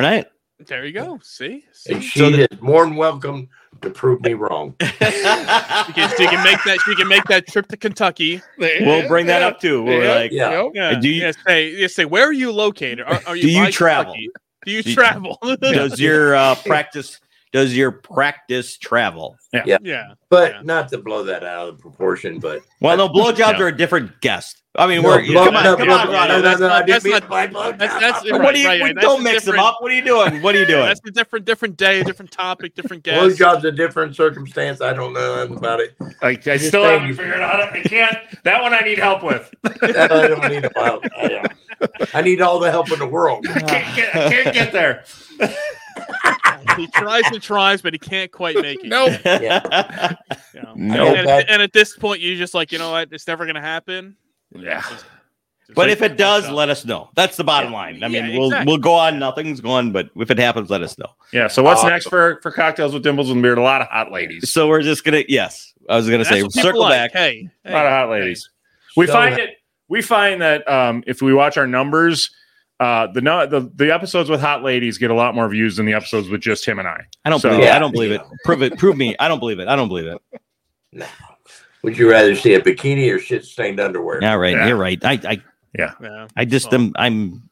night.
there you go. See? See?
And
She
she is more than welcome to prove me wrong.
can, she can make that she can make that trip to Kentucky.
We'll bring that up too. We're
Yeah.
like,
Yeah.
Yeah.
do you-
yeah, say, yeah, say where are you located? Are, are you
Do you
by
travel?
Kentucky? Do you
Do-
travel?
does your uh, practice? Does your practice travel?
yeah.
But
Yeah.
not to blow that out of proportion, but
Well, no, blowjobs
Yeah.
are a different guest. I mean,
No,
we're
blow-
come on,
no,
come
blow-
on, Ron.
no, no,
that's
no,
not-
I didn't
that's
mean
not-
to buy blow
that's-
job.
that's-
Blow
what do you?
Right, right,
we- don't
that's
mix them
different.
up. What are you doing? What are you doing?
That's a different different day, different topic, different
Blow
guest.
job's a different circumstance. I don't know nothing about it.
I, I still haven't figured out. I can't. That one I need help with.
That I don't need about. I, don't- I need all the help in the world.
Can't get, I can't get there.
he tries and tries, but he can't quite make it.
Nope.
You know?
No.
And, at, and at this point, you're just like, you know what? It's never going to happen.
Yeah.
Just like-
But if it does, let us know. That's the bottom line. I mean,
Yeah,
we'll
exactly.
we'll go on. Nothing's going, but if it happens, let us know.
Yeah. So what's
Uh,
next for for cocktails with dimples and beard? A lot of hot ladies.
So we're just gonna. Yes, I was gonna
That's
say
what people
circle
like.
back.
Hey,
A lot of
hey,
hot ladies. We
So- uh,
find it. We find that um, if we watch our numbers, uh, the, no, the the episodes with hot ladies get a lot more views than the episodes with just him and I.
I don't
So-
believe. it.
Yeah.
I don't believe it. Prove it. Prove me. I don't believe it. I don't believe it.
No. Would you rather see a bikini or shit stained underwear?
All right,
Yeah.
you're right. I I,
yeah.
I just
Well.
am. I'm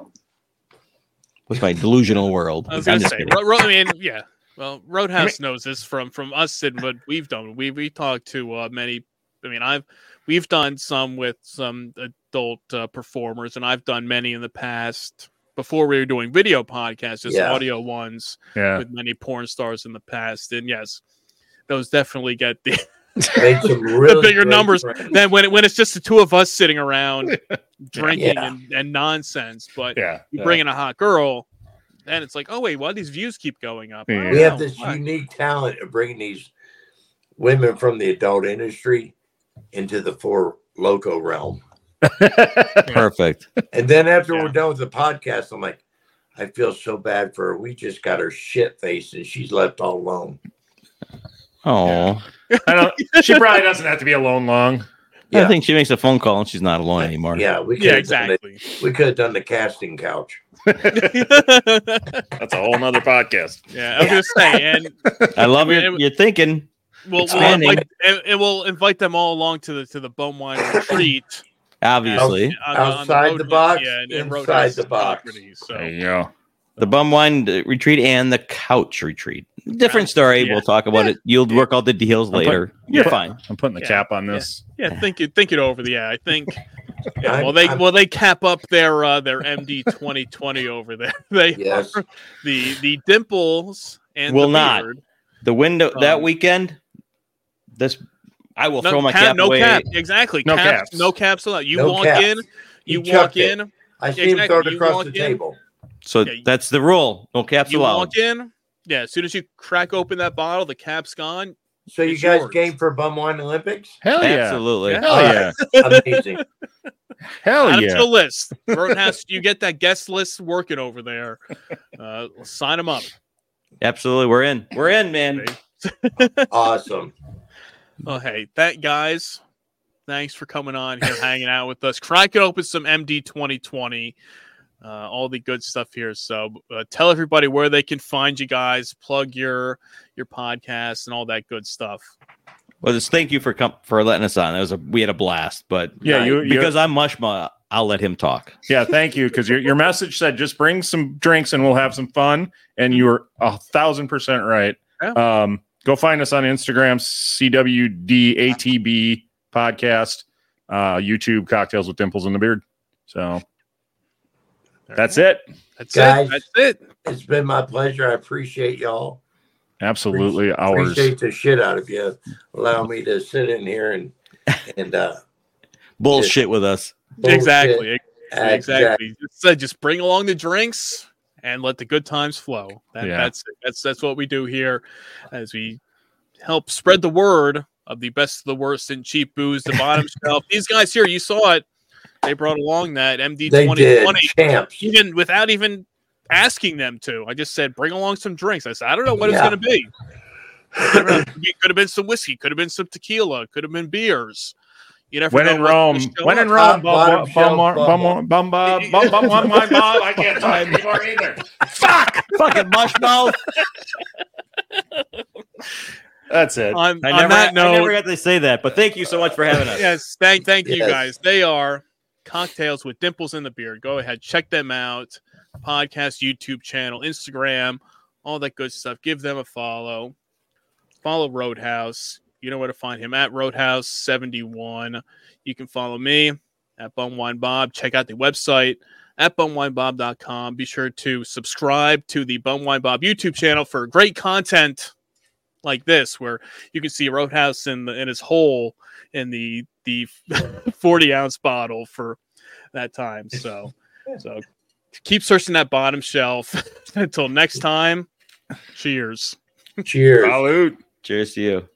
with my delusional world.
I was
I'm
going to
just
say,
kidding.
Ro- Ro- I mean, yeah. Well, Roadhouse knows this from from us and what we've done. We we talked to uh, many. I mean, I've we've done some with some adult uh, performers, and I've done many in the past before we were doing video podcasts, just
Yeah.
audio ones
Yeah.
with many porn stars in the past. And yes, those definitely get the
Made some really
bigger
great
numbers.
friends.
then when it, when it's just the two of us sitting around drinking
Yeah.
and, and nonsense, but
Yeah.
you bring in a hot girl, then it's like, oh wait, why do these views keep going up? I don't
We
know.
have this
Why?
unique talent of bringing these women from the adult industry into the four loco realm.
Perfect.
And then after
Yeah.
we're done with the podcast, I'm like, I feel so bad for her. We just got her shit faced and she's left all alone.
Oh,
I don't. She probably doesn't have to be alone long.
I
Yeah.
think she makes a phone call and she's not alone anymore.
Yeah, we could
Yeah, exactly.
we could have done the casting couch.
That's
yeah,
a whole nother podcast.
I was gonna say, and
I love
It
your,
was-
your thinking.
we'll, we'll
Expanding.
invite, and, and we'll invite them all along to the to the bum wine retreat uh,
Obviously,
on- on
Outside the
Roadhouse-
box,
and
inside
Roadhouse's
the box.
property,
There
So
you go.
the bum wine retreat and the couch retreat. Different story.
Yeah.
We'll talk about it. You'll work out the deals later.
Yeah.
You're fine.
I'm putting the
Yeah.
cap on this.
yeah, think it think it over. Yeah, I think. Yeah,
I'm-
well, they
I'm-
well they cap up their uh, their MD twenty twenty over there. They
Yes.
are the the dimples and
Will
the
not.
beard.
The window
Um,
that weekend. This I will
No
throw my
cap,
cap
no
away.
cap. Exactly.
No
caps,
caps.
No caps allowed. You
No
walk
caps.
in, You
He
walk
chucked it.
in.
I see him
exactly.
throw it
You
across
walk
the
in,
table.
So
Yeah, you-
that's the rule. No caps
You
allowed.
walk in. Yeah, as soon as you crack open that bottle, the cap's gone.
So you
It's
guys
yours.
game for Bum Wine Olympics?
Hell yeah.
Absolutely.
oh, Yeah.
Hell yeah.
Amazing.
Uh, Hell
Add him to the
yeah.
list. Vern has you get that guest list working over there. Uh, sign him up.
Absolutely. We're in. We're in, man.
awesome.
Oh, hey, that guys, thanks for coming on here, hanging out with us, cracking open some MD 2020, uh, all the good stuff here. So, uh, tell everybody where they can find you guys, plug your your podcast, and all that good stuff.
Well, just thank you for com- for letting us on. That was a we had a blast, but
Yeah, you- you-
because I'm Mushma, I'll let him talk.
Yeah, thank you. Because your, your message said just bring some drinks and we'll have some fun. And you were a thousand percent right.
Yeah.
Um, go find us on Instagram, CWDATB podcast, uh, YouTube, Cocktails with Dimples in the Beard. So that's it.
That's
Guys.
it. That's it.
It's been my pleasure. I appreciate y'all.
Absolutely ours.
Appreciate the shit out of you. Allow me to sit in here and and uh
Bullshit with us.
bullshit.
Exactly.
Exact-
Exactly. You said just bring along the drinks and let the good times flow. That,
Yeah.
That's it. that's that's what we do here, as we help spread the word of the best of the worst and cheap booze, the bottom shelf. These guys here, you saw it. They brought along that MD
They
twenty
did
twenty,
champs.
even without even asking them to. I just said bring along some drinks. I said I don't know what it's
Yeah.
going to be. I don't know. It could have been some whiskey. Could have been some tequila. Could have been beers. You never
When
know
in
what's
Rome,
gonna show
when
up.
in Rome,
Bottom
bum,
shelf
bum, bum, bum, bum, bum, bum, bum, bum, bum, bum, bum. I can't talk anymore either.
Fuck, fucking Mushmouth.
That's it.
on,
I
on
never,
that note,
I never got to say that, but thank you so much for having us.
yes, thank thank you
Yes.
guys. They are cocktails with dimples in the beard. Go ahead, check them out. Podcast, YouTube channel, Instagram, all that good stuff. Give them a follow. Follow Roadhouse. You know where to find him at Roadhouse seventy one. You can follow me at Bumwine Bob. Check out the website at bumwinebob.com. Be sure to subscribe to the Bumwine Bob YouTube channel for great content like this, where you can see Roadhouse in the, in his hole in the the 40 ounce bottle for that time. So so keep searching that bottom shelf. Until next time, cheers.
Cheers.
Salute.
Cheers to you.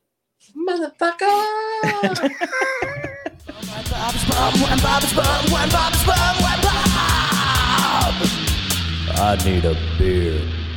I need a beer.